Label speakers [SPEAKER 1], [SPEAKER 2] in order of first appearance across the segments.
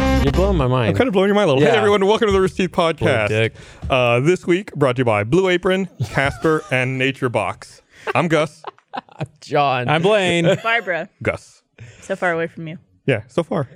[SPEAKER 1] my mind.
[SPEAKER 2] I'm kind of blowing your mind a little. Hey,
[SPEAKER 1] Yeah.
[SPEAKER 2] everyone, welcome to the Rooster
[SPEAKER 1] dick.
[SPEAKER 2] Teeth Podcast. Uh, this week brought to you by Blue Apron, Casper, and Nature Box. I'm Gus.
[SPEAKER 1] John.
[SPEAKER 3] I'm Blaine.
[SPEAKER 4] Barbara,
[SPEAKER 2] Gus.
[SPEAKER 4] so far away from you.
[SPEAKER 2] Yeah, so far.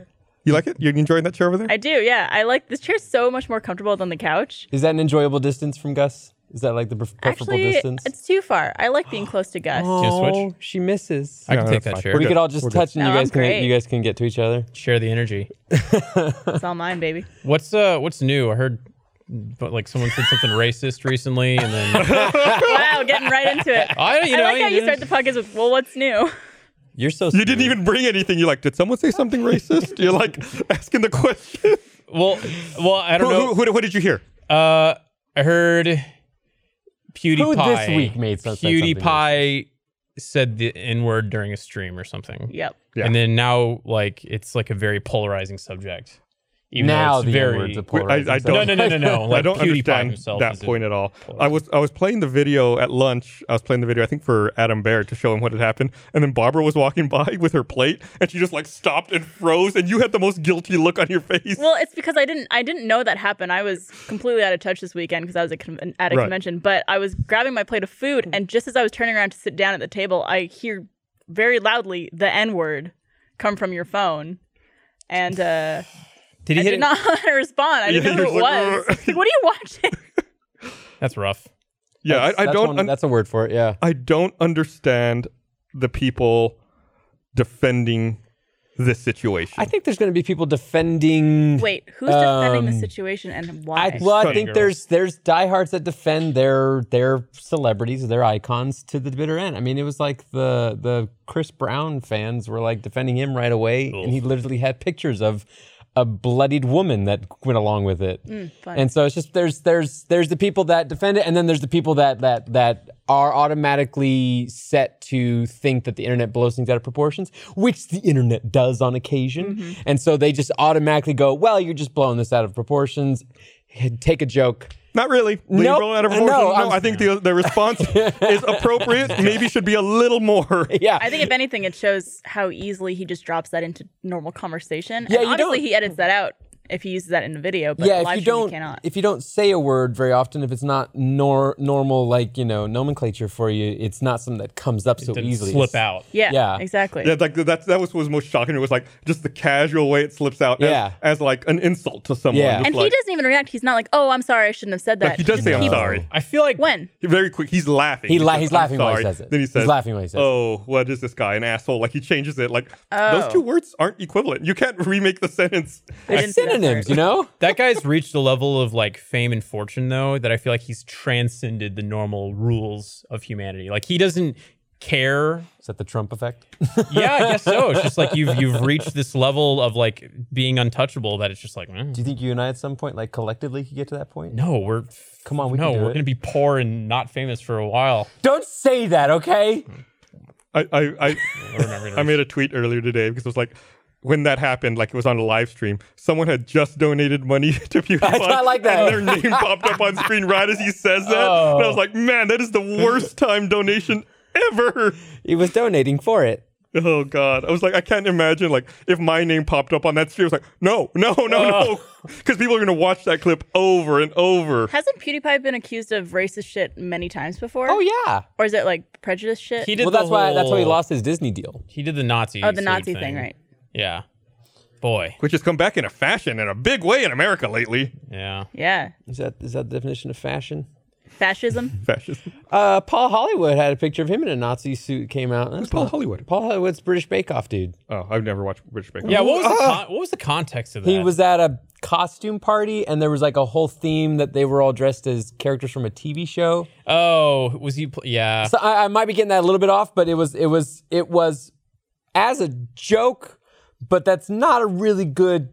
[SPEAKER 2] You like it? You enjoying that chair over there?
[SPEAKER 4] I do, yeah. I like this chair's so much more comfortable than the couch.
[SPEAKER 1] Is that an enjoyable distance from Gus? Is that like the pref- preferable
[SPEAKER 4] Actually,
[SPEAKER 1] distance?
[SPEAKER 4] it's too far. I like being close to Gus.
[SPEAKER 3] you switch?
[SPEAKER 1] Oh, she misses.
[SPEAKER 3] I can
[SPEAKER 2] No,
[SPEAKER 3] take
[SPEAKER 2] that's
[SPEAKER 3] that
[SPEAKER 2] fine.
[SPEAKER 3] chair.
[SPEAKER 2] We're
[SPEAKER 1] we
[SPEAKER 3] We
[SPEAKER 1] could
[SPEAKER 2] good.
[SPEAKER 1] all just
[SPEAKER 2] We're
[SPEAKER 1] touch, and
[SPEAKER 4] No,
[SPEAKER 1] you
[SPEAKER 4] I'm
[SPEAKER 1] guys can
[SPEAKER 4] great.
[SPEAKER 1] you guys can get to each other.
[SPEAKER 3] share the energy.
[SPEAKER 4] It's all mine, baby.
[SPEAKER 3] What's uh what's new? I heard but like someone said something racist recently and then
[SPEAKER 4] wow, getting right into it.
[SPEAKER 3] I don't Oh, you know
[SPEAKER 4] I like how you
[SPEAKER 3] just-
[SPEAKER 4] start the podcast with, "Well, what's new?"
[SPEAKER 1] You're so.
[SPEAKER 2] You didn't even bring anything. You're like, did someone say something racist? You're like asking the question.
[SPEAKER 3] Well well I
[SPEAKER 2] Who,
[SPEAKER 3] don't know.
[SPEAKER 2] who- who- what did you hear?
[SPEAKER 3] Uh I heard PewDiePie
[SPEAKER 1] Who this week made some- said something
[SPEAKER 3] PewDiePie said the N word during a stream or something.
[SPEAKER 4] Yep.
[SPEAKER 2] Yeah.
[SPEAKER 3] And then now like it's like a very polarizing subject. Even though
[SPEAKER 1] now
[SPEAKER 3] it's
[SPEAKER 1] the
[SPEAKER 3] very
[SPEAKER 1] words of
[SPEAKER 2] I-
[SPEAKER 1] polarizing.
[SPEAKER 2] I
[SPEAKER 1] subject.
[SPEAKER 2] don't-
[SPEAKER 3] No, no, no, no, no. Like
[SPEAKER 2] I don't
[SPEAKER 3] PewDiePie
[SPEAKER 2] understand
[SPEAKER 3] himself
[SPEAKER 2] that
[SPEAKER 3] is a-
[SPEAKER 2] point at all. I was I was playing the video at lunch. I was playing the video, I think, for Adam Baird to show him what had happened. And then Barbara was walking by with her plate, and she just like stopped and froze. And you had the most guilty look on your face.
[SPEAKER 4] Well, it's because I didn't I didn't know that happened. I was completely out of touch this weekend because I was a con- at a
[SPEAKER 2] Right.
[SPEAKER 4] convention. But I was grabbing my plate of food, and just as I was turning around to sit down at the table, I hear very loudly the N word come from your phone, and uh,
[SPEAKER 3] Did he
[SPEAKER 4] I
[SPEAKER 3] hit
[SPEAKER 4] did
[SPEAKER 3] it?
[SPEAKER 4] not respond. I
[SPEAKER 2] Yeah,
[SPEAKER 4] didn't know who
[SPEAKER 2] he was
[SPEAKER 4] it
[SPEAKER 2] like,
[SPEAKER 4] was. Like, what are you watching?
[SPEAKER 3] That's rough.
[SPEAKER 2] yeah,
[SPEAKER 1] That's-
[SPEAKER 2] I, I
[SPEAKER 1] that's
[SPEAKER 2] don't.
[SPEAKER 1] one-
[SPEAKER 2] un-
[SPEAKER 1] that's a word for it. Yeah.
[SPEAKER 2] I don't understand the people defending this situation.
[SPEAKER 1] I think there's going to be people defending.
[SPEAKER 4] Wait, who's defending the
[SPEAKER 1] Um,
[SPEAKER 4] situation and
[SPEAKER 1] I,
[SPEAKER 4] why?
[SPEAKER 1] well, I
[SPEAKER 2] Stunning
[SPEAKER 1] think
[SPEAKER 2] girls.
[SPEAKER 1] there's there's diehards that defend their their celebrities, their icons to the bitter end. I mean, it was like the the Chris Brown fans were like defending him right away, and he literally had pictures of a bloodied woman that went along with it.
[SPEAKER 4] fun.
[SPEAKER 1] and so it's just there's there's there's the people that defend it, and then there's the people that that that are automatically set to think that the internet blows things out of proportions, which the internet does on occasion. And so they just automatically go, well, you're just blowing this out of proportions. Take a joke.
[SPEAKER 2] Not really. Leave
[SPEAKER 1] Nope.
[SPEAKER 2] Roland out of
[SPEAKER 1] No,
[SPEAKER 2] proportion. No,
[SPEAKER 1] I'm-
[SPEAKER 2] I think the, the response is appropriate. Maybe should be a little more.
[SPEAKER 1] Yeah.
[SPEAKER 4] I think if anything, it shows how easily he just drops that into normal conversation.
[SPEAKER 1] Yeah,
[SPEAKER 4] and
[SPEAKER 1] you
[SPEAKER 4] obviously
[SPEAKER 1] don't-
[SPEAKER 4] he edits that out if he uses that in a video, but
[SPEAKER 1] yeah, if
[SPEAKER 4] live
[SPEAKER 1] you
[SPEAKER 4] stream he
[SPEAKER 1] don't
[SPEAKER 4] cannot.
[SPEAKER 1] if you don't say a word very often, if it's not nor normal like you know nomenclature for you, it's not something that comes up so
[SPEAKER 3] Didn't
[SPEAKER 1] easily.
[SPEAKER 3] slip out.
[SPEAKER 4] yeah,
[SPEAKER 1] yeah.
[SPEAKER 4] exactly.
[SPEAKER 2] Yeah, like that's that was what was most shocking. It was like just the casual way it slips out as,
[SPEAKER 1] Yeah.
[SPEAKER 2] as like an insult to someone.
[SPEAKER 1] Yeah.
[SPEAKER 2] Just
[SPEAKER 4] and
[SPEAKER 2] like,
[SPEAKER 4] he doesn't even react. He's not like, "Oh, I'm sorry, I shouldn't have said that."
[SPEAKER 2] Like, he does
[SPEAKER 4] just
[SPEAKER 2] say, "I'm
[SPEAKER 4] keeps-
[SPEAKER 2] sorry."
[SPEAKER 3] I feel like
[SPEAKER 4] When?
[SPEAKER 2] He- Very quick. He's laughing.
[SPEAKER 1] He la-
[SPEAKER 2] says,
[SPEAKER 1] he's
[SPEAKER 2] "I'm
[SPEAKER 1] laughing while he
[SPEAKER 2] sorry."
[SPEAKER 1] says it.
[SPEAKER 2] Then he
[SPEAKER 1] He's
[SPEAKER 2] says,
[SPEAKER 1] laughing while he says it.
[SPEAKER 2] "Oh, what is this guy? An asshole?" Like he changes it. Like those
[SPEAKER 4] Oh.
[SPEAKER 2] two words aren't equivalent. You can't remake the sentence.
[SPEAKER 4] I didn't say that
[SPEAKER 1] synonyms,
[SPEAKER 4] word.
[SPEAKER 1] you know.
[SPEAKER 3] that guy's reached a level of like fame and fortune though that I feel like he's transcended the normal rules of humanity. Like he doesn't care.
[SPEAKER 1] Is that the Trump effect?
[SPEAKER 3] Yeah, I guess so. It's just like you've you've reached this level of like being untouchable that it's just like eh.
[SPEAKER 1] Do you think you and I at some point, like collectively, could get to that point?
[SPEAKER 3] no, we're
[SPEAKER 1] Come on, we
[SPEAKER 3] no,
[SPEAKER 1] can do
[SPEAKER 3] we're
[SPEAKER 1] it.
[SPEAKER 3] gonna be poor and not famous for a while.
[SPEAKER 1] Don't say that, okay?
[SPEAKER 2] I I I,
[SPEAKER 3] We're never gonna
[SPEAKER 2] I made a tweet earlier today because it was like. When that happened, like it was on a live stream, someone had just donated money to PewDiePie.
[SPEAKER 1] I like that. Oh.
[SPEAKER 2] And their name popped up on screen right as he says that. And I was like, man, that is the worst time donation ever.
[SPEAKER 1] He was donating for it.
[SPEAKER 2] Oh God! I was like, I can't imagine like if my name popped up on that stream. I was like, no, no,
[SPEAKER 1] Oh.
[SPEAKER 2] no, no, because people are gonna watch that clip over and over.
[SPEAKER 4] Hasn't PewDiePie been accused of racist shit many times before?
[SPEAKER 1] Oh yeah.
[SPEAKER 4] Or is it like prejudice shit?
[SPEAKER 3] He did
[SPEAKER 1] Well,
[SPEAKER 3] the
[SPEAKER 1] that's why that's why he
[SPEAKER 3] whole-
[SPEAKER 1] lost his Disney deal.
[SPEAKER 3] He did the Nazi.
[SPEAKER 4] oh, the
[SPEAKER 3] salute
[SPEAKER 4] Nazi thing, right?
[SPEAKER 3] Yeah, boy.
[SPEAKER 2] Which has come back in a fashion in a big way in America lately.
[SPEAKER 3] Yeah.
[SPEAKER 4] Yeah,
[SPEAKER 1] Is that is that the definition of fashion?
[SPEAKER 4] fascism.
[SPEAKER 2] Fascism.
[SPEAKER 1] Uh, Paul Hollywood had a picture of him in a Nazi suit came out. That's
[SPEAKER 2] Paul
[SPEAKER 1] not-
[SPEAKER 2] Hollywood?
[SPEAKER 1] Paul Hollywood's British Bake Off dude.
[SPEAKER 2] Oh, I've never watched British Bake. Off.
[SPEAKER 3] Yeah. What was the con- what was the context of that?
[SPEAKER 1] ah. He was at a costume party and there was like a whole theme that they were all dressed as characters from a TV show.
[SPEAKER 3] Oh, was he? Pl- yeah.
[SPEAKER 1] So I, I might be getting that a little bit off, but it was it was it was as a joke, but that's not a really good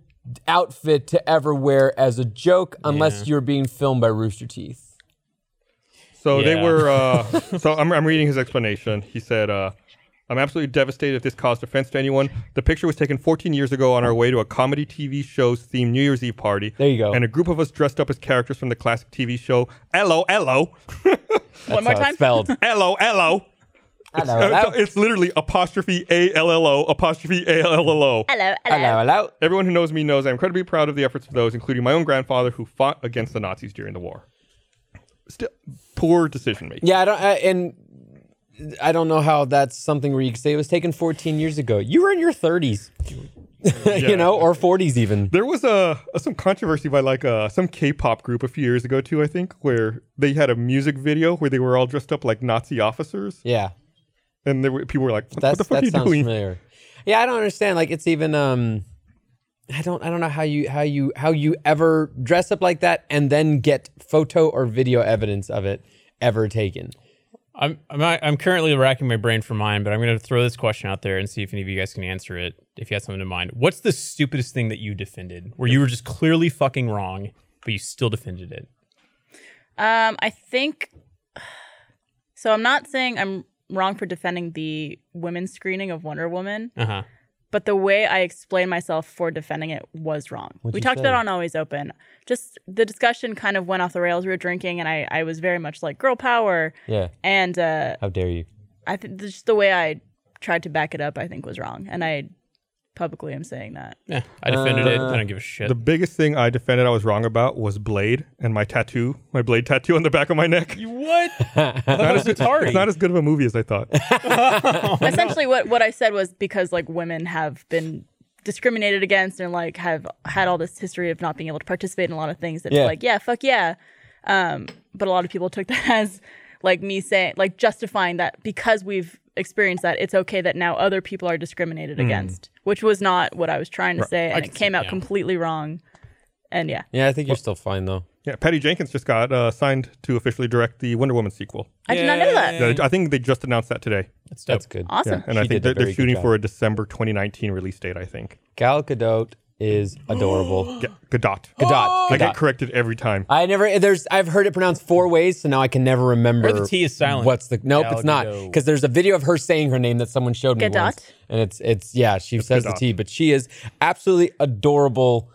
[SPEAKER 1] outfit to ever wear as a joke unless you're being filmed by Rooster Teeth.
[SPEAKER 2] So they
[SPEAKER 3] Yeah.
[SPEAKER 2] were. Uh, so I'm, I'm reading his explanation. He said, uh, "I'm absolutely devastated if this caused offense to anyone. The picture was taken 14 years ago on our way to a comedy TV show's themed New Year's Eve party.
[SPEAKER 1] There you go.
[SPEAKER 2] And a group of us dressed up as characters from the classic TV show. Hello, hello,
[SPEAKER 4] One more
[SPEAKER 1] That's how
[SPEAKER 4] time.
[SPEAKER 1] it's spelled.
[SPEAKER 2] hello, hello.
[SPEAKER 1] Hello,
[SPEAKER 2] Uh,
[SPEAKER 1] hello.
[SPEAKER 2] It's literally apostrophe A L L O apostrophe A L L O.
[SPEAKER 4] Hello, hello.
[SPEAKER 1] Hello, hello.
[SPEAKER 2] Everyone who knows me knows I'm incredibly proud of the efforts of those, including my own grandfather, who fought against the Nazis during the war. Still, poor decision making.
[SPEAKER 1] Yeah, I don't, I, and I don't know how that's something where you could say it was taken 14 years ago. You were in your 30s,
[SPEAKER 2] Yeah.
[SPEAKER 1] you know, or 40s even.
[SPEAKER 2] There was a, a- some controversy by like uh, some K-pop group a few years ago too, I think, where they had a music video where they were all dressed up like Nazi officers,
[SPEAKER 1] Yeah,
[SPEAKER 2] and there were, people were like, "What,
[SPEAKER 1] that's
[SPEAKER 2] the fuck
[SPEAKER 1] that
[SPEAKER 2] are you
[SPEAKER 1] sounds
[SPEAKER 2] doing?"
[SPEAKER 1] familiar. Yeah, I don't understand. Like it's even um, I don't I don't know how you how you how you ever dress up like that and then get photo or video evidence of it ever taken.
[SPEAKER 3] I'm I'm I'm currently racking my brain for mine, but I'm going to throw this question out there and see if any of you guys can answer it. If you had something in mind, what's the stupidest thing that you defended, where you were just clearly fucking wrong, but you still defended it?
[SPEAKER 4] Um, I think so. I'm not saying I'm wrong for defending the women's screening of Wonder Woman,
[SPEAKER 3] Uh huh.
[SPEAKER 4] but the way I explained myself for defending it was wrong.
[SPEAKER 1] What'd
[SPEAKER 4] we
[SPEAKER 1] you
[SPEAKER 4] talked
[SPEAKER 1] say?
[SPEAKER 4] about it on Always Open. Just the discussion kind of went off the rails. We were drinking, and I, I was very much like girl power,
[SPEAKER 1] Yeah,
[SPEAKER 4] and uh,
[SPEAKER 1] how dare you?
[SPEAKER 4] I think just the way I tried to back it up, I think was wrong, and I publicly am saying that.
[SPEAKER 3] Yeah, I defended it. I don't give a shit.
[SPEAKER 2] The biggest thing I defended I was wrong about was Blade and my tattoo, my Blade tattoo on the back of my neck.
[SPEAKER 3] what? I thought it was Atari.
[SPEAKER 2] It's not as good of a movie as I thought.
[SPEAKER 4] essentially what what I said was because like women have been discriminated against and like have had all this history of not being able to participate in a lot of things that's
[SPEAKER 1] Yeah.
[SPEAKER 4] like yeah fuck yeah um but a lot of people took that as like me saying like justifying that because we've experienced that it's okay that now other people are discriminated
[SPEAKER 1] Hmm.
[SPEAKER 4] against which was not what I was trying to say and it came out
[SPEAKER 3] yeah.
[SPEAKER 4] completely wrong and yeah
[SPEAKER 1] Yeah, I think you're still fine though.
[SPEAKER 2] yeah, Patty Jenkins just got uh, signed to officially direct the Wonder Woman sequel.
[SPEAKER 4] I did not know that
[SPEAKER 2] Uh, I think they just announced that today.
[SPEAKER 3] That's dope.
[SPEAKER 1] That's good.
[SPEAKER 4] awesome
[SPEAKER 2] And
[SPEAKER 1] She
[SPEAKER 2] I
[SPEAKER 1] did a
[SPEAKER 2] think they're,
[SPEAKER 1] very
[SPEAKER 2] they're
[SPEAKER 1] good
[SPEAKER 2] shooting
[SPEAKER 1] job.
[SPEAKER 2] for a December 2019 release date, I think.
[SPEAKER 1] Gal Gadot is adorable.
[SPEAKER 2] Yeah, Godot.
[SPEAKER 1] Gadot.
[SPEAKER 2] I
[SPEAKER 1] Gadot.
[SPEAKER 2] get corrected every time.
[SPEAKER 1] I never there's I've heard it pronounced four ways, so now I can never remember.
[SPEAKER 3] Or the T is silent.
[SPEAKER 1] What's the nope?
[SPEAKER 3] Gal
[SPEAKER 1] it's not
[SPEAKER 3] Gadot.
[SPEAKER 1] because there's a video of her saying her name that someone showed me
[SPEAKER 4] Gadot?
[SPEAKER 1] once, and it's it's yeah she says the T,
[SPEAKER 2] Gadot.
[SPEAKER 1] but she is absolutely adorable,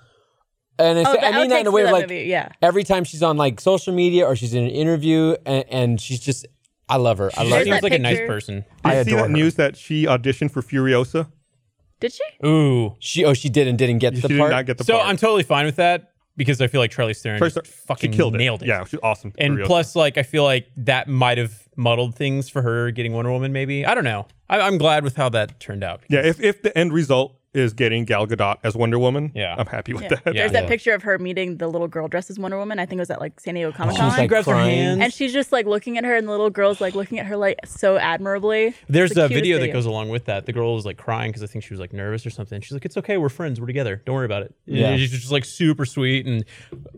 [SPEAKER 1] and I
[SPEAKER 4] oh
[SPEAKER 1] say-
[SPEAKER 4] the
[SPEAKER 1] I mean that in
[SPEAKER 4] outtakes
[SPEAKER 1] a
[SPEAKER 4] for
[SPEAKER 1] way of
[SPEAKER 4] that
[SPEAKER 1] like
[SPEAKER 4] movie yeah
[SPEAKER 1] every time she's on like social media or she's in an interview, and, and she's just I love her. I love
[SPEAKER 3] She
[SPEAKER 4] There's
[SPEAKER 1] her.
[SPEAKER 3] seems
[SPEAKER 4] that
[SPEAKER 3] like a nice
[SPEAKER 4] picture.
[SPEAKER 3] person.
[SPEAKER 2] Did
[SPEAKER 1] I
[SPEAKER 2] you see
[SPEAKER 1] adore
[SPEAKER 2] that
[SPEAKER 1] her.
[SPEAKER 2] news that she auditioned for Furiosa?
[SPEAKER 4] did she
[SPEAKER 3] Ooh.
[SPEAKER 1] She oh she did and didn't get
[SPEAKER 2] She
[SPEAKER 1] the
[SPEAKER 2] did
[SPEAKER 1] part.
[SPEAKER 2] not get the
[SPEAKER 3] So
[SPEAKER 2] part.
[SPEAKER 3] I'm totally fine with that because I feel like Charlie Theron
[SPEAKER 2] Sorry,
[SPEAKER 3] just
[SPEAKER 2] sorry.
[SPEAKER 3] fucking
[SPEAKER 2] she killed
[SPEAKER 3] nailed it.
[SPEAKER 2] Yeah, she's awesome.
[SPEAKER 3] And
[SPEAKER 2] Furiosa.
[SPEAKER 3] plus, like, I feel like that might have muddled things for her getting Wonder Woman. Maybe I don't know. I, I'm glad with how that turned out.
[SPEAKER 2] yeah, if, if the end result is getting Gal Gadot as Wonder Woman,
[SPEAKER 3] Yeah.
[SPEAKER 2] I'm happy with
[SPEAKER 4] Yeah.
[SPEAKER 2] that.
[SPEAKER 3] Yeah.
[SPEAKER 4] there's that picture of her meeting the little girl dressed as Wonder Woman I think it was at like San Diego Comic Con
[SPEAKER 1] She's like
[SPEAKER 3] grabs her
[SPEAKER 1] crying.
[SPEAKER 3] hand.
[SPEAKER 4] and she's just like looking at her and the little girl's like looking at her like so admirably
[SPEAKER 3] There's
[SPEAKER 4] It's the
[SPEAKER 3] a video
[SPEAKER 4] cutest
[SPEAKER 3] that goes along with that. The girl was like crying because I think she was like nervous or something. She's like, "It's okay, we're friends, we're together. Don't worry about it."
[SPEAKER 1] Yeah.
[SPEAKER 3] Yeah, she's just like super sweet, and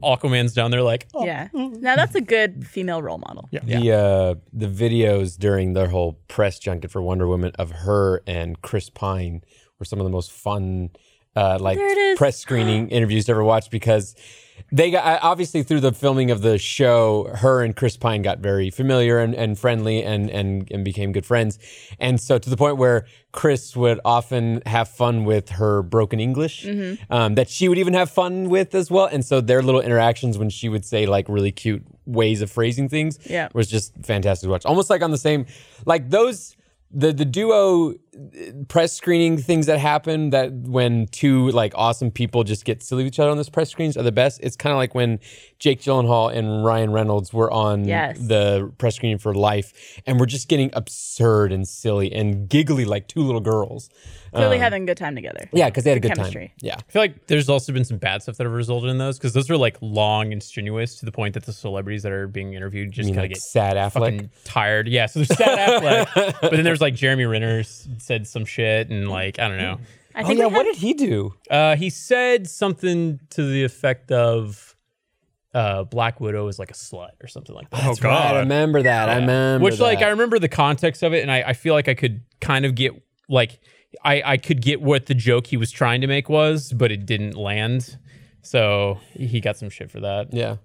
[SPEAKER 3] Aquaman's down there like, "Oh,
[SPEAKER 4] yeah now that's a good female role model
[SPEAKER 2] Yeah.
[SPEAKER 1] the uh, the videos during their whole press junket for Wonder Woman of her and Chris Pine were some of the most fun uh, like
[SPEAKER 4] There it is.
[SPEAKER 1] press screening interviews to ever watch because they got I- obviously through the filming of the show her and Chris Pine got very familiar and, and friendly and, and and became good friends and so to the point where Chris would often have fun with her broken English um, that she would even have fun with as well and so their little interactions when she would say like really cute ways of phrasing things
[SPEAKER 4] Yeah.
[SPEAKER 1] was just fantastic to watch. Almost like on the same, like those the the duo uh, press screening things that happen that when two like awesome people just get silly with each other on those press screens are the best. It's kind of like when Jake Gyllenhaal and Ryan Reynolds were on
[SPEAKER 4] Yes.
[SPEAKER 1] the press screening for Life, and we're just getting absurd and silly and giggly like two little girls. Uh,
[SPEAKER 4] clearly having a good time together
[SPEAKER 1] Yeah, because they had a
[SPEAKER 4] Good
[SPEAKER 1] good time.
[SPEAKER 4] chemistry.
[SPEAKER 1] Yeah.
[SPEAKER 3] I feel like there's also been some bad stuff that have resulted in those because those are like long and strenuous to the point that the celebrities that are being interviewed just kind of
[SPEAKER 1] Like
[SPEAKER 3] get
[SPEAKER 1] sad Affleck.
[SPEAKER 3] fucking tired. Yeah, so there's Sad Affleck, but then there's like Jeremy Renner s- said some shit and like I don't know.
[SPEAKER 4] i
[SPEAKER 1] Oh
[SPEAKER 4] think
[SPEAKER 1] yeah,
[SPEAKER 4] we
[SPEAKER 1] what
[SPEAKER 4] had-
[SPEAKER 1] did he do?
[SPEAKER 3] Uh, he said something to the effect of uh, Black Widow is like a slut or something like that.
[SPEAKER 2] Oh,
[SPEAKER 1] Right, I
[SPEAKER 2] God.
[SPEAKER 1] remember that. I remember
[SPEAKER 3] Which like
[SPEAKER 1] that.
[SPEAKER 3] I remember the context of it, and I, I feel like I could kind of get like I, I could get what the joke he was trying to make was, but it didn't land. So he got some shit for that.
[SPEAKER 1] yeah,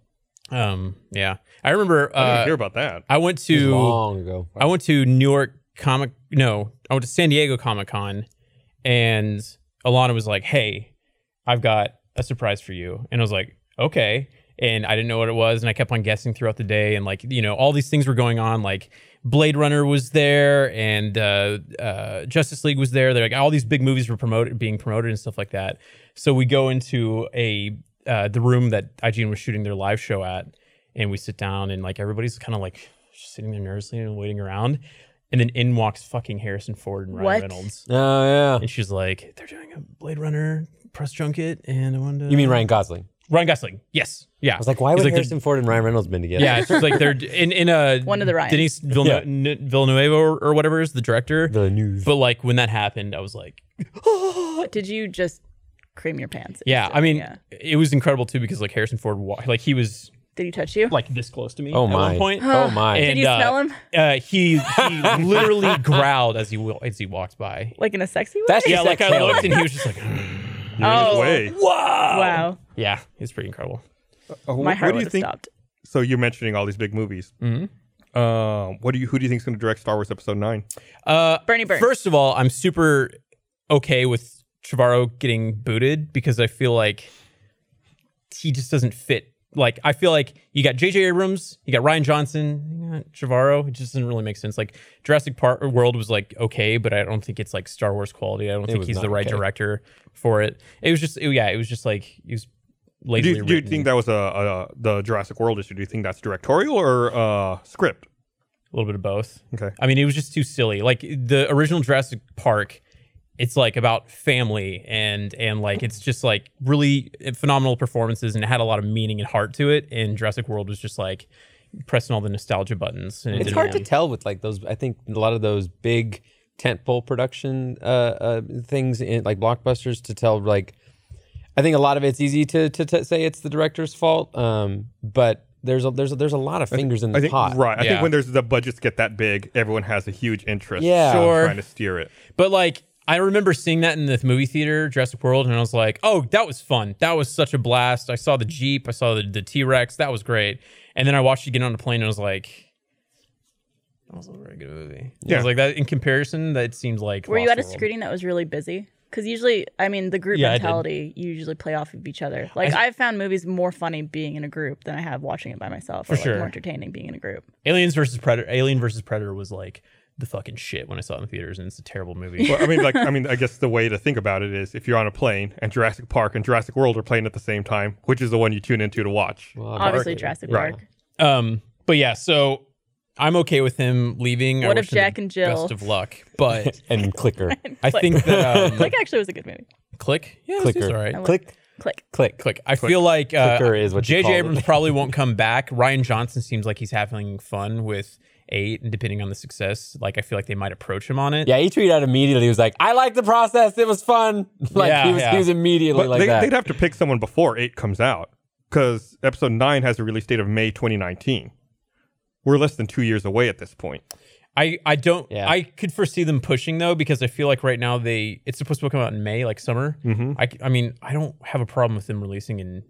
[SPEAKER 3] Um, yeah. I remember
[SPEAKER 2] I didn't
[SPEAKER 3] uh,
[SPEAKER 2] hear about that.
[SPEAKER 3] I went to
[SPEAKER 1] long ago.
[SPEAKER 3] I went to New York Comic. No, I went to San Diego Comic Con, and Alana was like, "Hey, I've got a surprise for you," and I was like, "Okay." and I didn't know what it was, and I kept on guessing throughout the day, and like you know, all these things were going on. Like Blade Runner was there, and uh, uh, Justice League was there. They're like all these big movies were promoted, being promoted, and stuff like that. So we go into a uh, the room that IGN was shooting their live show at, and we sit down, and like everybody's kind of like sitting there nervously and waiting around. And then in walks fucking Harrison Ford and Ryan
[SPEAKER 4] What?
[SPEAKER 3] Reynolds.
[SPEAKER 1] Oh yeah.
[SPEAKER 3] And she's like, they're doing a Blade Runner press junket, and I wanted to.
[SPEAKER 1] You mean Ryan Gosling?
[SPEAKER 3] Ryan Gosling? Yes. Yeah.
[SPEAKER 1] I was like, why
[SPEAKER 3] He's
[SPEAKER 1] would
[SPEAKER 3] like, they're-
[SPEAKER 1] Harrison Ford and Ryan Reynolds been together?
[SPEAKER 3] yeah, it's just like they're in in a
[SPEAKER 4] One of the Ryans.
[SPEAKER 3] Denise Villeneuve, Villeneuve or, or whatever is the director.
[SPEAKER 1] The news.
[SPEAKER 3] But like when that happened, I was like,
[SPEAKER 4] Did you just cream your pants?
[SPEAKER 3] yeah. I mean,
[SPEAKER 4] Yeah.
[SPEAKER 3] it was incredible too because like Harrison Ford, wa- like he was
[SPEAKER 4] Did he touch you?
[SPEAKER 3] like this close to me
[SPEAKER 1] Oh
[SPEAKER 3] at
[SPEAKER 1] my.
[SPEAKER 3] one point.
[SPEAKER 1] Oh my.
[SPEAKER 4] Did
[SPEAKER 3] And,
[SPEAKER 4] you
[SPEAKER 3] uh,
[SPEAKER 4] smell him?
[SPEAKER 3] Uh, he he literally growled as he wa- as he walked by.
[SPEAKER 4] Like in a sexy way?
[SPEAKER 1] That's
[SPEAKER 3] Yeah,
[SPEAKER 1] just
[SPEAKER 3] like I
[SPEAKER 1] exhale.
[SPEAKER 3] looked and he was just like,
[SPEAKER 2] You're in
[SPEAKER 4] Oh.
[SPEAKER 2] his way.
[SPEAKER 4] wow.
[SPEAKER 3] yeah, it's pretty incredible.
[SPEAKER 2] Uh, wh-
[SPEAKER 4] My heart
[SPEAKER 2] what do
[SPEAKER 4] would
[SPEAKER 2] you
[SPEAKER 4] have
[SPEAKER 2] think?
[SPEAKER 4] stopped.
[SPEAKER 2] So you're mentioning all these big movies.
[SPEAKER 3] Mhm.
[SPEAKER 2] Um, what do you? Who do you think is going to direct Star Wars Episode Nine?
[SPEAKER 3] Uh,
[SPEAKER 4] Bernie Burns.
[SPEAKER 3] First of all, I'm super okay with Trevorrow getting booted because I feel like he just doesn't fit. Like I feel like you got J.J. Abrams, you got Ryan Johnson, you got Trevorrow. It just doesn't really make sense. Like Jurassic Park World was like okay, but I don't think it's like Star Wars quality. I don't think
[SPEAKER 1] was
[SPEAKER 3] he's the
[SPEAKER 1] not
[SPEAKER 3] right
[SPEAKER 1] okay.
[SPEAKER 3] director for it. It was just it- yeah, it was just like he was
[SPEAKER 2] Do
[SPEAKER 3] lazily
[SPEAKER 2] you, do you
[SPEAKER 3] written,
[SPEAKER 2] think that was a, a the Jurassic World issue? Do you think that's directorial or uh, script?
[SPEAKER 3] a little bit of both.
[SPEAKER 2] Okay.
[SPEAKER 3] I mean, it was just too silly. Like the original Jurassic Park, it's like about family and and like it's just like really phenomenal performances and it had a lot of meaning and heart to it. And Jurassic World was just like pressing all the nostalgia buttons. And it
[SPEAKER 1] It's
[SPEAKER 3] didn't
[SPEAKER 1] hard to
[SPEAKER 3] really-
[SPEAKER 1] tell with like those. I think a lot of those big tentpole production uh, uh, things, in, like blockbusters, to tell like. I think a lot of it's easy to to, to say it's the director's fault, um, but there's a, there's a, there's a lot of fingers in the
[SPEAKER 2] I think
[SPEAKER 1] pot.
[SPEAKER 2] right. I
[SPEAKER 3] Yeah.
[SPEAKER 2] think when there's the budgets get that big, everyone has a huge interest.
[SPEAKER 1] Yeah.
[SPEAKER 2] in
[SPEAKER 3] Sure.
[SPEAKER 2] trying to steer it.
[SPEAKER 3] But like I remember seeing that in the movie theater, Jurassic World, and I was like, "Oh, that was fun. That was such a blast. I saw the Jeep, I saw the, the T-Rex. That was great." And then I watched it get on the plane and I was like, "That wasn't a very good movie." Yeah. I
[SPEAKER 2] Yeah.
[SPEAKER 3] was like that in comparison, that seems like
[SPEAKER 4] Were you
[SPEAKER 3] Lost
[SPEAKER 4] at a
[SPEAKER 3] World.
[SPEAKER 4] screening that was really busy? Because usually, I mean, the group
[SPEAKER 3] Yeah, I did.
[SPEAKER 4] mentality, you usually play off of each other. Like, I, have found movies more funny being in a group than I have watching it by myself. For or, like,
[SPEAKER 3] sure.
[SPEAKER 4] more entertaining being in a group.
[SPEAKER 3] Aliens versus Predator. Alien versus Predator was like the fucking shit when I saw it in theaters, and it's a terrible movie.
[SPEAKER 2] Well, I mean, like, I mean, I guess the way to think about it is if you're on a plane and Jurassic Park and Jurassic World are playing at the same time, which is the one you tune into to watch?
[SPEAKER 1] Well,
[SPEAKER 4] Obviously,
[SPEAKER 1] marketing.
[SPEAKER 4] Jurassic
[SPEAKER 2] Right.
[SPEAKER 4] Park.
[SPEAKER 3] um, but yeah, so I'm okay with him leaving. I
[SPEAKER 4] What if
[SPEAKER 3] wish him the
[SPEAKER 4] Jack and Jill-
[SPEAKER 3] Best of luck, but
[SPEAKER 1] and clicker,
[SPEAKER 3] I think that um,
[SPEAKER 4] Click actually was a good movie.
[SPEAKER 3] click, yeah, clicker,
[SPEAKER 1] clicker,
[SPEAKER 3] all right.
[SPEAKER 1] click,
[SPEAKER 4] Click.
[SPEAKER 1] click,
[SPEAKER 3] Click. I feel like uh,
[SPEAKER 1] Clicker is what you
[SPEAKER 3] J.J.
[SPEAKER 1] call it.
[SPEAKER 3] Abrams probably won't come back. Ryan Johnson seems like he's having fun with eight, and depending on the success, like I feel like they might approach him on it.
[SPEAKER 1] Yeah, he tweeted out immediately. He was like, "I like the process. It was fun." Like
[SPEAKER 3] Yeah,
[SPEAKER 1] he was,
[SPEAKER 3] yeah.
[SPEAKER 1] he was immediately
[SPEAKER 2] But
[SPEAKER 1] like
[SPEAKER 2] they,
[SPEAKER 1] that.
[SPEAKER 2] would have to pick someone before eight comes out because episode nine has a release date of May 2019. We're less than two years away at this point.
[SPEAKER 3] I, I don't
[SPEAKER 1] Yeah.
[SPEAKER 3] I could foresee them pushing though because I feel like right now they it's supposed to come out in May like summer.
[SPEAKER 1] Mm-hmm.
[SPEAKER 2] Mhm.
[SPEAKER 3] I, c- I mean I don't have a problem with them releasing in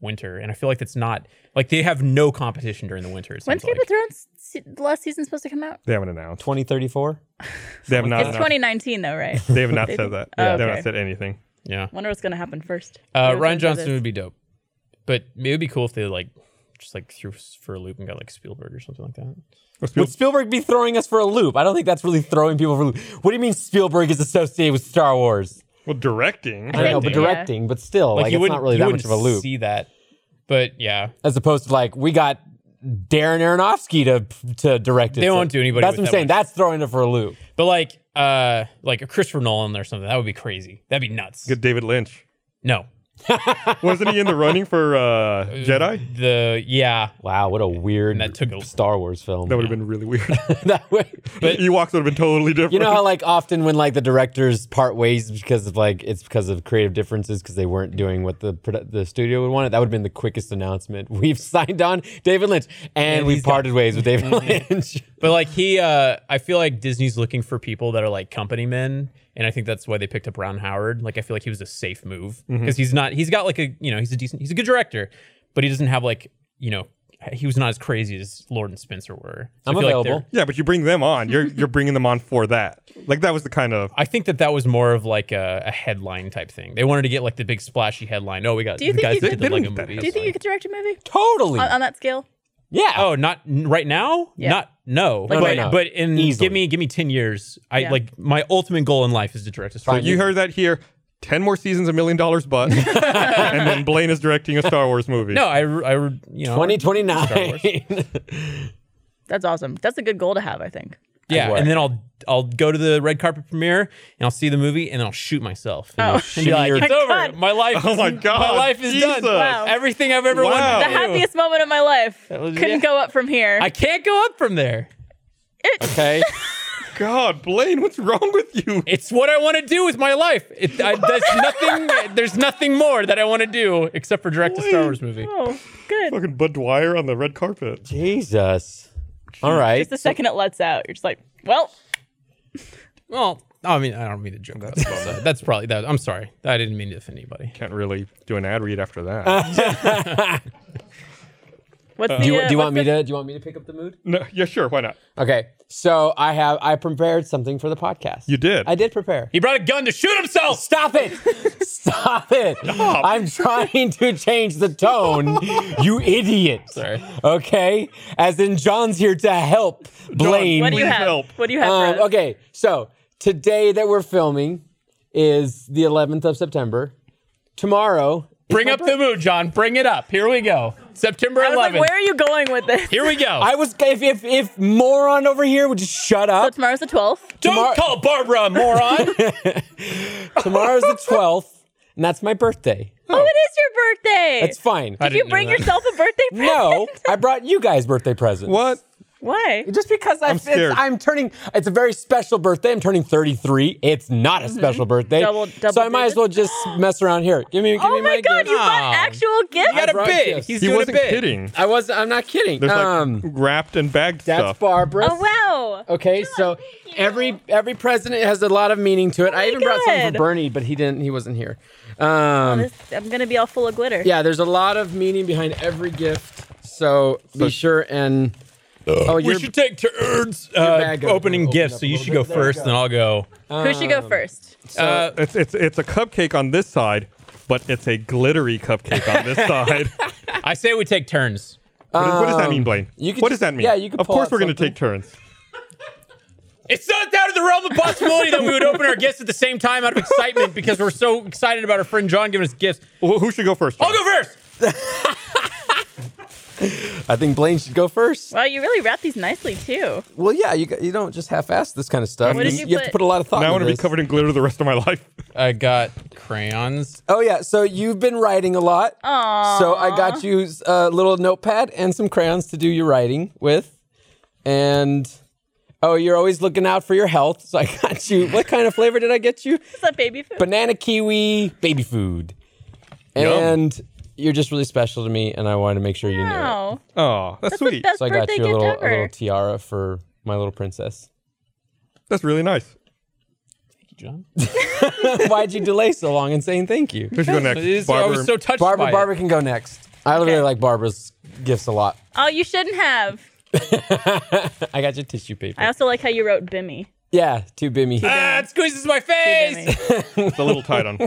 [SPEAKER 3] winter and I feel like that's not like they have no competition during the winter. It
[SPEAKER 4] When's
[SPEAKER 3] seems
[SPEAKER 4] Game
[SPEAKER 3] like.
[SPEAKER 4] of Thrones se- the last season supposed to come out?
[SPEAKER 2] They haven't announced.
[SPEAKER 1] Twenty thirty four.
[SPEAKER 2] They have not.
[SPEAKER 4] It's
[SPEAKER 2] announced-
[SPEAKER 4] 2019 though, right?
[SPEAKER 2] They have not said that. They
[SPEAKER 4] Yeah.
[SPEAKER 2] have
[SPEAKER 4] Okay.
[SPEAKER 2] not said anything.
[SPEAKER 3] yeah.
[SPEAKER 4] Wonder what's gonna happen first.
[SPEAKER 3] Uh,
[SPEAKER 4] Wonder what's
[SPEAKER 3] Ryan
[SPEAKER 4] gonna do
[SPEAKER 3] Johnson
[SPEAKER 4] this.
[SPEAKER 3] would be dope, but it would be cool if they like just like threw us for a loop and got like Spielberg or something like that.
[SPEAKER 2] Well, Spiel-
[SPEAKER 1] Would Spielberg be throwing us for a loop? I don't think that's really throwing people for a loop. What do you mean Spielberg is associated with Star Wars?
[SPEAKER 2] well, directing.
[SPEAKER 1] I don't know, but
[SPEAKER 4] think-
[SPEAKER 1] directing, but still, like,
[SPEAKER 3] you
[SPEAKER 1] it's not
[SPEAKER 3] wouldn't-
[SPEAKER 1] really
[SPEAKER 3] you
[SPEAKER 1] that much of
[SPEAKER 3] wouldn't
[SPEAKER 1] a loop.
[SPEAKER 3] See that, but yeah,
[SPEAKER 1] As opposed to like we got Darren Aronofsky to to direct it.
[SPEAKER 3] They
[SPEAKER 1] So
[SPEAKER 3] won't do anybody
[SPEAKER 1] That's
[SPEAKER 3] with
[SPEAKER 1] what I'm
[SPEAKER 3] that
[SPEAKER 1] saying.
[SPEAKER 3] much.
[SPEAKER 1] That's throwing it for a loop.
[SPEAKER 3] but like uh like a Christopher Nolan or something that would be crazy. That'd be nuts.
[SPEAKER 2] Get David Lynch.
[SPEAKER 3] No,
[SPEAKER 2] Wasn't he in the running for uh, Jedi?
[SPEAKER 3] the yeah
[SPEAKER 1] Wow, what a weird
[SPEAKER 3] that took over.
[SPEAKER 1] Star Wars film.
[SPEAKER 2] That would have been really weird.
[SPEAKER 1] That way-
[SPEAKER 3] But-
[SPEAKER 2] Ewoks would have been totally different.
[SPEAKER 1] You know how like often when like the directors part ways because of like it's because of creative differences because they weren't doing what the produ- the studio would want it. That would have been the quickest announcement. We've signed on David Lynch and,
[SPEAKER 3] And
[SPEAKER 1] we
[SPEAKER 3] he's Mm-hmm. done.
[SPEAKER 1] parted ways with David Lynch.
[SPEAKER 3] But like he, uh, I feel like Disney's looking for people that are like company men, and I think that's why they picked up Ron Howard. Like I feel like he was a safe
[SPEAKER 1] Mm-hmm.
[SPEAKER 3] move because he's not. He's got like a you know he's a decent. He's a good director, but he doesn't have like you know he was not as crazy as Lord and Spencer were. So I
[SPEAKER 1] I'm
[SPEAKER 3] feel like
[SPEAKER 1] available.
[SPEAKER 3] they're-
[SPEAKER 2] Yeah, but you bring them on. You're you're bringing them on for that. Like that was the kind of
[SPEAKER 3] I think that that was more of like a, a headline type thing. They wanted to get like the big splashy headline. Oh, we got
[SPEAKER 4] Do you
[SPEAKER 3] the
[SPEAKER 4] think
[SPEAKER 3] guys
[SPEAKER 4] you
[SPEAKER 3] that
[SPEAKER 4] could-
[SPEAKER 3] did the
[SPEAKER 2] they
[SPEAKER 3] Lego
[SPEAKER 2] didn't
[SPEAKER 3] movie.
[SPEAKER 2] need that
[SPEAKER 4] Do you think you could direct a movie
[SPEAKER 1] Totally.
[SPEAKER 4] on, on that scale?
[SPEAKER 1] yeah.
[SPEAKER 3] Oh, not n- right now.
[SPEAKER 4] Yeah.
[SPEAKER 3] Not no.
[SPEAKER 1] No, no,
[SPEAKER 3] but
[SPEAKER 1] no.
[SPEAKER 3] but in
[SPEAKER 1] Easily.
[SPEAKER 3] give me give me ten years. I
[SPEAKER 4] Yeah.
[SPEAKER 3] like my ultimate goal in life is to direct a story.
[SPEAKER 1] Fine.
[SPEAKER 2] you heard that here. Ten more seasons, a million dollars, but and then Blaine is directing a Star Wars movie.
[SPEAKER 3] No, I, re- I re- you know Star Wars.
[SPEAKER 1] 2029.
[SPEAKER 4] That's awesome. That's a good goal to have, I think.
[SPEAKER 3] Yeah,
[SPEAKER 1] work.
[SPEAKER 3] and then I'll I'll go to the red carpet premiere and I'll see the movie and I'll shoot myself.
[SPEAKER 4] Oh.
[SPEAKER 3] and be like,
[SPEAKER 1] Shoot
[SPEAKER 3] it's
[SPEAKER 4] your-
[SPEAKER 3] over.
[SPEAKER 4] God.
[SPEAKER 3] My life.
[SPEAKER 2] Oh
[SPEAKER 3] is-
[SPEAKER 2] my God,
[SPEAKER 3] My life is
[SPEAKER 2] Jesus.
[SPEAKER 3] done.
[SPEAKER 4] Wow.
[SPEAKER 3] Everything I've ever
[SPEAKER 2] Wow.
[SPEAKER 3] wanted.
[SPEAKER 4] The
[SPEAKER 3] to do.
[SPEAKER 4] happiest moment of my life.
[SPEAKER 3] Oh. That was-
[SPEAKER 4] Couldn't
[SPEAKER 3] yeah.
[SPEAKER 4] go up from here.
[SPEAKER 3] I can't go up from there.
[SPEAKER 1] okay.
[SPEAKER 2] God, Blaine, what's wrong with you?
[SPEAKER 3] It's what I want to do with my life. It, I, there's nothing. There's nothing more that I want to do except for direct a Star Wars movie.
[SPEAKER 4] oh, good.
[SPEAKER 2] Fucking Bud Dwyer on the red carpet.
[SPEAKER 1] Jesus. All right.
[SPEAKER 4] Just the second it lets out, you're just like, well,
[SPEAKER 3] Well, I mean, I don't mean to joke about that. so That's probably that. I'm sorry. I didn't mean to offend anybody.
[SPEAKER 2] Can't really do an ad read after
[SPEAKER 1] Uh.
[SPEAKER 2] that.
[SPEAKER 4] what's the?
[SPEAKER 1] Do you,
[SPEAKER 4] uh,
[SPEAKER 1] do you
[SPEAKER 4] what's
[SPEAKER 1] want me to? Do you want me to pick up the mood?
[SPEAKER 2] no, yeah, sure, why not?
[SPEAKER 1] Okay. So I have I prepared something for the podcast.
[SPEAKER 2] You did.
[SPEAKER 1] I did prepare.
[SPEAKER 3] He brought a gun to shoot himself.
[SPEAKER 1] Stop it! Stop it! I'm trying to change the tone, you idiot.
[SPEAKER 3] Sorry.
[SPEAKER 1] Okay? As in, John's here to help Blaine.
[SPEAKER 4] What do you
[SPEAKER 2] Please
[SPEAKER 4] have?
[SPEAKER 2] help.
[SPEAKER 4] What do you have?
[SPEAKER 1] Um,
[SPEAKER 4] for us?
[SPEAKER 1] okay, so today that we're filming is the 11th of September. Tomorrow,
[SPEAKER 3] Bring up the mood, John. Bring it up. Here we go. September
[SPEAKER 4] I was like,
[SPEAKER 3] 11th.
[SPEAKER 4] where are you going with this?
[SPEAKER 3] Here we go.
[SPEAKER 1] I was if if if moron over here would just shut
[SPEAKER 4] So
[SPEAKER 1] up.
[SPEAKER 4] tomorrow's the 12th.
[SPEAKER 3] Don't
[SPEAKER 1] tomorrow-
[SPEAKER 3] call Barbara a moron.
[SPEAKER 1] Tomorrow's the 12th, and that's my birthday.
[SPEAKER 4] Oh, it is your birthday.
[SPEAKER 1] That's fine.
[SPEAKER 3] I
[SPEAKER 4] Did you
[SPEAKER 3] didn't know
[SPEAKER 4] bring
[SPEAKER 3] that.
[SPEAKER 4] yourself a birthday present?
[SPEAKER 1] No, I brought you guys birthday presents.
[SPEAKER 2] what?
[SPEAKER 4] Why?
[SPEAKER 1] Just because I,
[SPEAKER 2] I'm scared.
[SPEAKER 1] It's, I'm turning, it's a very special birthday. I'm turning 33. It's not a special birthday,
[SPEAKER 4] Double- double
[SPEAKER 1] so I might as well just mess around here. Give me, give
[SPEAKER 4] Oh
[SPEAKER 1] me
[SPEAKER 4] my god,
[SPEAKER 1] gift.
[SPEAKER 4] you got
[SPEAKER 3] Oh.
[SPEAKER 4] actual gifts.
[SPEAKER 3] He had a
[SPEAKER 1] brought
[SPEAKER 3] bit.
[SPEAKER 1] gifts.
[SPEAKER 3] He's
[SPEAKER 2] He
[SPEAKER 3] doing
[SPEAKER 2] wasn't
[SPEAKER 3] a bit.
[SPEAKER 2] kidding.
[SPEAKER 1] I was, I'm not kidding.
[SPEAKER 2] There's like
[SPEAKER 1] um,
[SPEAKER 2] wrapped and bagged
[SPEAKER 1] that's
[SPEAKER 2] stuff.
[SPEAKER 1] Barbara.
[SPEAKER 4] Oh wow.
[SPEAKER 1] Okay, so every every president has a lot of meaning to it. I even brought something for
[SPEAKER 4] good.
[SPEAKER 1] Bernie, but he didn't. He wasn't here. Um,
[SPEAKER 4] Oh, This, I'm gonna be all full of glitter.
[SPEAKER 1] yeah, there's a lot of meaning behind every gift. So be sure and oh,
[SPEAKER 3] We
[SPEAKER 1] you're
[SPEAKER 3] should take turns
[SPEAKER 1] bag opener.
[SPEAKER 3] uh, opening
[SPEAKER 1] Open
[SPEAKER 3] gifts.
[SPEAKER 1] up
[SPEAKER 3] So
[SPEAKER 1] a
[SPEAKER 3] you
[SPEAKER 1] little
[SPEAKER 3] should
[SPEAKER 1] bit.
[SPEAKER 3] go
[SPEAKER 1] There you
[SPEAKER 3] first,
[SPEAKER 1] go.
[SPEAKER 3] then I'll go.
[SPEAKER 4] Who should go first?
[SPEAKER 3] Uh,
[SPEAKER 2] It's it's it's a cupcake on this side, but it's a glittery cupcake on this side. What, is-
[SPEAKER 3] I say we take turns.
[SPEAKER 2] what does that
[SPEAKER 1] Um,
[SPEAKER 2] mean, Blaine?
[SPEAKER 1] you could
[SPEAKER 2] what
[SPEAKER 1] just-
[SPEAKER 2] does that mean?
[SPEAKER 1] yeah, you could
[SPEAKER 2] Of
[SPEAKER 1] pull
[SPEAKER 2] course,
[SPEAKER 1] out
[SPEAKER 2] we're going to
[SPEAKER 1] something.
[SPEAKER 2] take turns.
[SPEAKER 3] It's not out of the realm of possibility that we would open our gifts at the same time out of excitement because we're so excited about our friend John giving us gifts.
[SPEAKER 2] Wh- who should go first?
[SPEAKER 3] I'll go first.
[SPEAKER 1] I think Blaine should go first.
[SPEAKER 4] Wow, you really wrap these nicely too.
[SPEAKER 1] Well, yeah, you got- you don't just half-ass this kind of stuff.
[SPEAKER 4] What did
[SPEAKER 1] You,
[SPEAKER 4] you
[SPEAKER 1] you have to
[SPEAKER 4] put-
[SPEAKER 1] put a lot of thought.
[SPEAKER 2] Now I
[SPEAKER 1] into
[SPEAKER 2] want to be
[SPEAKER 1] this.
[SPEAKER 2] covered in glitter the rest of my life.
[SPEAKER 3] I got crayons.
[SPEAKER 1] Oh yeah, so you've been writing a lot. Aww. So I got you a little notepad and some crayons to do your writing with, and oh, you're always looking out for your health. So I got you. What kind of flavor did I get you?
[SPEAKER 4] Is that baby food?
[SPEAKER 1] Banana kiwi baby food, and you're just really special to me, and I wanted to make sure you knew it.
[SPEAKER 4] wow.
[SPEAKER 2] Oh, that's,
[SPEAKER 4] That's the
[SPEAKER 2] sweet.
[SPEAKER 4] best
[SPEAKER 1] So I got
[SPEAKER 4] birthday
[SPEAKER 1] you a
[SPEAKER 4] gift
[SPEAKER 1] little a
[SPEAKER 4] ever.
[SPEAKER 1] little tiara for my little princess.
[SPEAKER 2] That's really nice.
[SPEAKER 3] John.
[SPEAKER 1] Why'd you delay so long in saying thank you?
[SPEAKER 2] Who should go next?
[SPEAKER 3] I
[SPEAKER 2] Barbara.
[SPEAKER 3] was so touched
[SPEAKER 1] Barbara
[SPEAKER 3] by
[SPEAKER 1] Barbara can go next. I really
[SPEAKER 4] Okay.
[SPEAKER 1] like Barbara's gifts a lot.
[SPEAKER 4] oh, you shouldn't have.
[SPEAKER 1] I got your tissue paper.
[SPEAKER 4] I also like how you wrote Bimmy.
[SPEAKER 1] Yeah, two bimmy.
[SPEAKER 3] it. Ah, it squeezes my
[SPEAKER 4] Bimmy.
[SPEAKER 3] face.
[SPEAKER 2] it's a little tight on.
[SPEAKER 4] oh,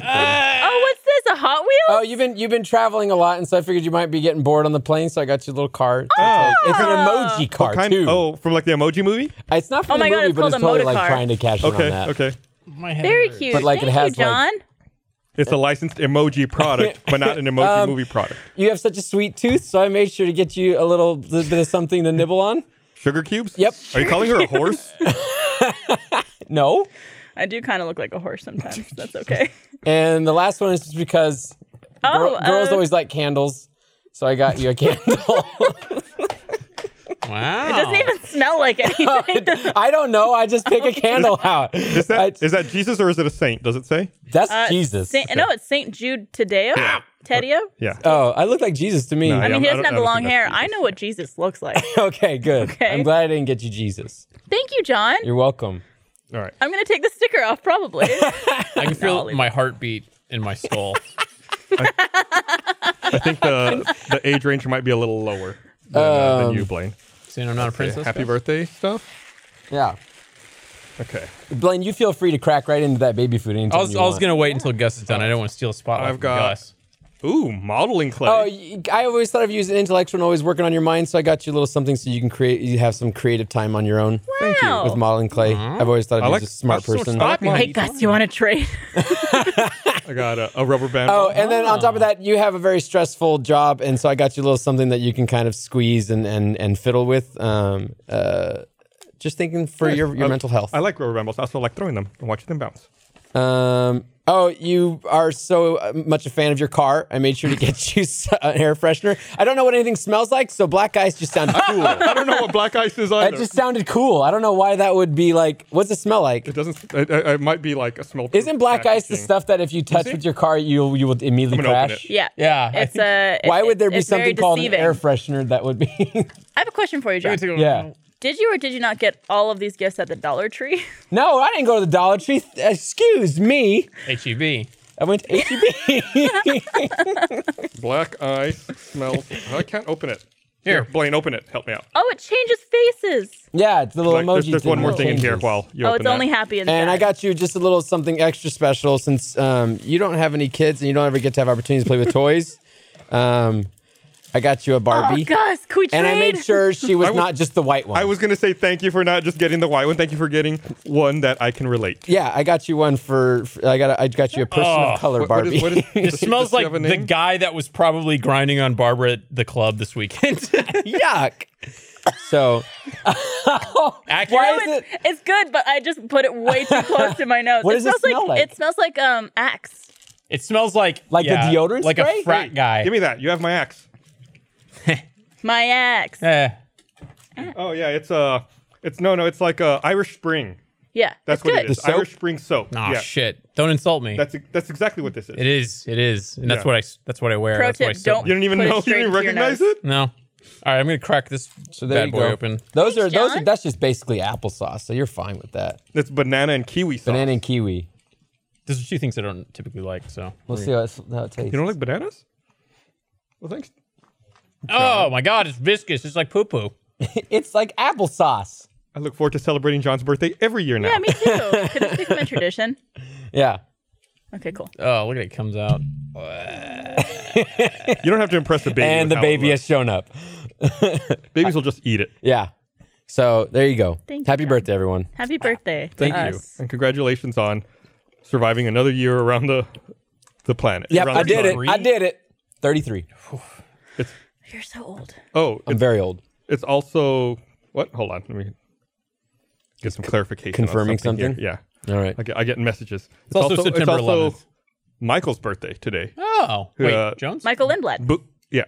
[SPEAKER 4] what's this? A Hot Wheel?
[SPEAKER 1] Oh, you've been you've been traveling a lot, and so I figured you might be getting bored on the plane, so I got you a little card.
[SPEAKER 2] Oh.
[SPEAKER 1] It's an emoji card
[SPEAKER 2] Kind
[SPEAKER 1] too.
[SPEAKER 2] oh, from like the emoji movie?
[SPEAKER 1] It's not from
[SPEAKER 4] Oh
[SPEAKER 1] the
[SPEAKER 4] my God,
[SPEAKER 1] movie,
[SPEAKER 4] it's
[SPEAKER 1] but
[SPEAKER 4] called
[SPEAKER 1] it's
[SPEAKER 4] a
[SPEAKER 1] totally like
[SPEAKER 4] Motocard.
[SPEAKER 1] trying to cash in on
[SPEAKER 2] Okay,
[SPEAKER 1] that.
[SPEAKER 2] okay.
[SPEAKER 3] My head
[SPEAKER 4] Very
[SPEAKER 3] hurts.
[SPEAKER 4] cute.
[SPEAKER 1] But, like, it
[SPEAKER 4] Thank
[SPEAKER 1] has, like-
[SPEAKER 4] you, John.
[SPEAKER 2] It's a licensed emoji product, but not an emoji movie product.
[SPEAKER 1] You have such a sweet tooth, so I made sure to get you a little li- bit of something to nibble on.
[SPEAKER 2] Sugar cubes?
[SPEAKER 1] Yep.
[SPEAKER 2] Are you calling her a horse?
[SPEAKER 1] No,
[SPEAKER 4] I do kind of look like a horse sometimes. That's okay.
[SPEAKER 1] and the last one is just because
[SPEAKER 4] Oh,
[SPEAKER 1] girl- girls
[SPEAKER 4] uh,
[SPEAKER 1] always like candles, so I got you a candle.
[SPEAKER 3] Wow.
[SPEAKER 4] doesn't even smell
[SPEAKER 1] Oh,
[SPEAKER 4] like anything.
[SPEAKER 1] I don't know. I just pick a candle out.
[SPEAKER 2] Is that
[SPEAKER 1] I-
[SPEAKER 2] is that Jesus or is it a saint? Does it say?
[SPEAKER 1] that's
[SPEAKER 4] Uh,
[SPEAKER 1] Jesus.
[SPEAKER 4] Saint, No, it's Saint Jude Tadeo. Tadeo.
[SPEAKER 2] Yeah.
[SPEAKER 1] Oh, I look like Jesus to me.
[SPEAKER 2] No,
[SPEAKER 4] I
[SPEAKER 2] Yeah,
[SPEAKER 4] mean, he
[SPEAKER 2] I
[SPEAKER 4] doesn't
[SPEAKER 2] don't-
[SPEAKER 4] have
[SPEAKER 2] I
[SPEAKER 4] the
[SPEAKER 2] don't
[SPEAKER 4] long
[SPEAKER 2] think that's
[SPEAKER 4] hair. I know what Jesus looks like.
[SPEAKER 1] Okay, good.
[SPEAKER 4] Okay.
[SPEAKER 1] I'm glad I didn't get you Jesus.
[SPEAKER 4] Thank you, John.
[SPEAKER 1] You're welcome.
[SPEAKER 2] All right.
[SPEAKER 4] I'm gonna take the sticker off probably.
[SPEAKER 3] I can
[SPEAKER 4] I'll
[SPEAKER 3] feel
[SPEAKER 4] leave
[SPEAKER 3] my heartbeat in my skull.
[SPEAKER 2] I think the the age range might be a little lower. than, uh, than you, Blaine.
[SPEAKER 3] Saying I'm not a princess.
[SPEAKER 2] happy
[SPEAKER 3] guys?
[SPEAKER 2] birthday stuff.
[SPEAKER 1] Yeah.
[SPEAKER 2] Okay,
[SPEAKER 1] Blaine, you feel free to crack right into that baby food anytime
[SPEAKER 3] I was,
[SPEAKER 1] you
[SPEAKER 3] I was
[SPEAKER 1] want.
[SPEAKER 3] gonna wait until Gus is done. I don't want to steal a spotlight.
[SPEAKER 2] I've
[SPEAKER 3] from
[SPEAKER 2] got-
[SPEAKER 3] Gus.
[SPEAKER 2] ooh, modeling clay.
[SPEAKER 1] Oh, y- I always thought of you as an intellectual and always working on your mind, so I got you a little something so you can create, you have some creative time on your own
[SPEAKER 4] Thank you.
[SPEAKER 1] with modeling clay. I've always thought of
[SPEAKER 2] I
[SPEAKER 1] you
[SPEAKER 2] like-
[SPEAKER 1] as a smart
[SPEAKER 2] that's so
[SPEAKER 1] person.
[SPEAKER 2] smart.
[SPEAKER 4] Hey, Gus, you want to trade?
[SPEAKER 2] I got a, a rubber band.
[SPEAKER 1] Oh, and then on top of that, you have a very stressful job, and so I got you a little something that you can kind of squeeze and and and fiddle with. Um, uh, just thinking for your your
[SPEAKER 2] I-
[SPEAKER 1] mental health.
[SPEAKER 2] I like rubber band balls. I also like throwing them and watching them bounce.
[SPEAKER 1] Um, oh, you are so uh, much a fan of your car. I made sure to get you s- an air freshener. I don't know what anything smells like, so black ice just sounded cool.
[SPEAKER 2] I don't know what black ice is
[SPEAKER 1] That
[SPEAKER 2] either.
[SPEAKER 1] just sounded cool. I don't know why that would be like. What's it smell like?
[SPEAKER 2] it doesn't. It, it, it might be like a smell.
[SPEAKER 1] Isn't black ice the stuff that if you touch
[SPEAKER 2] see?
[SPEAKER 1] with your car, you you will immediately
[SPEAKER 2] I'm gonna open
[SPEAKER 1] crash?
[SPEAKER 2] it.
[SPEAKER 4] yeah.
[SPEAKER 3] Yeah, I
[SPEAKER 4] It's
[SPEAKER 3] think-
[SPEAKER 4] a.
[SPEAKER 1] Why
[SPEAKER 4] it-
[SPEAKER 1] would there be
[SPEAKER 4] it's very
[SPEAKER 1] something called an
[SPEAKER 4] deceiving.
[SPEAKER 1] air freshener that would be?
[SPEAKER 4] I have a question for you, John.
[SPEAKER 2] Mm.
[SPEAKER 1] yeah.
[SPEAKER 4] Did you or did you not get all of these gifts at the Dollar Tree?
[SPEAKER 1] No, I didn't go to the Dollar Tree. Excuse me.
[SPEAKER 3] HEB.
[SPEAKER 1] I went to E HEB.
[SPEAKER 2] Black ice smells. I can't open it.
[SPEAKER 3] Here.
[SPEAKER 2] Blaine, open it. Help me out.
[SPEAKER 4] Oh, it changes faces.
[SPEAKER 1] yeah, it's the little
[SPEAKER 2] Like,
[SPEAKER 1] emoji.
[SPEAKER 2] there's, there's one
[SPEAKER 1] thing
[SPEAKER 2] more
[SPEAKER 1] that
[SPEAKER 2] thing in here
[SPEAKER 1] changes.
[SPEAKER 2] while you
[SPEAKER 4] Oh,
[SPEAKER 2] open
[SPEAKER 4] it's only
[SPEAKER 2] that.
[SPEAKER 4] happy and
[SPEAKER 1] And
[SPEAKER 4] sad.
[SPEAKER 1] I got you just a little something extra special since um, you don't have any kids and you don't ever get to have opportunities to play with toys. Um, I got you a
[SPEAKER 4] Oh,
[SPEAKER 1] Barbie.
[SPEAKER 4] Gus, can we trade?
[SPEAKER 1] and I made sure she was,
[SPEAKER 2] was-
[SPEAKER 1] not just the white one.
[SPEAKER 2] I was gonna say thank you for not just getting the white one. Thank you for getting one that I can relate. to.
[SPEAKER 1] yeah, I got you one for, for- I got a, I got you a person
[SPEAKER 3] Oh,
[SPEAKER 1] of color
[SPEAKER 2] What- what
[SPEAKER 1] Barbie.
[SPEAKER 2] is- what is-
[SPEAKER 3] It
[SPEAKER 2] does he-
[SPEAKER 3] smells
[SPEAKER 2] does he
[SPEAKER 3] like
[SPEAKER 2] have a
[SPEAKER 3] the
[SPEAKER 2] name?
[SPEAKER 3] guy that was probably grinding on Barbara at the club this weekend.
[SPEAKER 1] Yuck. So
[SPEAKER 3] Accurate?
[SPEAKER 1] Why
[SPEAKER 4] No,
[SPEAKER 1] is
[SPEAKER 4] it's,
[SPEAKER 1] it?
[SPEAKER 4] it's good, but I just put it way too close to my nose.
[SPEAKER 1] What
[SPEAKER 4] it
[SPEAKER 1] does it
[SPEAKER 4] smells
[SPEAKER 1] smell like?
[SPEAKER 4] It smells like um Axe.
[SPEAKER 3] It smells like
[SPEAKER 1] Like the
[SPEAKER 3] yeah,
[SPEAKER 1] deodorant
[SPEAKER 3] like
[SPEAKER 1] spray?
[SPEAKER 3] a frat guy.
[SPEAKER 2] Give me that. You have my axe.
[SPEAKER 4] My Axe.
[SPEAKER 3] Eh.
[SPEAKER 2] Oh yeah, it's uh, it's no, no, it's like uh, Irish Spring.
[SPEAKER 4] Yeah,
[SPEAKER 2] That's
[SPEAKER 4] it's
[SPEAKER 2] what
[SPEAKER 4] good.
[SPEAKER 2] it is.
[SPEAKER 1] The soap?
[SPEAKER 2] Irish Spring soap.
[SPEAKER 3] Aw,
[SPEAKER 2] yeah,
[SPEAKER 3] shit! Don't insult me.
[SPEAKER 2] that's that's exactly what this is.
[SPEAKER 3] it is. It is, and that's
[SPEAKER 2] Yeah.
[SPEAKER 3] what I. s- That's what I wear.
[SPEAKER 4] Pro
[SPEAKER 3] that's
[SPEAKER 4] tip,
[SPEAKER 3] what I sit
[SPEAKER 4] don't-
[SPEAKER 2] You don't even
[SPEAKER 4] Put it
[SPEAKER 2] know. You
[SPEAKER 4] straight
[SPEAKER 2] don't even
[SPEAKER 4] into your
[SPEAKER 2] recognize
[SPEAKER 4] nose.
[SPEAKER 2] it.
[SPEAKER 3] No. All right, I'm gonna crack this
[SPEAKER 1] so there
[SPEAKER 3] bad
[SPEAKER 1] you
[SPEAKER 3] boy
[SPEAKER 1] go.
[SPEAKER 3] open.
[SPEAKER 1] Those are
[SPEAKER 4] Thanks,
[SPEAKER 1] those are
[SPEAKER 4] John.
[SPEAKER 1] that's just basically applesauce. So you're fine with that.
[SPEAKER 2] It's banana and kiwi sauce.
[SPEAKER 1] Banana and kiwi.
[SPEAKER 3] These are two things I don't typically like. So.
[SPEAKER 1] We'll see how, it's, how it tastes.
[SPEAKER 2] You don't like bananas? Well, thanks.
[SPEAKER 3] Oh my god, it's viscous. It's like poo poo.
[SPEAKER 1] it's like applesauce.
[SPEAKER 2] I look forward to celebrating John's birthday every year now.
[SPEAKER 4] Yeah, me too. Could it become a tradition?
[SPEAKER 1] Yeah.
[SPEAKER 4] Okay, cool.
[SPEAKER 3] Oh, look at it comes out.
[SPEAKER 2] you don't have to impress the baby.
[SPEAKER 1] And
[SPEAKER 2] with
[SPEAKER 1] the
[SPEAKER 2] how it
[SPEAKER 1] baby has
[SPEAKER 2] looks.
[SPEAKER 1] shown up.
[SPEAKER 2] babies will just eat it.
[SPEAKER 1] Yeah. So there you go.
[SPEAKER 4] Thank you,
[SPEAKER 1] Happy
[SPEAKER 4] John.
[SPEAKER 1] birthday, everyone.
[SPEAKER 4] Happy birthday. to
[SPEAKER 2] Thank you,
[SPEAKER 4] us.
[SPEAKER 2] and congratulations on surviving another year around the the planet.
[SPEAKER 1] Yep,
[SPEAKER 2] around
[SPEAKER 1] I
[SPEAKER 2] the
[SPEAKER 1] did
[SPEAKER 2] sun.
[SPEAKER 1] it. I did it. 33.
[SPEAKER 4] You're so old.
[SPEAKER 2] Oh,
[SPEAKER 1] I'm
[SPEAKER 2] it's,
[SPEAKER 1] very old.
[SPEAKER 2] it's also what? Hold on, let me get some clarification. on
[SPEAKER 1] confirming something?
[SPEAKER 2] here. Yeah,
[SPEAKER 1] All right.
[SPEAKER 2] I get, I get messages. It's,
[SPEAKER 3] also September 11th.
[SPEAKER 2] Michael's birthday today.
[SPEAKER 3] Oh, wait,
[SPEAKER 2] Uh,
[SPEAKER 3] Jones.
[SPEAKER 4] Michael Lindblad.
[SPEAKER 2] Bo- yeah,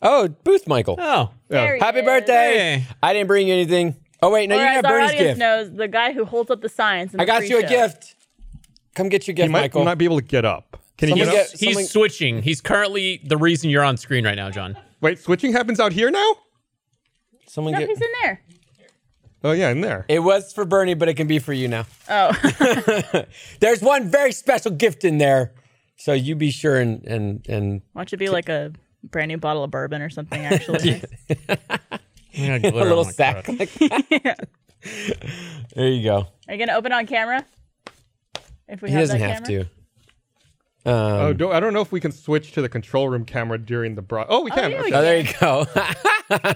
[SPEAKER 1] Oh, Booth Michael.
[SPEAKER 3] oh,
[SPEAKER 2] yeah.
[SPEAKER 4] There he
[SPEAKER 1] Happy
[SPEAKER 4] is.
[SPEAKER 1] birthday.
[SPEAKER 3] Hey.
[SPEAKER 1] I didn't bring you anything. Oh, wait. No,
[SPEAKER 4] Or
[SPEAKER 1] you
[SPEAKER 4] as
[SPEAKER 1] got
[SPEAKER 4] our
[SPEAKER 1] Bernie's
[SPEAKER 4] audience
[SPEAKER 1] gift.
[SPEAKER 4] knows, the guy who holds up the signs. In the
[SPEAKER 1] I got you a
[SPEAKER 4] pre-show.
[SPEAKER 1] gift. Come get your gift,
[SPEAKER 2] He might
[SPEAKER 1] Michael.
[SPEAKER 2] not be able to get up. Can he
[SPEAKER 1] Someone
[SPEAKER 2] get up?
[SPEAKER 1] get-
[SPEAKER 3] he's
[SPEAKER 1] something-
[SPEAKER 3] switching. He's currently the reason you're on screen right now, John.
[SPEAKER 2] Wait, switching happens out here now?
[SPEAKER 1] Someone
[SPEAKER 4] No,
[SPEAKER 1] get.
[SPEAKER 4] he's in there.
[SPEAKER 2] Oh yeah, in there.
[SPEAKER 1] It was for Bernie, but it can be for you now.
[SPEAKER 4] Oh,
[SPEAKER 1] There's one very special gift in there. So you be sure and and and
[SPEAKER 4] why don't you be like a brand new bottle of bourbon or something? Actually,
[SPEAKER 3] Yeah,
[SPEAKER 2] Oh
[SPEAKER 1] a little sack. like that. there you go.
[SPEAKER 4] are you gonna open on camera? If we
[SPEAKER 1] He
[SPEAKER 4] have
[SPEAKER 1] doesn't
[SPEAKER 4] that
[SPEAKER 1] have
[SPEAKER 4] camera?
[SPEAKER 1] to.
[SPEAKER 2] oh, do I don't know if we can switch to the control room camera during the broad. Oh, we can.
[SPEAKER 4] yeah,
[SPEAKER 2] okay.
[SPEAKER 4] we
[SPEAKER 1] Oh, there you go.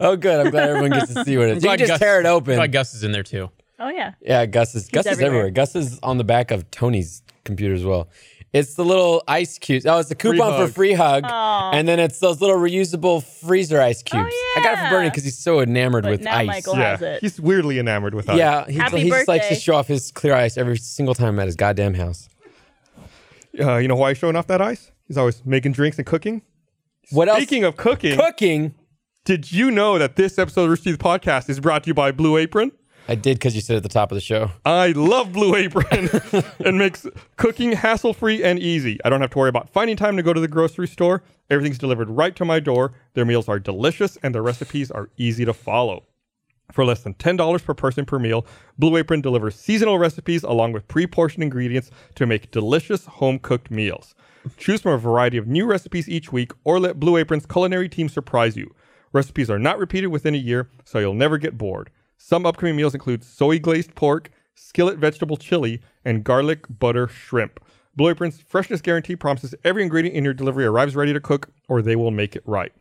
[SPEAKER 1] oh, good. I'm glad everyone gets to see what it is. You can just tear it open.
[SPEAKER 3] Glad Gus is in there too.
[SPEAKER 4] Oh yeah.
[SPEAKER 1] Yeah, Gus is Gus is
[SPEAKER 4] everywhere.
[SPEAKER 1] everywhere. Gus is on the back of Tony's computer as well. It's the little ice cubes. Oh, it's a coupon for
[SPEAKER 2] hug.
[SPEAKER 1] free hug, and then it's those little reusable freezer ice cubes. I got it for
[SPEAKER 4] Oh, yeah.
[SPEAKER 1] Bernie because he's so enamored
[SPEAKER 4] But
[SPEAKER 1] with
[SPEAKER 4] now
[SPEAKER 1] ice.
[SPEAKER 4] Michael
[SPEAKER 2] yeah.
[SPEAKER 4] has it.
[SPEAKER 2] He's weirdly enamored with us.
[SPEAKER 1] Yeah, he,
[SPEAKER 4] Happy
[SPEAKER 1] he just likes to
[SPEAKER 4] birthday.
[SPEAKER 1] show off his clear ice every single time at his goddamn house.
[SPEAKER 2] Uh, you know why he's showing off that ice? He's always making drinks and cooking.
[SPEAKER 1] What else?
[SPEAKER 2] Speaking of cooking,
[SPEAKER 1] cooking, Did
[SPEAKER 2] did you know that this episode of Rich Teeth Podcast is brought to you by Blue Apron?
[SPEAKER 1] I did because you said at the top of the show.
[SPEAKER 2] I love Blue Apron and makes cooking hassle free and easy. I don't have to worry about finding time to go to the grocery store. Everything's delivered right to my door. Their meals are delicious and their recipes are easy to follow. For less than $10 per person per meal, Blue Apron delivers seasonal recipes along with pre portioned ingredients to make delicious home cooked meals. Choose from a variety of new recipes each week or let Blue Apron's culinary team surprise you. Recipes are not repeated within a year, so you'll never get bored. Some upcoming meals include soy glazed pork, skillet vegetable chili, and garlic butter shrimp. Blue Apron's freshness guarantee promises every ingredient in your delivery arrives ready to cook, or they will make it right.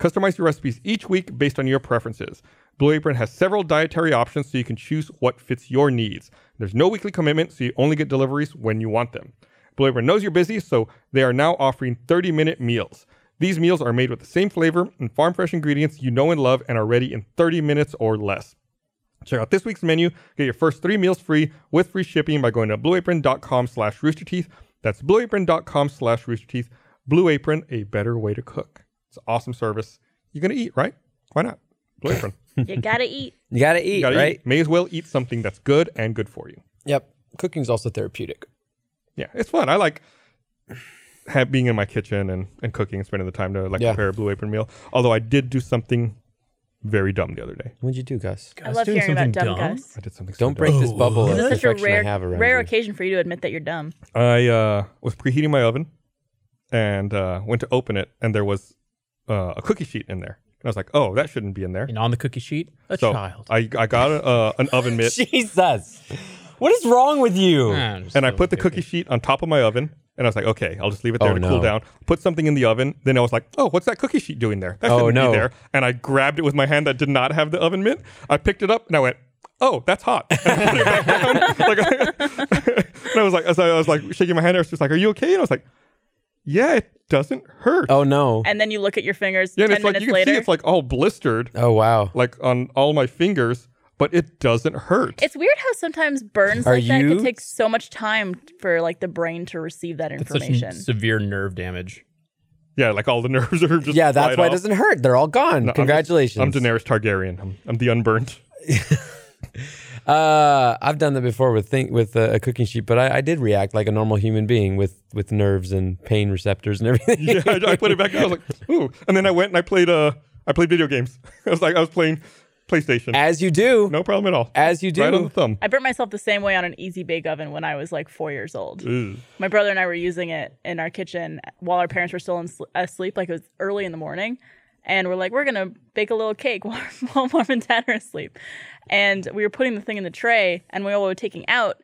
[SPEAKER 2] Customize your recipes each week based on your preferences. Blue Apron has several dietary options so you can choose what fits your needs. There's no weekly commitment, so you only get deliveries when you want them. Blue Apron knows you're busy, so they are now offering 30 minute meals. These meals are made with the same flavor and farm fresh ingredients you know and love and are ready in 30 minutes or less. Check out this week's menu. Get your first three meals free with free shipping by going to blueapron.com slash roosterteeth. That's blueapron.com slash roosterteeth. Blue Apron, a better way to cook. It's an awesome service. You're going to eat, right? Why not? Blue Apron.
[SPEAKER 4] You gotta eat.
[SPEAKER 5] You gotta eat,
[SPEAKER 2] You gotta
[SPEAKER 5] right?
[SPEAKER 2] eat. May as well eat something that's good and good for you.
[SPEAKER 1] Yep. Cooking's also therapeutic.
[SPEAKER 2] Yeah, it's fun. I like ha being in my kitchen and, and cooking and spending the time to like
[SPEAKER 1] Yeah.
[SPEAKER 2] prepare a Blue Apron meal. Although I did do something very dumb the other day.
[SPEAKER 1] What'd you do, Gus?
[SPEAKER 4] I love hearing about dumb, Gus.
[SPEAKER 2] I did something. so
[SPEAKER 1] Don't break
[SPEAKER 2] dumb.
[SPEAKER 1] this bubble of
[SPEAKER 4] This is such a
[SPEAKER 1] perfection
[SPEAKER 4] rare,
[SPEAKER 1] I have around
[SPEAKER 4] rare
[SPEAKER 1] you.
[SPEAKER 4] occasion for you to admit that you're dumb.
[SPEAKER 2] I uh, was preheating my oven and uh, went to open it, and there was uh, a cookie sheet in there. And I was like, "Oh, that shouldn't be in there."
[SPEAKER 3] And on the cookie sheet, a
[SPEAKER 2] so
[SPEAKER 3] child.
[SPEAKER 2] I I got a, uh, an oven mitt
[SPEAKER 1] Jesus. What is wrong with
[SPEAKER 3] Ah,
[SPEAKER 1] you?
[SPEAKER 2] and I put the cookie sheet on top of my oven. And I was like, okay, I'll just leave it there
[SPEAKER 1] Oh,
[SPEAKER 2] to
[SPEAKER 1] no.
[SPEAKER 2] cool down. Put something in the oven. Then I was like, oh, what's that cookie sheet doing there? That
[SPEAKER 1] Oh,
[SPEAKER 2] shouldn't
[SPEAKER 1] no.
[SPEAKER 2] be there. And I grabbed it with my hand that did not have the oven mitt. I picked it up and I went, oh, that's hot. And I put it back down. Like, and I was like, as I was like shaking my hand, I was just like, are you okay? And I was like, yeah, it doesn't hurt.
[SPEAKER 1] Oh no.
[SPEAKER 4] And then you look at your fingers
[SPEAKER 2] yeah, and
[SPEAKER 4] ten
[SPEAKER 2] it's like
[SPEAKER 4] minutes
[SPEAKER 2] you can
[SPEAKER 4] later.
[SPEAKER 2] see it's like all blistered,
[SPEAKER 1] Oh wow.
[SPEAKER 2] like on all my fingers, but it doesn't hurt.
[SPEAKER 4] It's weird how sometimes burns
[SPEAKER 1] Are
[SPEAKER 4] like that
[SPEAKER 1] you-
[SPEAKER 4] can take so much time for like the brain to receive that
[SPEAKER 3] That's such
[SPEAKER 4] information.
[SPEAKER 3] severe nerve damage.
[SPEAKER 2] yeah, like all the nerves are just
[SPEAKER 1] Yeah, that's
[SPEAKER 2] fried
[SPEAKER 1] why it
[SPEAKER 2] off.
[SPEAKER 1] doesn't hurt. They're all gone.
[SPEAKER 2] No, I'm just-
[SPEAKER 1] Congratulations.
[SPEAKER 2] I'm Daenerys Targaryen. I'm, I'm the unburned.
[SPEAKER 1] Uh, I've done that before with think with uh, a cooking sheet, but I, I did react like a normal human being with with nerves and pain receptors and everything.
[SPEAKER 2] yeah, I, I put it back. I was like, ooh. And then I went and I played. Uh, I played video games. I was like, I was playing PlayStation.
[SPEAKER 1] As you do,
[SPEAKER 2] no problem at all.
[SPEAKER 1] as you do.
[SPEAKER 2] right on the thumb.
[SPEAKER 4] I burnt myself the same way on an easy bake oven when I was like four years old.
[SPEAKER 2] Ugh.
[SPEAKER 4] My brother and I were using it in our kitchen while our parents were still in sl- asleep, like it was early in the morning. And we're like, we're gonna bake a little cake while, while mom and dad are asleep. And we were putting the thing in the tray, and we all were taking out.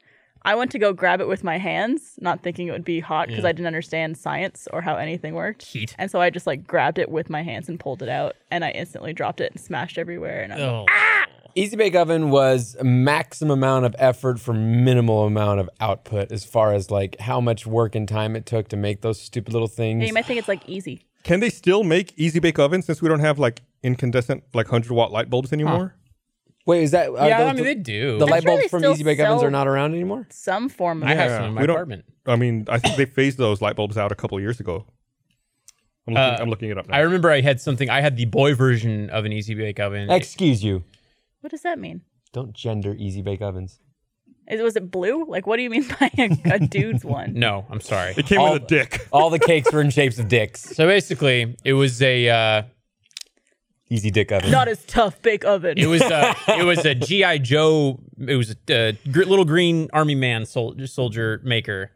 [SPEAKER 4] I went to go grab it with my hands, not thinking it would be hot because I didn't understand science or how anything worked.
[SPEAKER 3] Heat.
[SPEAKER 4] And so I just like grabbed it with my hands and pulled it out, and I instantly dropped it and smashed everywhere. And I'm like,
[SPEAKER 3] Oh,
[SPEAKER 1] Easy Bake Oven was maximum amount of effort for minimal amount of output as far as like how much work and time it took to make those stupid little
[SPEAKER 4] "Hey,
[SPEAKER 1] things.
[SPEAKER 4] you might think it's like easy.
[SPEAKER 2] Can they still make easy bake ovens since we don't have like incandescent like hundred watt light bulbs anymore?
[SPEAKER 1] Wait, is that uh,
[SPEAKER 3] yeah.
[SPEAKER 1] those-
[SPEAKER 3] I mean, they do.
[SPEAKER 1] the light
[SPEAKER 4] sure
[SPEAKER 1] bulbs
[SPEAKER 4] they
[SPEAKER 1] from
[SPEAKER 4] still
[SPEAKER 1] Easy Bake Ovens
[SPEAKER 4] sell-
[SPEAKER 1] are not around anymore?
[SPEAKER 4] Some form of
[SPEAKER 3] I have
[SPEAKER 2] Yeah,
[SPEAKER 3] some in
[SPEAKER 2] we
[SPEAKER 3] my
[SPEAKER 2] don't-
[SPEAKER 3] apartment.
[SPEAKER 2] I mean, I think they phased those light bulbs out a couple years ago. I'm
[SPEAKER 1] Uh,
[SPEAKER 2] looking, I'm looking it up now.
[SPEAKER 3] I remember I had something. I had the boy version of an easy bake oven.
[SPEAKER 1] Excuse you.
[SPEAKER 4] What does that mean?
[SPEAKER 1] Don't gender Easy Bake Ovens.
[SPEAKER 4] Is, was it blue? Like, what do you mean by a, a dude's one?
[SPEAKER 3] no, I'm sorry.
[SPEAKER 2] it came
[SPEAKER 1] all
[SPEAKER 2] with a dick.
[SPEAKER 1] All the cakes were in shapes of dicks.
[SPEAKER 3] So basically, it was a uh,
[SPEAKER 1] Easy Dick Oven.
[SPEAKER 4] Not as tough bake oven.
[SPEAKER 3] it was a it was a GI Joe. It was a uh, gr- little green army man soldier soldier maker.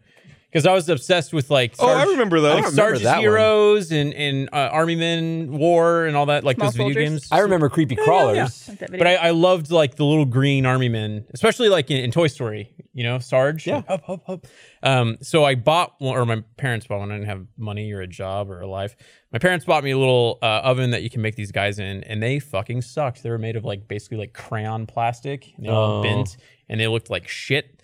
[SPEAKER 3] Because I was obsessed with like
[SPEAKER 2] Oh, I
[SPEAKER 3] Sarge-
[SPEAKER 2] remember those.
[SPEAKER 3] like
[SPEAKER 1] remember
[SPEAKER 3] Sarge's
[SPEAKER 1] that one.
[SPEAKER 3] Heroes and and uh, Army Men War and all that like
[SPEAKER 4] Small
[SPEAKER 3] those video
[SPEAKER 4] Soldiers?
[SPEAKER 3] games.
[SPEAKER 1] I remember creepy crawlers.
[SPEAKER 4] Like that video.
[SPEAKER 3] But I, I loved like the little green army men, especially like in, in Toy Story, you know, Sarge. Yeah. Hup, hup, hup. Um, so I bought one, or my parents bought one. I didn't have money or a job or a life. My parents bought me a little uh, oven that you can make these guys in, and they fucking sucked. They were made of like basically like crayon plastic, and they all
[SPEAKER 1] Oh.
[SPEAKER 3] bent, and they looked like shit.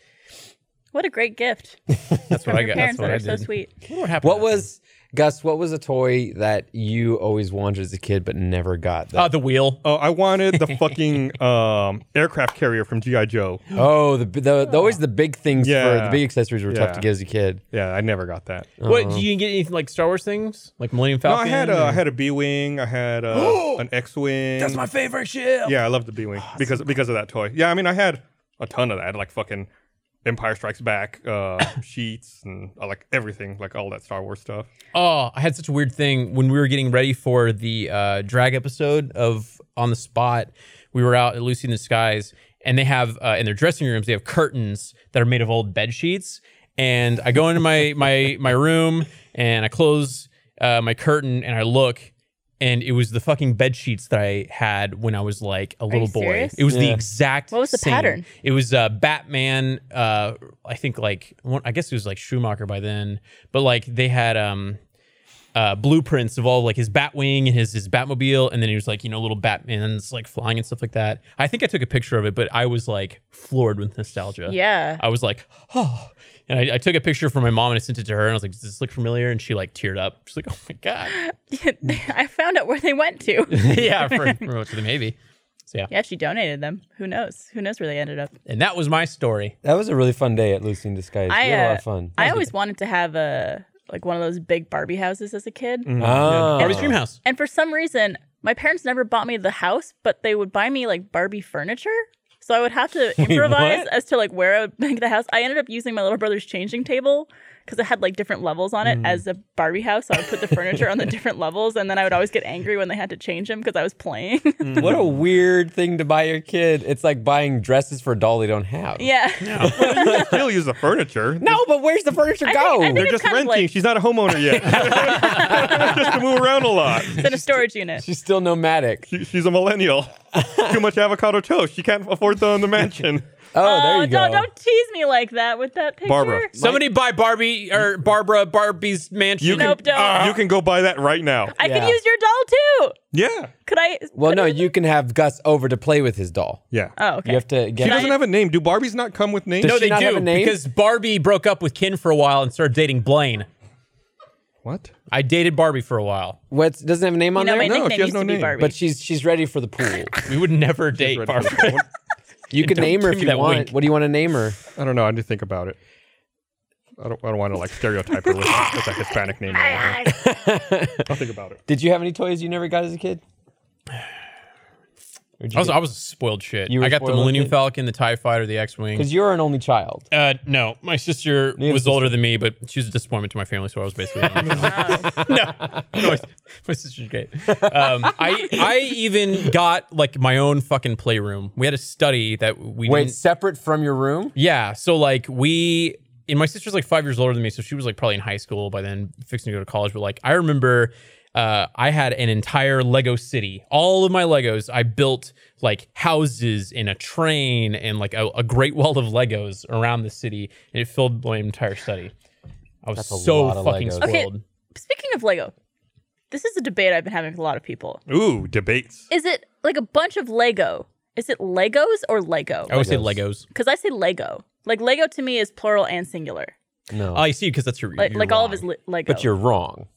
[SPEAKER 4] what a great gift.
[SPEAKER 3] That's what I
[SPEAKER 4] Your
[SPEAKER 3] got.
[SPEAKER 4] parents
[SPEAKER 3] That's
[SPEAKER 4] that
[SPEAKER 3] what I
[SPEAKER 4] are
[SPEAKER 3] did.
[SPEAKER 4] so sweet.
[SPEAKER 3] What happened?
[SPEAKER 1] What was Gus? What was a toy that you always wanted as a kid but never got?
[SPEAKER 3] uh,
[SPEAKER 4] Um,
[SPEAKER 1] That,
[SPEAKER 3] the wheel?
[SPEAKER 2] Oh, I wanted the fucking um, aircraft carrier from GI Joe.
[SPEAKER 1] oh, the, the, the always the big things for
[SPEAKER 2] Yeah.
[SPEAKER 1] the big accessories were tough
[SPEAKER 2] Yeah.
[SPEAKER 1] to get as a kid.
[SPEAKER 2] Yeah, I never got that.
[SPEAKER 3] What? Do you get anything like Star Wars things, like Millennium
[SPEAKER 2] No,
[SPEAKER 3] Falcon?
[SPEAKER 2] I had a,
[SPEAKER 3] or-
[SPEAKER 2] I had a B wing. I had a, an X wing. That's my favorite ship. Yeah, I love the B wing because because of that toy. Yeah, I mean, I had a ton of that. I had, like fucking Empire Strikes Back uh, sheets and uh, like everything, like all that Star Wars stuff.
[SPEAKER 3] Oh, I had such a weird thing when we were getting ready for the uh, drag episode of On the Spot. We were out at Lucy in the Skies, and they have uh, in their dressing rooms they have curtains that are made of old bed sheets. And I go into my my my room and I close uh, my curtain and I look, and it was the fucking bed sheets that I had when I was like a little
[SPEAKER 4] you
[SPEAKER 3] boy.
[SPEAKER 4] serious?
[SPEAKER 3] It was the
[SPEAKER 1] Yeah.
[SPEAKER 3] exact.
[SPEAKER 4] What was the
[SPEAKER 3] same.
[SPEAKER 4] pattern?
[SPEAKER 3] It was uh, Batman. Uh, I think like one, I guess it was like Schumacher by then, but like they had um uh, blueprints of all like his Batwing and his his Batmobile, and then he was like you know little Batman's like flying and stuff like that. I think I took a picture of it, but I was like floored with nostalgia.
[SPEAKER 4] Yeah.
[SPEAKER 3] I was like, oh. And I, I took a picture from my mom and I sent it to her. And I was like, does this look familiar? And she like teared up. She's like, oh my God.
[SPEAKER 4] I found out where they went to.
[SPEAKER 3] yeah, for, for most of them, maybe. So yeah.
[SPEAKER 4] yeah, she donated them. Who knows? Who knows where they ended up?
[SPEAKER 3] And that was my story.
[SPEAKER 1] That was a really fun day at Lucy in Disguise.
[SPEAKER 4] I,
[SPEAKER 1] we had a lot
[SPEAKER 4] uh,
[SPEAKER 1] of fun.
[SPEAKER 4] I always wanted to have a like one of those big Barbie houses as a kid.
[SPEAKER 3] Mm.
[SPEAKER 1] Ah.
[SPEAKER 3] Barbie's Dream House.
[SPEAKER 4] And for some reason, my parents never bought me the house, but they would buy me like Barbie furniture. So I would have to improvise
[SPEAKER 1] what?
[SPEAKER 4] as to like where I would make the house. I ended up using my little brother's changing table because it had like different levels on
[SPEAKER 1] Hmm.
[SPEAKER 4] it as a Barbie house. So I would put the furniture on the different levels, and then I would always get angry when they had to change them because I was playing.
[SPEAKER 1] What a weird thing to buy your kid. It's like buying dresses for a doll they don't have.
[SPEAKER 4] yeah.
[SPEAKER 2] They still use the furniture.
[SPEAKER 1] No, but where's the furniture
[SPEAKER 4] I think-
[SPEAKER 1] go?
[SPEAKER 4] I think-
[SPEAKER 2] They're just
[SPEAKER 4] kind of
[SPEAKER 2] renting.
[SPEAKER 4] like-
[SPEAKER 2] She's not a homeowner yet. just to move around a lot.
[SPEAKER 4] It's in a storage unit.
[SPEAKER 1] She's still nomadic.
[SPEAKER 2] She- she's a millennial. Too much avocado toast. She can't afford to own the mansion.
[SPEAKER 1] Oh, there you
[SPEAKER 4] don't,
[SPEAKER 1] go.
[SPEAKER 4] don't tease me like that with that picture.
[SPEAKER 2] Barbara.
[SPEAKER 3] Somebody buy Barbie or Barbara Barbie's mansion.
[SPEAKER 2] You can,
[SPEAKER 4] Nope, don't.
[SPEAKER 2] Ah, you can go buy that right now.
[SPEAKER 4] I could
[SPEAKER 1] Yeah.
[SPEAKER 4] use your doll too.
[SPEAKER 2] yeah.
[SPEAKER 4] Could I?
[SPEAKER 1] Well,
[SPEAKER 4] could
[SPEAKER 1] no,
[SPEAKER 4] I-
[SPEAKER 1] you can have Gus over to play with his doll.
[SPEAKER 2] Yeah.
[SPEAKER 4] Oh, okay.
[SPEAKER 1] You have to
[SPEAKER 2] She
[SPEAKER 1] get.
[SPEAKER 2] doesn't have a name. Do Barbies not come with names?
[SPEAKER 3] no,
[SPEAKER 1] Does she
[SPEAKER 3] they
[SPEAKER 1] not have
[SPEAKER 3] do
[SPEAKER 1] a name?
[SPEAKER 3] because Barbie broke up with Ken for a while and started dating Blaine.
[SPEAKER 2] What?
[SPEAKER 3] I dated Barbie for a while.
[SPEAKER 1] What's doesn't have a name
[SPEAKER 4] You
[SPEAKER 1] on
[SPEAKER 4] know,
[SPEAKER 1] there.
[SPEAKER 4] my
[SPEAKER 2] No, she
[SPEAKER 4] nickname
[SPEAKER 2] has
[SPEAKER 4] used
[SPEAKER 2] no
[SPEAKER 4] to be
[SPEAKER 2] name.
[SPEAKER 4] Barbie.
[SPEAKER 1] But she's she's ready for the pool.
[SPEAKER 3] We would never date Barbie.
[SPEAKER 1] You can
[SPEAKER 3] Don't
[SPEAKER 1] name her
[SPEAKER 3] give
[SPEAKER 1] if
[SPEAKER 3] me
[SPEAKER 1] you
[SPEAKER 3] that
[SPEAKER 1] want.
[SPEAKER 3] wink.
[SPEAKER 1] What do you want to name her?
[SPEAKER 2] I don't know. I need to think about it. I don't, I don't want to like stereotype her with, with a Hispanic name. Or anything. I'll think about it.
[SPEAKER 1] Did you have any toys you never got as a kid?
[SPEAKER 3] I was, I was spoiled shit.
[SPEAKER 1] You were
[SPEAKER 3] I got the
[SPEAKER 1] spoiled
[SPEAKER 3] Millennium
[SPEAKER 1] kid?
[SPEAKER 3] Falcon, the TIE Fighter, the X Wing.
[SPEAKER 1] Because you're an only child.
[SPEAKER 3] Uh, no, my sister
[SPEAKER 1] Neither
[SPEAKER 3] was
[SPEAKER 1] sister.
[SPEAKER 3] older than me, but she was a disappointment to my family, so I was basically on my
[SPEAKER 4] Oh.
[SPEAKER 3] own. no, no, my, my sister's great. Um, I I even got like my own fucking playroom. We had a study that we
[SPEAKER 1] Wait,
[SPEAKER 3] didn't-
[SPEAKER 1] separate from your room?
[SPEAKER 3] yeah, so like we and my sister's like five years older than me, so she was like probably in high school by then, fixing to go to college. But like I remember, uh, I had an entire Lego city. All of my Legos, I built like houses and a train and like a, a great wall of Legos around the city, and it filled my entire study. I was
[SPEAKER 1] a
[SPEAKER 3] so
[SPEAKER 1] lot of
[SPEAKER 3] fucking
[SPEAKER 1] Legos.
[SPEAKER 4] Okay.
[SPEAKER 3] spoiled.
[SPEAKER 4] Speaking of Lego, this is a debate I've been having with a lot of people.
[SPEAKER 2] Ooh, debates.
[SPEAKER 4] Is it like a bunch of Lego? Is it Legos or Lego?
[SPEAKER 1] Oh.
[SPEAKER 3] I always say
[SPEAKER 1] Legos.
[SPEAKER 3] Legos.
[SPEAKER 4] Because I say Lego. Like Lego to me is plural and singular.
[SPEAKER 1] No,
[SPEAKER 3] Oh, I see because that's your
[SPEAKER 4] Like
[SPEAKER 3] you're
[SPEAKER 4] like all of
[SPEAKER 3] wrong.
[SPEAKER 4] his li- Lego.
[SPEAKER 1] but you're wrong.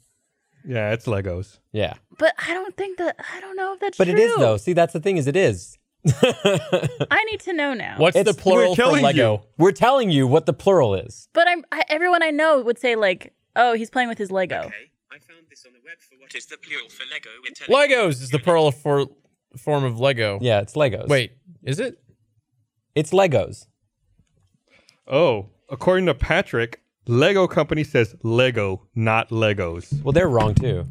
[SPEAKER 2] Yeah, it's Legos.
[SPEAKER 1] Yeah,
[SPEAKER 4] But I don't think that I don't know if that's
[SPEAKER 1] but
[SPEAKER 4] true.
[SPEAKER 1] it is though. See, that's the thing is it is.
[SPEAKER 4] I need to know now.
[SPEAKER 3] What's the
[SPEAKER 1] It's-
[SPEAKER 3] plural for
[SPEAKER 2] telling you.
[SPEAKER 3] Lego?
[SPEAKER 1] We're telling you what the plural is.
[SPEAKER 4] But I'm I, everyone I know would say like, oh, he's playing with his Lego.
[SPEAKER 5] Okay, I found this on the web for what is the plural for Lego intelligence.
[SPEAKER 3] Legos is the plural for form of Lego.
[SPEAKER 1] Yeah, it's Legos.
[SPEAKER 3] Wait, is it?
[SPEAKER 1] it's Legos.
[SPEAKER 2] Oh, according to Patrick, Lego company says Lego, not Legos.
[SPEAKER 1] Well, they're wrong too.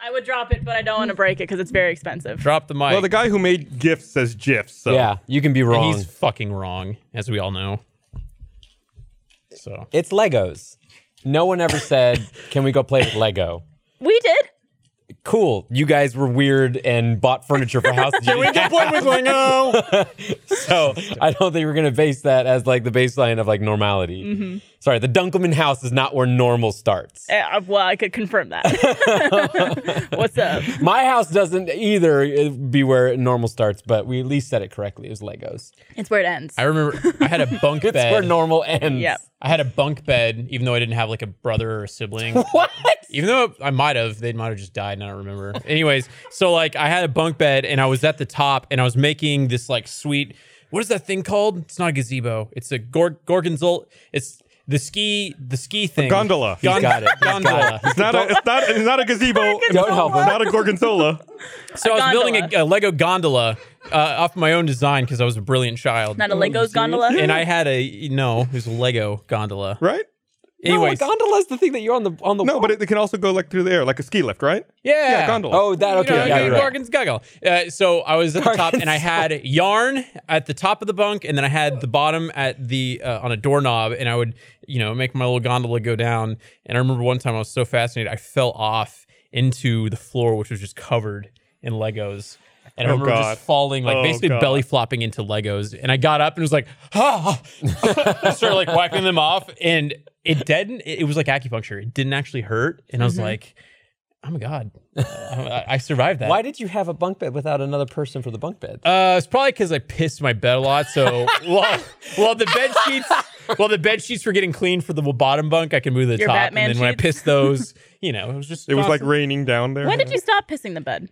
[SPEAKER 4] I would drop it, but I don't want to
[SPEAKER 1] Hmm.
[SPEAKER 4] break it because it's very expensive.
[SPEAKER 3] Drop the mic.
[SPEAKER 2] Well, the guy who made GIFs says GIFs. So.
[SPEAKER 1] Yeah, you can be
[SPEAKER 3] And
[SPEAKER 1] wrong.
[SPEAKER 3] he's fucking wrong, as we all know. So
[SPEAKER 1] It's Legos. No one ever said, "Can we go play with Lego?"
[SPEAKER 4] We did.
[SPEAKER 1] Cool. You guys were weird and bought furniture for houses. you didn't have. so I don't think we're gonna base that as like the baseline of like normality.
[SPEAKER 3] Mm-hmm.
[SPEAKER 1] Sorry, the Dunkelman house is not where normal
[SPEAKER 3] Eh.
[SPEAKER 1] starts.
[SPEAKER 4] Uh, well, I could confirm that. What's up?
[SPEAKER 1] My house doesn't either uh, be where normal starts, but we at least said it correctly. It was Legos.
[SPEAKER 4] It's where it ends.
[SPEAKER 3] I remember I had a bunk
[SPEAKER 1] It's where
[SPEAKER 3] bed.
[SPEAKER 1] normal ends.
[SPEAKER 4] Yep.
[SPEAKER 3] I had a bunk bed, even though I didn't have like a brother or a sibling.
[SPEAKER 1] What?
[SPEAKER 3] Even though I might have, they might have just died, and I don't remember. Anyways, so like I had a bunk bed, and I was at the top, and I was making this like sweet. What is that thing called? It's not a gazebo. It's a gor- gorgonzola. It's the ski, the ski thing.
[SPEAKER 2] gondola.
[SPEAKER 1] He's got it. He's got it.
[SPEAKER 3] Gondola.
[SPEAKER 2] It's not, a, it's, not, it's not a gazebo.
[SPEAKER 1] Don't help him.
[SPEAKER 2] It's not a gorgonzola.
[SPEAKER 3] So I was building
[SPEAKER 4] gondola.
[SPEAKER 3] a, a Lego gondola uh, off my own design because I was a brilliant child.
[SPEAKER 4] Not a Lego's gondola.
[SPEAKER 3] and I had a no, it was a Lego gondola.
[SPEAKER 2] Right?
[SPEAKER 1] Anyway,
[SPEAKER 3] Anyways,
[SPEAKER 1] gondola is the thing that you're on the on the.
[SPEAKER 2] No, but it, it can also go like through the air, like a ski lift, right?
[SPEAKER 3] yeah,
[SPEAKER 2] gondola.
[SPEAKER 1] oh, that okay.
[SPEAKER 3] You know,
[SPEAKER 1] yeah, you're right.
[SPEAKER 3] Gorgon's goggle. Uh, so I was at the top, and I had yarn at the top of the bunk, and then I had the bottom at the uh, on a doorknob, and I would you know make my little gondola go down. And I remember one time I was so fascinated, I fell off. into the floor, which was just covered in Legos. And I
[SPEAKER 2] Oh,
[SPEAKER 3] remember
[SPEAKER 2] God.
[SPEAKER 3] just falling, like
[SPEAKER 2] Oh,
[SPEAKER 3] basically
[SPEAKER 2] God.
[SPEAKER 3] belly flopping into Legos. And I got up and was like, ah! I started like whacking them off. And it didn't, it, it was like acupuncture. It didn't actually hurt. And I
[SPEAKER 1] Mm-hmm.
[SPEAKER 3] was like, oh my God, I, I survived that.
[SPEAKER 1] Why did you have a bunk bed without another person for the bunk bed?
[SPEAKER 3] Uh, it's probably because I pissed my bed a lot. So while, while the bed sheets, while the bed sheets were getting clean for the bottom bunk, I can move to the
[SPEAKER 4] Your
[SPEAKER 3] top.
[SPEAKER 4] Batman
[SPEAKER 3] and then when I
[SPEAKER 4] sheets?
[SPEAKER 3] pissed those, you know, it was just
[SPEAKER 2] It was like
[SPEAKER 3] constant-
[SPEAKER 2] raining down there.
[SPEAKER 4] When did you stop pissing the bed?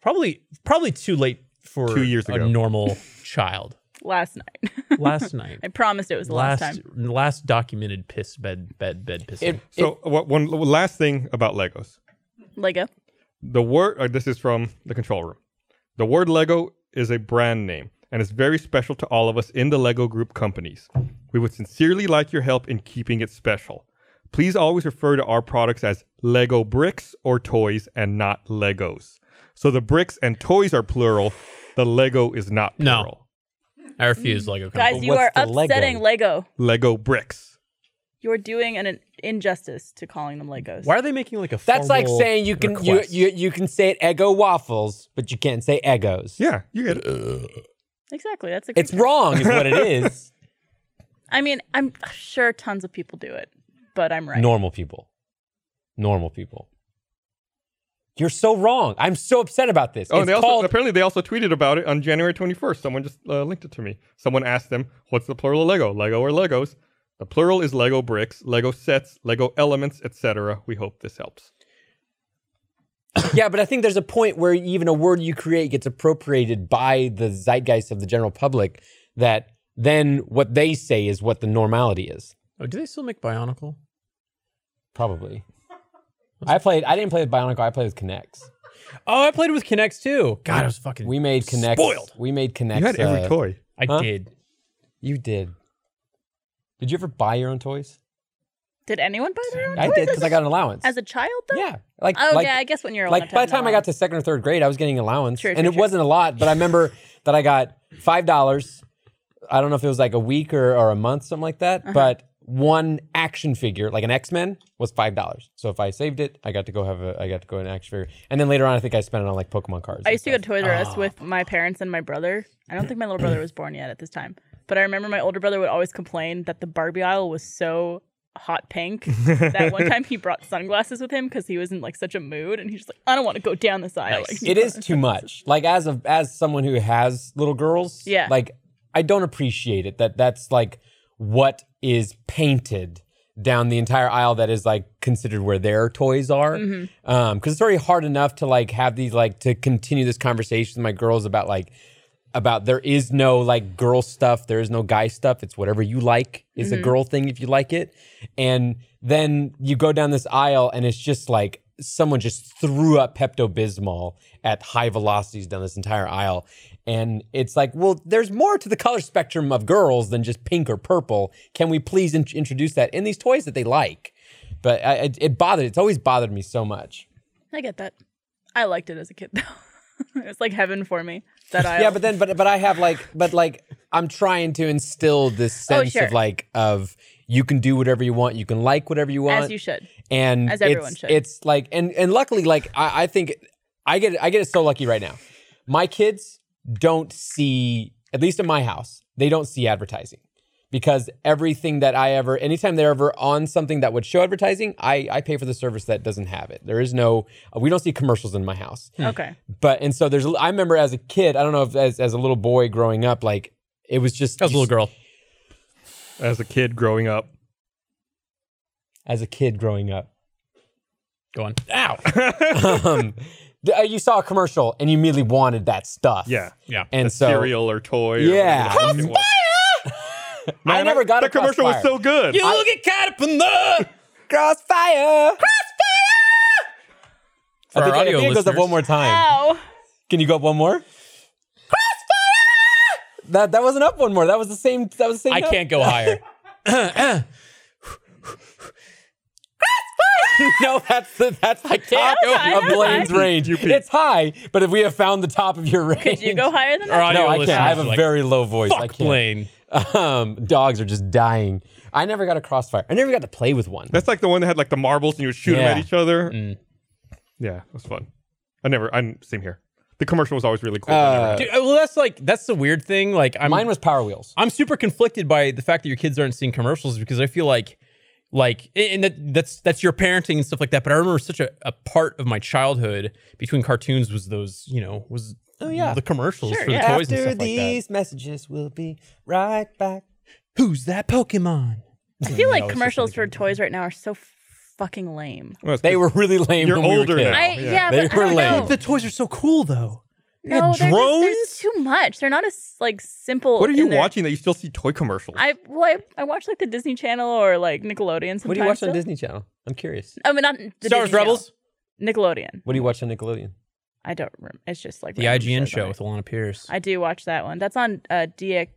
[SPEAKER 3] probably probably too late for
[SPEAKER 2] Two years ago.
[SPEAKER 3] a normal child.
[SPEAKER 4] Last night.
[SPEAKER 3] Last night,
[SPEAKER 4] I promised it was the last,
[SPEAKER 3] last
[SPEAKER 4] time.
[SPEAKER 3] last documented piss bed bed bed pissing.
[SPEAKER 1] It- it-
[SPEAKER 2] So what, one last thing about Legos.
[SPEAKER 4] Lego.
[SPEAKER 2] The word uh, this is from the control room. The word Lego is a brand name and is very special to all of us in the Lego Group companies. We would sincerely like your help in keeping it special. Please always refer to our products as Lego bricks or toys and not Legos. So the bricks and toys are plural. The Lego is not
[SPEAKER 3] No.
[SPEAKER 2] plural.
[SPEAKER 3] I refuse Lego.
[SPEAKER 4] Guys,
[SPEAKER 1] Well,
[SPEAKER 4] you are
[SPEAKER 1] what's the Lego?
[SPEAKER 4] upsetting Lego.
[SPEAKER 2] Lego bricks.
[SPEAKER 4] You're doing an, an injustice to calling them Legos.
[SPEAKER 3] why are they making like a?
[SPEAKER 1] that's like
[SPEAKER 3] formal
[SPEAKER 1] saying you can you,
[SPEAKER 3] request?
[SPEAKER 1] you you can say it Eggo waffles, but you can't say Eggos.
[SPEAKER 2] Yeah, you get it.
[SPEAKER 4] Exactly. That's a good
[SPEAKER 1] It's wrong, is what it is.
[SPEAKER 4] I mean, I'm sure tons of people do it, but I'm right.
[SPEAKER 1] Normal people. Normal people. You're so wrong. I'm so upset about this.
[SPEAKER 2] Oh,
[SPEAKER 1] it's
[SPEAKER 2] and they also,
[SPEAKER 1] called
[SPEAKER 2] apparently they also tweeted about it on January 21st. Someone just uh, linked it to me. Someone asked them, "What's the plural of Lego? Lego or Legos?" The plural is Lego bricks, Lego sets, Lego elements, etc. We hope this helps.
[SPEAKER 1] Yeah, but I think there's a point where even a word you create gets appropriated by the zeitgeist of the general public that then what they say is what the normality is.
[SPEAKER 3] Oh, do they still make Bionicle?
[SPEAKER 1] Probably. I played I didn't play with Bionicle, I played with Connects.
[SPEAKER 3] Oh, I played with Kinects too. God, I was fucking.
[SPEAKER 1] We made Connects.
[SPEAKER 3] Spoiled.
[SPEAKER 1] We made Connects.
[SPEAKER 2] You had every
[SPEAKER 1] uh,
[SPEAKER 2] toy.
[SPEAKER 3] I
[SPEAKER 1] Huh?
[SPEAKER 3] did.
[SPEAKER 1] You did. Did you ever buy your own toys?
[SPEAKER 4] Did anyone buy their own
[SPEAKER 1] I
[SPEAKER 4] toys
[SPEAKER 1] did
[SPEAKER 4] as
[SPEAKER 1] because
[SPEAKER 4] a-
[SPEAKER 1] I got an allowance.
[SPEAKER 4] as a child though?
[SPEAKER 1] yeah. Like
[SPEAKER 4] Oh
[SPEAKER 1] like,
[SPEAKER 4] yeah, I guess when you're
[SPEAKER 1] like by the time I got to second or third grade, I was getting allowance,
[SPEAKER 4] True,
[SPEAKER 1] and
[SPEAKER 4] true,
[SPEAKER 1] it
[SPEAKER 4] true.
[SPEAKER 1] wasn't a lot. But I remember that I got five dollars. I don't know if it was like a week or, or a month, something like that.
[SPEAKER 4] Uh-huh.
[SPEAKER 1] But one action figure, like an X Men, was five dollars. So if I saved it, I got to go have a I got to go an action figure. And then later on, I think I spent it on like Pokemon cards.
[SPEAKER 4] I
[SPEAKER 1] and
[SPEAKER 4] used to go to
[SPEAKER 1] stuff.
[SPEAKER 4] Toys R
[SPEAKER 1] Oh.
[SPEAKER 4] Us with my parents and my brother. I don't think my little brother was born yet at this time, but I remember my older brother would always complain that the Barbie aisle was so hot pink that one time he brought sunglasses with him because he was in like such a mood and he's just like i don't want to go down this aisle
[SPEAKER 3] Nice.
[SPEAKER 4] like,
[SPEAKER 1] it is too much. Like as a as someone who has little girls,
[SPEAKER 4] Yeah.
[SPEAKER 1] Like I don't appreciate it that that's like what is painted down the entire aisle that is like considered where their toys are.
[SPEAKER 4] Mm-hmm.
[SPEAKER 1] Um, because it's already hard enough to like have these like to continue this conversation with my girls about like about there is no like girl stuff, there is no guy stuff. It's whatever you like is a girl thing if you like it. And then you go down this aisle and it's just like someone just threw up Pepto Bismol at high velocities down this entire aisle. And it's like, well, there's more to the color spectrum of girls than just pink or purple. Can we please in- introduce that in these toys that they like? But I, it, it bothered. It's always bothered me so much.
[SPEAKER 4] i get that i liked it as a kid though it was like heaven for me that aisle
[SPEAKER 1] Yeah, but then, but but I have like, but like, I'm trying to instill this
[SPEAKER 4] Oh,
[SPEAKER 1] sense
[SPEAKER 4] sure.
[SPEAKER 1] of like, of you can do whatever you want, you can like whatever you want,
[SPEAKER 4] as you should
[SPEAKER 1] and
[SPEAKER 4] as everyone
[SPEAKER 1] it's,
[SPEAKER 4] should.
[SPEAKER 1] It's like, and and luckily, like, I, I think I get I get so lucky right now. My kids don't see, at least in my house, they don't see advertising because everything that I ever, anytime they're ever on something that would show advertising, I I pay for the service that doesn't have it. There is no, we don't see commercials in my house
[SPEAKER 4] okay
[SPEAKER 1] but and so there's i remember as a kid i don't know if as, as a little boy growing up like it was just
[SPEAKER 3] That was a little girl.
[SPEAKER 2] As a kid growing up,
[SPEAKER 1] as a kid growing up
[SPEAKER 3] Go on.
[SPEAKER 1] um, th- uh, you saw a commercial and you immediately wanted that stuff
[SPEAKER 2] yeah,
[SPEAKER 3] Yeah.
[SPEAKER 1] and so
[SPEAKER 2] cereal or toy.
[SPEAKER 1] Yeah.
[SPEAKER 2] or whatever it was. Man,
[SPEAKER 1] I never got
[SPEAKER 2] the
[SPEAKER 1] a
[SPEAKER 2] commercial was
[SPEAKER 1] Crossfire.
[SPEAKER 2] so good.
[SPEAKER 3] You look at Caterpillar.
[SPEAKER 1] crossfire
[SPEAKER 3] For
[SPEAKER 1] I
[SPEAKER 3] our
[SPEAKER 1] think, I
[SPEAKER 3] audio
[SPEAKER 1] think it goes up
[SPEAKER 3] listeners.
[SPEAKER 1] one more time
[SPEAKER 4] ow
[SPEAKER 1] can you go up one more crossfire that that wasn't up one more that was the same that was the same
[SPEAKER 3] I
[SPEAKER 1] note.
[SPEAKER 3] can't go higher.
[SPEAKER 1] no that's the that's the top
[SPEAKER 4] That's high,
[SPEAKER 1] of
[SPEAKER 4] that's
[SPEAKER 1] Blaine's
[SPEAKER 4] high.
[SPEAKER 1] range
[SPEAKER 2] You peaked.
[SPEAKER 1] it's high but if we have found the top of your range
[SPEAKER 4] could you go higher than that
[SPEAKER 3] All right.
[SPEAKER 1] no,
[SPEAKER 3] Audio
[SPEAKER 1] I can't. I
[SPEAKER 3] listeners
[SPEAKER 1] have a
[SPEAKER 3] are like,
[SPEAKER 1] very low voice. I
[SPEAKER 3] Fuck
[SPEAKER 1] can't.
[SPEAKER 3] Blaine.
[SPEAKER 1] Um, dogs are just dying. I never got a crossfire. I never got to play with one.
[SPEAKER 2] That's like the one that had like the marbles and you would shoot
[SPEAKER 1] Yeah. Mm.
[SPEAKER 2] them at each other. Yeah, it was fun. I never, I didn't same here. The commercial was always really cool. I never
[SPEAKER 1] Uh,
[SPEAKER 2] had it.
[SPEAKER 3] Dude, well, that's like that's the weird thing. Like, I'm
[SPEAKER 1] Mine was Power Wheels.
[SPEAKER 3] I'm super conflicted by the fact that your kids aren't seeing commercials because I feel like like and that, that's that's your parenting and stuff like that. But I remember such a, a part of my childhood between cartoons was those, you know, was oh,
[SPEAKER 1] yeah.
[SPEAKER 3] the commercials
[SPEAKER 4] Sure,
[SPEAKER 3] for the
[SPEAKER 4] yeah.
[SPEAKER 3] toys and stuff like
[SPEAKER 1] messages, we'll be right back.
[SPEAKER 3] that. Who's that Pokemon?
[SPEAKER 4] I feel
[SPEAKER 3] No,
[SPEAKER 4] like
[SPEAKER 3] it's just
[SPEAKER 4] commercials for
[SPEAKER 3] really
[SPEAKER 4] toys right now are so fucking lame.
[SPEAKER 2] Well, it's
[SPEAKER 1] They
[SPEAKER 2] good.
[SPEAKER 1] were really lame.
[SPEAKER 2] You're
[SPEAKER 1] when we were
[SPEAKER 2] older
[SPEAKER 1] kids.
[SPEAKER 2] now.
[SPEAKER 4] I
[SPEAKER 2] yeah.
[SPEAKER 4] yeah,
[SPEAKER 1] Oh, They
[SPEAKER 4] but
[SPEAKER 1] were
[SPEAKER 4] I don't
[SPEAKER 1] lame.
[SPEAKER 4] know.
[SPEAKER 1] The
[SPEAKER 3] toys are so cool though.
[SPEAKER 4] No, they're just- they're just too much. They're not as like simple.
[SPEAKER 2] What are
[SPEAKER 4] in
[SPEAKER 2] you
[SPEAKER 4] their-
[SPEAKER 2] watching that you still see toy commercials?
[SPEAKER 4] I well, I, I watch like the Disney Channel or like Nickelodeon. Sometimes
[SPEAKER 1] What do you watch on
[SPEAKER 4] still.
[SPEAKER 1] Disney Channel? I'm curious.
[SPEAKER 4] I mean, not the
[SPEAKER 3] Star Wars
[SPEAKER 4] Disney Channel.
[SPEAKER 3] Rebels,
[SPEAKER 4] Nickelodeon.
[SPEAKER 1] What do you watch on Nickelodeon?
[SPEAKER 4] I don't remember. It's just like
[SPEAKER 3] the
[SPEAKER 4] random
[SPEAKER 3] IGN
[SPEAKER 4] shows on
[SPEAKER 3] show
[SPEAKER 4] it.
[SPEAKER 3] with Alana Pierce.
[SPEAKER 4] I do watch that one. That's on uh, DX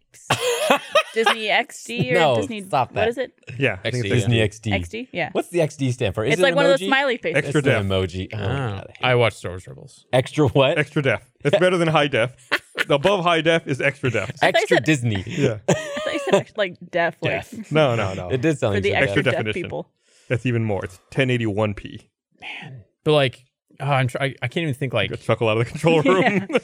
[SPEAKER 4] Disney XD or
[SPEAKER 1] No,
[SPEAKER 4] Disney.
[SPEAKER 1] stop that.
[SPEAKER 4] What is it?
[SPEAKER 2] yeah, I think
[SPEAKER 3] XD,
[SPEAKER 2] it's
[SPEAKER 1] Disney XD.
[SPEAKER 4] XD. Yeah.
[SPEAKER 1] What's the XD stand for? Is
[SPEAKER 4] it's
[SPEAKER 1] it
[SPEAKER 4] like
[SPEAKER 1] an
[SPEAKER 4] one of
[SPEAKER 1] emoji?
[SPEAKER 4] those smiley faces.
[SPEAKER 1] It's
[SPEAKER 2] Extra
[SPEAKER 1] an
[SPEAKER 2] def.
[SPEAKER 1] emoji. Oh,
[SPEAKER 3] Ah,
[SPEAKER 1] God, I hate
[SPEAKER 3] I watched Star Wars Rebels.
[SPEAKER 1] Extra what? Extra,
[SPEAKER 2] extra def. It's better than high def. Above high def is extra def.
[SPEAKER 4] I thought you said-
[SPEAKER 1] Disney.
[SPEAKER 2] Yeah.
[SPEAKER 4] I thought you said actually, like deaf, like
[SPEAKER 1] Deaf.
[SPEAKER 2] No, no, no.
[SPEAKER 1] It did sound
[SPEAKER 4] for
[SPEAKER 1] like
[SPEAKER 4] the
[SPEAKER 1] that.
[SPEAKER 4] extra
[SPEAKER 2] Extra
[SPEAKER 4] deaf
[SPEAKER 2] definition.
[SPEAKER 4] people.
[SPEAKER 2] That's even more. It's 1081p.
[SPEAKER 3] But like, oh, I'm try- I, I can't even think like
[SPEAKER 2] Got chuckle out of the control room.
[SPEAKER 4] Yeah.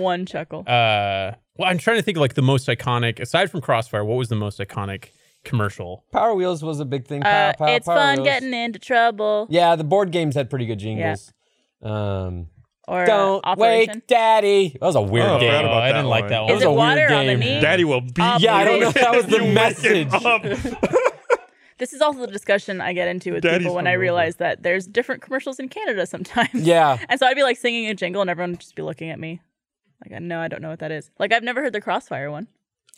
[SPEAKER 4] One chuckle.
[SPEAKER 3] uh well i'm trying to think of like the most iconic aside from crossfire what was the most iconic commercial
[SPEAKER 1] Power Wheels was a big thing. Power,
[SPEAKER 4] Uh,
[SPEAKER 1] power,
[SPEAKER 4] it's
[SPEAKER 1] Power
[SPEAKER 4] fun
[SPEAKER 1] Wheels.
[SPEAKER 4] getting into trouble.
[SPEAKER 1] Yeah, the board games had pretty good jingles. Um,
[SPEAKER 4] Or uh,
[SPEAKER 1] don't
[SPEAKER 4] operation.
[SPEAKER 1] wake daddy. That was a weird
[SPEAKER 2] Oh, I forgot
[SPEAKER 1] game.
[SPEAKER 2] about
[SPEAKER 3] i
[SPEAKER 2] that
[SPEAKER 3] didn't like
[SPEAKER 2] one.
[SPEAKER 3] that
[SPEAKER 2] Is
[SPEAKER 3] one
[SPEAKER 4] Is
[SPEAKER 1] was a
[SPEAKER 4] it
[SPEAKER 1] weird
[SPEAKER 4] water on the
[SPEAKER 1] game.
[SPEAKER 4] knee?
[SPEAKER 2] Daddy will beat
[SPEAKER 4] Uh,
[SPEAKER 2] you.
[SPEAKER 1] Yeah, I don't know if that was the message.
[SPEAKER 2] up.
[SPEAKER 4] This is also the discussion I get into with
[SPEAKER 2] Daddy's
[SPEAKER 4] people when I
[SPEAKER 2] hungover.
[SPEAKER 4] realize that there's different commercials in Canada sometimes.
[SPEAKER 1] Yeah.
[SPEAKER 4] And so I'd be like singing a jingle and everyone would just be looking at me. Like, I know I don't know what that is. Like, I've never heard the Crossfire one.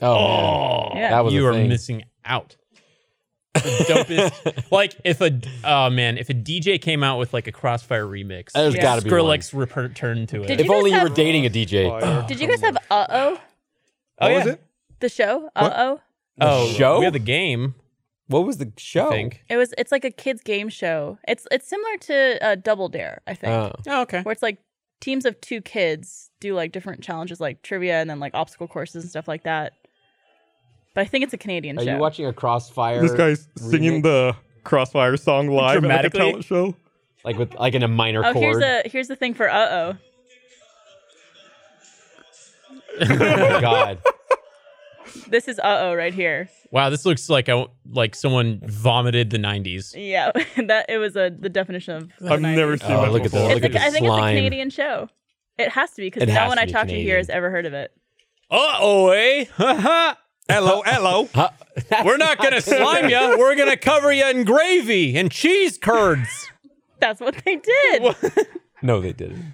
[SPEAKER 1] Oh,
[SPEAKER 4] Yeah.
[SPEAKER 1] man. that was
[SPEAKER 3] you
[SPEAKER 1] a
[SPEAKER 3] are
[SPEAKER 1] thing.
[SPEAKER 3] missing out the dopest like if a oh man if a dj came out with like a crossfire remix
[SPEAKER 1] There's
[SPEAKER 4] Yeah.
[SPEAKER 1] gotta be one.
[SPEAKER 3] skrillex return to it
[SPEAKER 4] Did
[SPEAKER 1] If
[SPEAKER 4] you guys
[SPEAKER 1] only you were
[SPEAKER 4] have-
[SPEAKER 1] dating a DJ.
[SPEAKER 4] Did you guys have Uh Oh,
[SPEAKER 3] oh,
[SPEAKER 2] What
[SPEAKER 3] yeah.
[SPEAKER 2] was it?
[SPEAKER 4] the show? Uh Oh.
[SPEAKER 1] The
[SPEAKER 3] oh
[SPEAKER 1] show? Oh.
[SPEAKER 3] we had the game
[SPEAKER 1] What was the show?
[SPEAKER 3] i think
[SPEAKER 4] It was, it's like a kids' game show. It's, it's similar to uh, Double Dare, I think,
[SPEAKER 1] Oh.
[SPEAKER 3] oh okay
[SPEAKER 4] where it's like teams of two kids do like different challenges, like trivia and then like obstacle courses and stuff like that. But I think it's a Canadian
[SPEAKER 1] Are
[SPEAKER 4] show.
[SPEAKER 1] you watching a Crossfire?
[SPEAKER 2] This guy's
[SPEAKER 1] remix?
[SPEAKER 2] singing the Crossfire song live at like a
[SPEAKER 3] Dramatically?
[SPEAKER 2] talent show.
[SPEAKER 1] like with like in a minor
[SPEAKER 4] oh,
[SPEAKER 1] chord.
[SPEAKER 4] here's a here's the thing for Uh Oh.
[SPEAKER 1] oh my god.
[SPEAKER 4] This is Uh Oh right here.
[SPEAKER 3] wow this looks like I, like someone vomited the 90s
[SPEAKER 4] Yeah, that it was a the definition of. the
[SPEAKER 2] I've never
[SPEAKER 4] 90s.
[SPEAKER 2] seen
[SPEAKER 1] Oh,
[SPEAKER 2] that
[SPEAKER 1] look at
[SPEAKER 2] before.
[SPEAKER 1] that.
[SPEAKER 4] It's
[SPEAKER 1] Look
[SPEAKER 4] like,
[SPEAKER 1] at
[SPEAKER 4] I
[SPEAKER 1] the
[SPEAKER 4] think it's a
[SPEAKER 1] slime.
[SPEAKER 4] Canadian show. It has to be because
[SPEAKER 1] It
[SPEAKER 4] no
[SPEAKER 1] has
[SPEAKER 4] one
[SPEAKER 1] to
[SPEAKER 4] I
[SPEAKER 1] be
[SPEAKER 4] talk to
[SPEAKER 1] Canadian.
[SPEAKER 4] here has ever heard of it.
[SPEAKER 3] uh-oh eh ha ha
[SPEAKER 2] Hello, hello.
[SPEAKER 1] Huh?
[SPEAKER 3] We're not gonna slime you. We're gonna cover you in gravy and cheese curds.
[SPEAKER 4] That's what they did. Of
[SPEAKER 1] No, they didn't.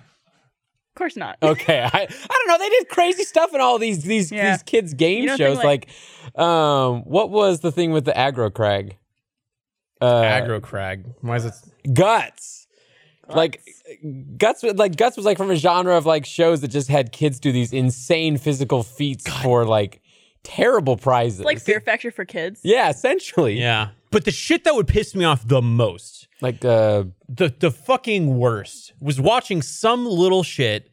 [SPEAKER 4] course not.
[SPEAKER 1] Okay, I, I don't know. They did crazy stuff in all these these
[SPEAKER 4] Yeah.
[SPEAKER 1] these kids game
[SPEAKER 4] You know,
[SPEAKER 1] shows.
[SPEAKER 4] thing like-
[SPEAKER 1] Like, um, what was the thing with the aggro crag? Uh,
[SPEAKER 3] Agro crag. Why is it?
[SPEAKER 1] guts. Like uh, guts, was- like guts was like from a genre of like shows that just had kids do these insane physical feats for like terrible prizes.
[SPEAKER 4] Like Fear Factor for kids.
[SPEAKER 1] yeah, essentially.
[SPEAKER 3] Yeah. But the shit that would piss me off the most,
[SPEAKER 1] Like uh,
[SPEAKER 3] the the fucking worst, was watching some little shit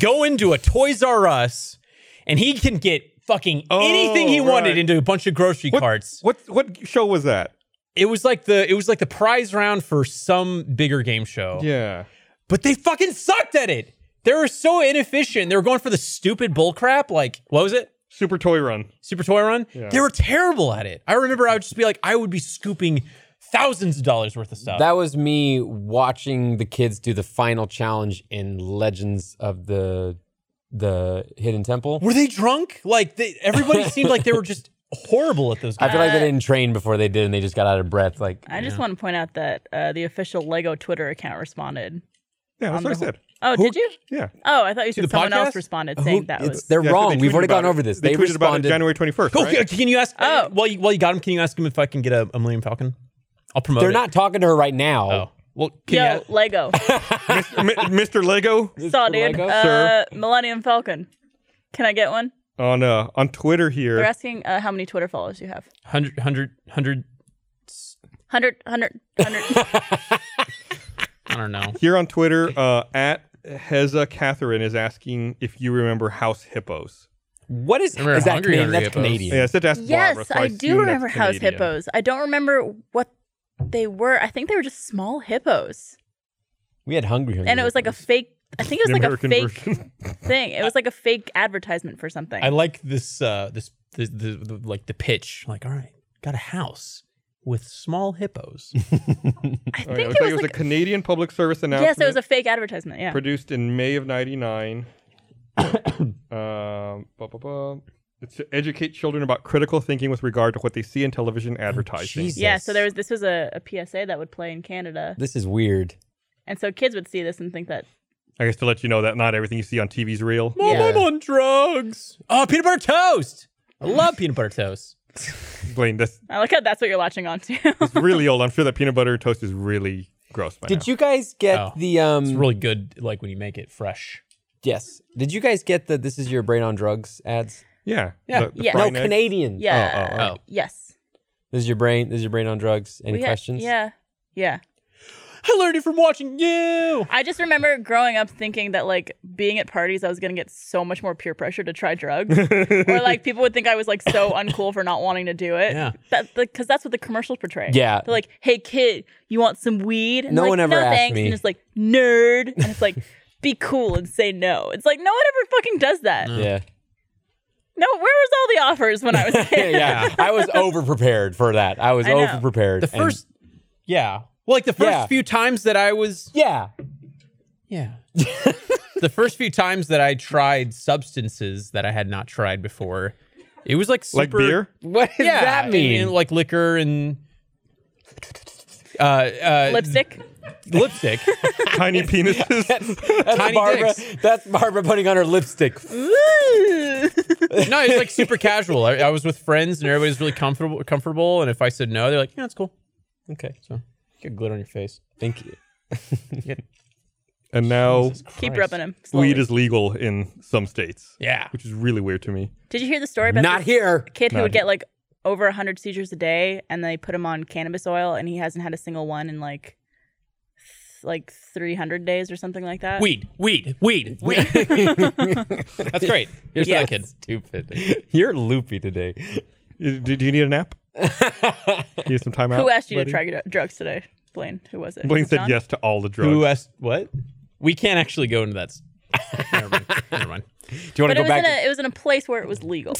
[SPEAKER 3] go into a Toys R Us, and he can get fucking anything he wanted
[SPEAKER 2] right.
[SPEAKER 3] into a bunch of grocery
[SPEAKER 2] What,
[SPEAKER 3] carts.
[SPEAKER 2] what what show was that?
[SPEAKER 3] It was like the it was like the prize round for some bigger game show.
[SPEAKER 2] Yeah.
[SPEAKER 3] but they fucking sucked at it. They were so inefficient. They were going for the stupid bullcrap. Like, what was it?
[SPEAKER 2] Super Toy Run.
[SPEAKER 3] Super Toy Run? They were terrible at it. I remember I would just be like, I would be scooping thousands of dollars worth of
[SPEAKER 4] Uh.
[SPEAKER 3] stuff.
[SPEAKER 1] that was me watching the kids do the final challenge in Legends of the the Hidden Temple.
[SPEAKER 3] were they drunk? Like, they, everybody seemed like they were just horrible at those
[SPEAKER 1] I
[SPEAKER 3] games.
[SPEAKER 1] feel like they didn't train before they did, and they just got out of breath. Like,
[SPEAKER 4] I just want to point out that uh, the official Lego Twitter account responded.
[SPEAKER 2] Yeah, that's
[SPEAKER 4] On
[SPEAKER 2] what I
[SPEAKER 4] the-
[SPEAKER 2] said.
[SPEAKER 4] Oh, did you?
[SPEAKER 2] Yeah.
[SPEAKER 4] Oh, I thought you
[SPEAKER 3] To
[SPEAKER 4] said
[SPEAKER 3] the
[SPEAKER 4] someone
[SPEAKER 3] podcast?
[SPEAKER 4] else responded saying
[SPEAKER 1] who-
[SPEAKER 4] that
[SPEAKER 1] it's-
[SPEAKER 4] was.
[SPEAKER 1] they're
[SPEAKER 2] Yeah, 'cause
[SPEAKER 1] wrong.
[SPEAKER 2] they
[SPEAKER 1] We've
[SPEAKER 2] tweeted
[SPEAKER 1] already gone
[SPEAKER 2] about it.
[SPEAKER 1] over this.
[SPEAKER 2] They,
[SPEAKER 1] They,
[SPEAKER 2] tweeted about it
[SPEAKER 1] responded.
[SPEAKER 2] January 21st,
[SPEAKER 3] Go,
[SPEAKER 2] right?
[SPEAKER 3] Can you ask?
[SPEAKER 4] Oh.
[SPEAKER 3] Well, you, well, you got him. Can you ask him if I can get a, a Millennium Falcon? I'll promote
[SPEAKER 1] They're
[SPEAKER 3] it.
[SPEAKER 1] not talking to her right now.
[SPEAKER 3] Oh. Well, can you
[SPEAKER 4] Yo,
[SPEAKER 3] ask-
[SPEAKER 4] Lego.
[SPEAKER 2] Mi- Mr. Lego
[SPEAKER 4] Saw, dude.
[SPEAKER 1] Lego?
[SPEAKER 4] Uh,
[SPEAKER 2] Sir.
[SPEAKER 4] Millennium Falcon. Can I get one?
[SPEAKER 2] on uh, on Twitter
[SPEAKER 4] They're
[SPEAKER 2] here.
[SPEAKER 4] asking uh, how many Twitter followers you have.
[SPEAKER 3] 100, 100, 100,
[SPEAKER 4] 100, 100, 100.
[SPEAKER 3] I don't know.
[SPEAKER 2] Here on Twitter, uh, at Heza Catherine is asking if you remember House Hippos.
[SPEAKER 1] What is
[SPEAKER 3] Remember
[SPEAKER 1] is that
[SPEAKER 3] Hungry
[SPEAKER 1] Canadian?
[SPEAKER 3] Hungry
[SPEAKER 1] That's
[SPEAKER 3] Hippos.
[SPEAKER 1] Canadian.
[SPEAKER 2] Yeah, I said to ask Barbara,
[SPEAKER 4] Yes,
[SPEAKER 2] so
[SPEAKER 4] I do
[SPEAKER 2] assume that's
[SPEAKER 4] remember house
[SPEAKER 2] Canadian.
[SPEAKER 4] hippos. I don't remember what they were. I think they were just small hippos.
[SPEAKER 1] We had hungry hungry.
[SPEAKER 4] and it was like a fake. I think it
[SPEAKER 2] The
[SPEAKER 4] was like
[SPEAKER 2] American
[SPEAKER 4] a fake
[SPEAKER 2] version.
[SPEAKER 4] thing. It was like a fake advertisement for something.
[SPEAKER 3] I like this uh this the, the, the like the pitch. Like, all right, got a house with small hippos.
[SPEAKER 2] Oh,
[SPEAKER 4] I think
[SPEAKER 2] yeah, looks
[SPEAKER 4] it
[SPEAKER 2] like
[SPEAKER 4] was,
[SPEAKER 2] it was a
[SPEAKER 4] like
[SPEAKER 2] Canadian public service announcement.
[SPEAKER 4] yes, it was a fake advertisement. Yeah,
[SPEAKER 2] produced in May of '99. um, bu- bu- bu. It's to educate children about critical thinking with regard to what they see in television
[SPEAKER 4] Oh,
[SPEAKER 2] advertising.
[SPEAKER 1] Jesus.
[SPEAKER 4] yeah. So there was this was a, a PSA that would play in Canada,
[SPEAKER 1] This is weird.
[SPEAKER 4] and so kids would see this and think that
[SPEAKER 2] I guess to let you know that not everything you see on TV is real.
[SPEAKER 3] Mom,
[SPEAKER 1] Yeah.
[SPEAKER 3] I'm on drugs. Oh, peanut butter toast. I love peanut butter toast.
[SPEAKER 2] Blaine, that's
[SPEAKER 4] I like how that's what you're latching on to.
[SPEAKER 2] it's really old. I'm sure that peanut butter toast is really gross. By
[SPEAKER 1] Did you guys get
[SPEAKER 3] Oh.
[SPEAKER 1] the um?
[SPEAKER 3] It's really good, like when you make it fresh.
[SPEAKER 1] yes. Did you guys get the "This is your brain on drugs" ads?
[SPEAKER 2] you? Yeah.
[SPEAKER 3] Yeah.
[SPEAKER 2] The, the
[SPEAKER 4] Yeah.
[SPEAKER 2] fried
[SPEAKER 1] No,
[SPEAKER 2] egg.
[SPEAKER 1] Canadian.
[SPEAKER 4] yeah.
[SPEAKER 2] Oh, oh,
[SPEAKER 3] oh.
[SPEAKER 4] Yes.
[SPEAKER 1] This is your brain. This is your brain on drugs. Any
[SPEAKER 4] We had-
[SPEAKER 1] questions?
[SPEAKER 4] yeah. Yeah.
[SPEAKER 3] I learned it from watching you.
[SPEAKER 4] I just remember growing up thinking that like being at parties, I was gonna get so much more peer pressure to try drugs, or like people would think I was like so uncool for not wanting to do it.
[SPEAKER 3] Yeah.
[SPEAKER 4] That because that's what the commercials portray.
[SPEAKER 1] Yeah.
[SPEAKER 4] They're like, "Hey kid, you want some weed?" And
[SPEAKER 1] No
[SPEAKER 4] they're
[SPEAKER 1] one
[SPEAKER 4] like,
[SPEAKER 1] ever
[SPEAKER 4] no,
[SPEAKER 1] asked
[SPEAKER 4] thanks.
[SPEAKER 1] me.
[SPEAKER 4] And it's like nerd, and it's like. Be cool and say no. It's like no one ever fucking does that.
[SPEAKER 1] Yeah.
[SPEAKER 4] No, where was all the offers when I was a kid?
[SPEAKER 1] yeah. I was over prepared for that. I was
[SPEAKER 4] I know.
[SPEAKER 1] over prepared.
[SPEAKER 3] The first, yeah. Well, like the first
[SPEAKER 1] Yeah.
[SPEAKER 3] few times that I was,
[SPEAKER 1] yeah.
[SPEAKER 3] yeah. the first few times that I tried substances that I had not tried before, it was like super,
[SPEAKER 2] Like beer?
[SPEAKER 1] What does
[SPEAKER 3] Yeah,
[SPEAKER 1] that
[SPEAKER 3] and-
[SPEAKER 1] mean?
[SPEAKER 3] and, like liquor and uh, uh,
[SPEAKER 4] Lipstick.
[SPEAKER 3] lipstick.
[SPEAKER 2] Tiny penises.
[SPEAKER 1] that's
[SPEAKER 3] tiny
[SPEAKER 1] Barbara.
[SPEAKER 3] dicks.
[SPEAKER 1] That's Barbara putting on her lipstick.
[SPEAKER 3] no, it's like super casual. I, I was with friends and everybody's really comfortable. Comfortable, and if I said no, they're like, "Yeah, it's cool."
[SPEAKER 1] Okay.
[SPEAKER 3] So get glitter on your face.
[SPEAKER 1] Thank you.
[SPEAKER 2] and now
[SPEAKER 4] Keep rubbing him.
[SPEAKER 2] weed
[SPEAKER 4] slowly.
[SPEAKER 2] is legal in some states.
[SPEAKER 3] Yeah.
[SPEAKER 2] Which is really weird to me.
[SPEAKER 4] Did you hear the story about
[SPEAKER 1] Not
[SPEAKER 4] this
[SPEAKER 1] here.
[SPEAKER 4] kid who
[SPEAKER 2] Not
[SPEAKER 4] would get like over 100 seizures a day and they put him on cannabis oil and he hasn't had a single one in like th- like 300 days or something like that.
[SPEAKER 3] Weed, weed, weed, weed. That's great. Here's to
[SPEAKER 4] Yes.
[SPEAKER 3] that kid.
[SPEAKER 1] Stupid. You're loopy today.
[SPEAKER 2] Do, do you need a nap? You need some time out?
[SPEAKER 4] Who asked you
[SPEAKER 2] buddy?
[SPEAKER 4] to try dr- drugs today? Blaine, who was it?
[SPEAKER 2] Blaine said
[SPEAKER 4] John?
[SPEAKER 2] yes to all the drugs.
[SPEAKER 3] Who asked what? We can't actually go into that. s- Never mind. Never mind.
[SPEAKER 1] Do you want
[SPEAKER 4] But
[SPEAKER 1] to
[SPEAKER 4] it
[SPEAKER 1] go
[SPEAKER 4] was, in
[SPEAKER 1] back?
[SPEAKER 4] a, it was in a place where it was legal.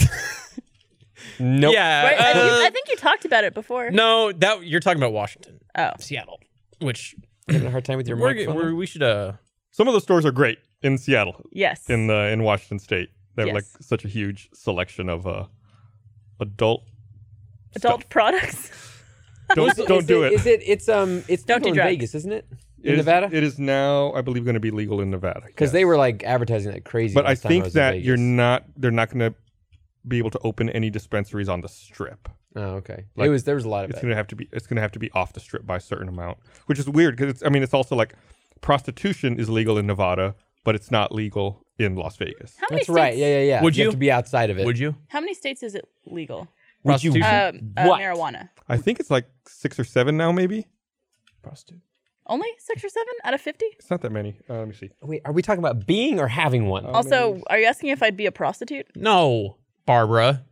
[SPEAKER 1] nope.
[SPEAKER 3] Yeah.
[SPEAKER 4] Right? I, think
[SPEAKER 3] uh,
[SPEAKER 4] you, I think you talked about it before.
[SPEAKER 3] no, that you're talking about Washington,
[SPEAKER 4] Oh.
[SPEAKER 3] Seattle, which
[SPEAKER 1] Having a hard time with your
[SPEAKER 3] we're,
[SPEAKER 1] microphone.
[SPEAKER 3] we're, we should. Uh,
[SPEAKER 2] Some of the stores are great in Seattle,
[SPEAKER 4] Yes.
[SPEAKER 2] in the in Washington State. They have like
[SPEAKER 4] Yes.
[SPEAKER 2] such a huge selection of uh, adult.
[SPEAKER 4] Adult products.
[SPEAKER 2] Don't don't do it.
[SPEAKER 1] Is it? It's um. It's
[SPEAKER 4] Don't
[SPEAKER 1] legal
[SPEAKER 4] do
[SPEAKER 1] in
[SPEAKER 4] drugs.
[SPEAKER 1] Vegas, isn't it?
[SPEAKER 2] It
[SPEAKER 1] In
[SPEAKER 2] is-
[SPEAKER 1] Nevada.
[SPEAKER 2] It is now, I believe, going to be legal in Nevada.
[SPEAKER 1] Because
[SPEAKER 2] yes.
[SPEAKER 1] they were like advertising that crazy.
[SPEAKER 2] But I
[SPEAKER 1] last time
[SPEAKER 2] think
[SPEAKER 1] was in
[SPEAKER 2] that
[SPEAKER 1] Vegas.
[SPEAKER 2] you're not. They're not going to be able to open any dispensaries on the Strip.
[SPEAKER 1] Oh, okay. it
[SPEAKER 2] Like,
[SPEAKER 1] was there was a lot of
[SPEAKER 2] It's
[SPEAKER 1] it.
[SPEAKER 2] going to have to be. It's going to have to be off the Strip by a certain amount, which is weird because it's. I mean, it's also like prostitution is legal in Nevada, but it's not legal in Las Vegas.
[SPEAKER 4] How many
[SPEAKER 1] That's
[SPEAKER 4] states,
[SPEAKER 1] right. Yeah, yeah, yeah.
[SPEAKER 3] Would
[SPEAKER 1] have
[SPEAKER 3] you?
[SPEAKER 1] to be outside of it?
[SPEAKER 3] would you?
[SPEAKER 4] How many states is it legal?
[SPEAKER 1] Would you?
[SPEAKER 4] Uh, uh,
[SPEAKER 1] What?
[SPEAKER 4] marijuana.
[SPEAKER 2] I think it's like six or seven now, maybe.
[SPEAKER 3] Prostitute.
[SPEAKER 4] Only 6 or 7 out of 50?
[SPEAKER 2] It's not that many. Uh, let me see.
[SPEAKER 1] Wait, are we talking about being or having one?
[SPEAKER 2] Oh.
[SPEAKER 4] Also, are you asking if I'd be a prostitute?
[SPEAKER 3] No, Barbara,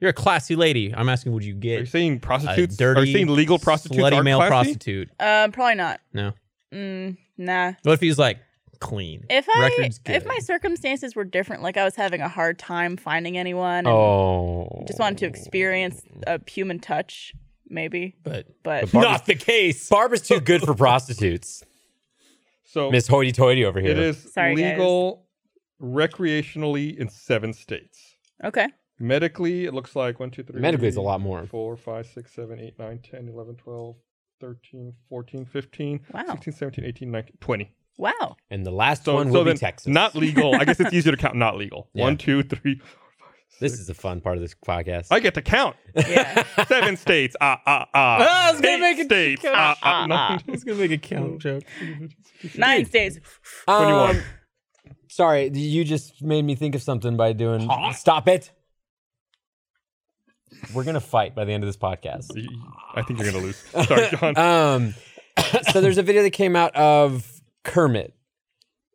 [SPEAKER 3] you're a classy lady. I'm asking, would you
[SPEAKER 2] Are you
[SPEAKER 3] get
[SPEAKER 1] uh,
[SPEAKER 2] saying
[SPEAKER 3] a
[SPEAKER 2] prostitutes?
[SPEAKER 3] dirty,
[SPEAKER 2] are you saying legal prostitutes
[SPEAKER 3] slutty
[SPEAKER 2] are
[SPEAKER 3] male
[SPEAKER 2] classy?
[SPEAKER 3] prostitute?
[SPEAKER 4] Um, probably not.
[SPEAKER 3] No.
[SPEAKER 4] Mm, nah.
[SPEAKER 3] What if he's like clean?
[SPEAKER 4] If I
[SPEAKER 3] Records good.
[SPEAKER 4] if my circumstances were different, like I was having a hard time finding anyone, and
[SPEAKER 1] oh,
[SPEAKER 4] just wanted to experience a human touch, maybe.
[SPEAKER 3] but
[SPEAKER 4] But
[SPEAKER 3] not the case.
[SPEAKER 1] Barbara's too good for prostitutes.
[SPEAKER 2] So
[SPEAKER 1] Miss Hoity Toity over here.
[SPEAKER 2] it is
[SPEAKER 4] Sorry, guys.
[SPEAKER 2] legal recreationally in seven states.
[SPEAKER 4] okay,
[SPEAKER 2] Medically, it looks like one, two, three.
[SPEAKER 1] Medically, it's a lot more.
[SPEAKER 2] Four, five, six, seven, eight, nine, 10, 11, 12, 13, 14, 15,
[SPEAKER 4] Wow.
[SPEAKER 2] 16, 17, 18, 19, 20.
[SPEAKER 4] wow,
[SPEAKER 1] And the last
[SPEAKER 2] So,
[SPEAKER 1] one
[SPEAKER 2] so
[SPEAKER 1] will
[SPEAKER 2] then
[SPEAKER 1] be Texas.
[SPEAKER 2] not legal. I guess it's easier to count not legal.
[SPEAKER 1] Yeah.
[SPEAKER 2] One, two, three.
[SPEAKER 1] This is the fun part of this podcast.
[SPEAKER 2] I get to count.
[SPEAKER 4] yeah,
[SPEAKER 2] Seven states. Ah, ah, ah.
[SPEAKER 3] Ah, I was gonna
[SPEAKER 2] Eight
[SPEAKER 3] make it-
[SPEAKER 2] states. Ah, ah, nine.
[SPEAKER 3] gonna make a count joke.
[SPEAKER 4] nine states.
[SPEAKER 1] Um,
[SPEAKER 3] Uh,
[SPEAKER 2] 21.
[SPEAKER 1] sorry, you just made me think of something by doing. Stop it. We're gonna fight by the end of this podcast.
[SPEAKER 2] I think you're gonna lose. Sorry, John.
[SPEAKER 1] Um, so there's a video that came out of Kermit,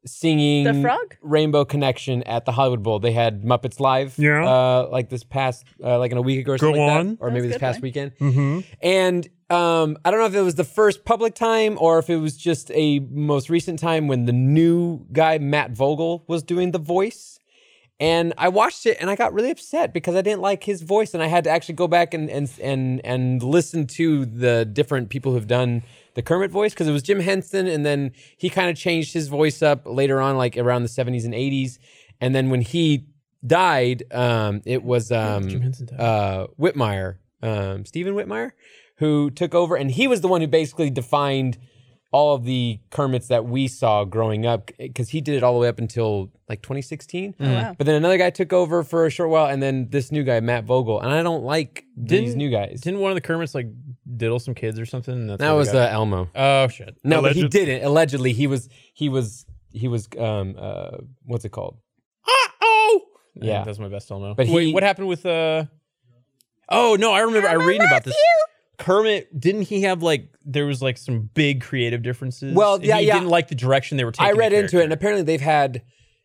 [SPEAKER 1] singing
[SPEAKER 4] The Frog?
[SPEAKER 1] Rainbow Connection at the Hollywood Bowl. They had Muppets Live,
[SPEAKER 3] Yeah.
[SPEAKER 1] uh, like this past, uh, like in a week ago or something like that,
[SPEAKER 3] on.
[SPEAKER 1] or maybe this
[SPEAKER 4] That's good,
[SPEAKER 1] past
[SPEAKER 4] right?
[SPEAKER 1] weekend.
[SPEAKER 3] Mm-hmm.
[SPEAKER 1] And um, I don't know if it was the first public time or if it was just a most recent time when the new guy, Matt Vogel, was doing the voice. And I watched it and I got really upset because I didn't like his voice. And I had to actually go back and, and, and, and listen to the different people who've done the Kermit voice because it was Jim Henson. And then he kind of changed his voice up later on, like around the 70s and 80s. And then when he died, um, it was um,
[SPEAKER 3] Jim Henson died.
[SPEAKER 1] uh, Whitmire, um, Stephen Whitmire, who took over, and he was the one who basically defined all of the Kermits that we saw growing up, because he did it all the way up until like 2016.
[SPEAKER 3] Oh,
[SPEAKER 4] wow.
[SPEAKER 1] But then another guy took over for a short while, and then this new guy, Matt Vogel, and I don't like these
[SPEAKER 3] Didn't-
[SPEAKER 1] new guys.
[SPEAKER 3] Didn't one of the Kermits like diddle some kids or something? and that's
[SPEAKER 1] That
[SPEAKER 3] how we
[SPEAKER 1] was
[SPEAKER 3] got-
[SPEAKER 1] uh, Elmo.
[SPEAKER 3] Oh shit.
[SPEAKER 1] No, but he
[SPEAKER 2] Alleged-
[SPEAKER 1] didn't. Allegedly, he was he was he was um uh what's it called?
[SPEAKER 3] Oh.
[SPEAKER 1] Yeah.
[SPEAKER 3] that's my best Elmo.
[SPEAKER 1] But
[SPEAKER 3] But
[SPEAKER 1] he-
[SPEAKER 3] Wait, what happened with uh? Oh no, I remember. I reading about this. Kermit didn't he have like there was like some big creative differences?
[SPEAKER 1] Well,
[SPEAKER 3] And
[SPEAKER 1] yeah,
[SPEAKER 3] he
[SPEAKER 1] yeah.
[SPEAKER 3] Didn't like the direction they were taking.
[SPEAKER 1] I
[SPEAKER 3] the
[SPEAKER 1] read into it, and
[SPEAKER 3] character.
[SPEAKER 1] apparently they've had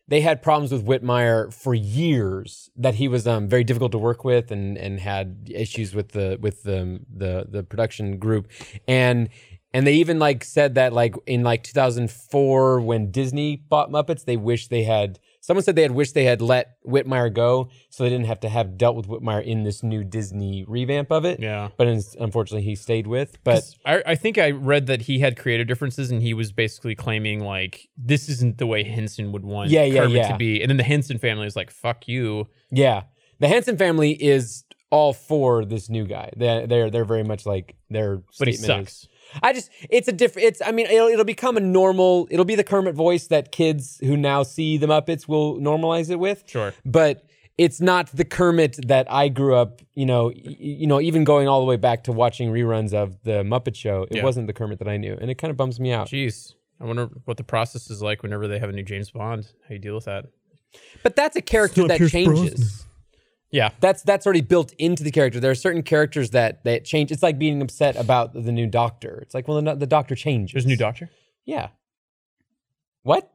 [SPEAKER 1] they had problems with Whitmire for years. That he was um, very difficult to work with, and and had issues with the with the the the production group, and and they even like said that like in like 2004 when Disney bought Muppets, they wished they had. Someone said they had wished they had let Whitmire go, so they didn't have to have dealt with Whitmire in this new Disney revamp of it.
[SPEAKER 3] Yeah.
[SPEAKER 1] But ins- unfortunately, he stayed with. But
[SPEAKER 3] I, I think I read that he had creative differences, and he was basically claiming like this isn't the way Henson would want
[SPEAKER 1] Yeah, yeah,
[SPEAKER 3] Kermit
[SPEAKER 1] yeah.
[SPEAKER 3] to be. And then the Henson family is like, "Fuck you."
[SPEAKER 1] Yeah, the Hanson family is all for this new guy. They're they're, they're very much like their
[SPEAKER 3] But he
[SPEAKER 1] statement is-
[SPEAKER 3] sucks.
[SPEAKER 1] I just it's a different. It's I mean it'll it'll become a normal. It'll be the Kermit voice that kids who now see the Muppets will normalize it with.
[SPEAKER 3] Sure.
[SPEAKER 1] but. It's not the Kermit that I grew up, you know, y- y- you know, even going all the way back to watching reruns of the Muppet Show, it
[SPEAKER 3] Yeah.
[SPEAKER 1] wasn't the Kermit that I knew, and it kind of bums me out.
[SPEAKER 3] Jeez, I wonder what the process is like whenever they have a new James Bond. How you deal with that?
[SPEAKER 1] But that's a character that changes.
[SPEAKER 3] Yeah,
[SPEAKER 1] that's that's already built into the character. There are certain characters that that change. It's like being upset about the new doctor. It's like, well, the, the doctor changes.
[SPEAKER 3] there's a new doctor.
[SPEAKER 1] Yeah. What?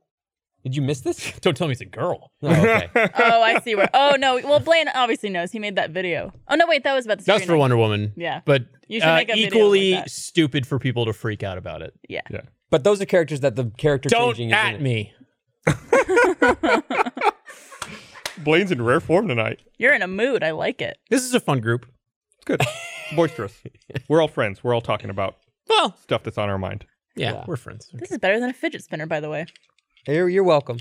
[SPEAKER 1] Did you miss this?
[SPEAKER 3] Don't tell me it's a girl.
[SPEAKER 1] Oh, okay.
[SPEAKER 4] oh, I see where. Oh no. Well, Blaine obviously knows. He made that video. Oh no, wait, that was about the.
[SPEAKER 3] That's
[SPEAKER 4] Sabrina.
[SPEAKER 3] for Wonder Woman.
[SPEAKER 4] Yeah.
[SPEAKER 3] but
[SPEAKER 4] You should
[SPEAKER 3] uh,
[SPEAKER 4] make a video
[SPEAKER 3] equally
[SPEAKER 4] like that.
[SPEAKER 3] stupid for people to freak out about it.
[SPEAKER 4] Yeah.
[SPEAKER 1] But those are characters that the character
[SPEAKER 3] Don't
[SPEAKER 1] changing is in
[SPEAKER 3] at
[SPEAKER 1] it.
[SPEAKER 3] me.
[SPEAKER 2] Blaine's in rare form tonight.
[SPEAKER 4] You're in a mood. I like it.
[SPEAKER 3] This is a fun group.
[SPEAKER 2] It's good. Boisterous. We're all friends. We're all talking about
[SPEAKER 3] Well,
[SPEAKER 2] stuff that's on our mind.
[SPEAKER 3] yeah,
[SPEAKER 1] Yeah.
[SPEAKER 3] we're friends.
[SPEAKER 4] This is better than a fidget spinner, by the way.
[SPEAKER 1] You're, you're welcome.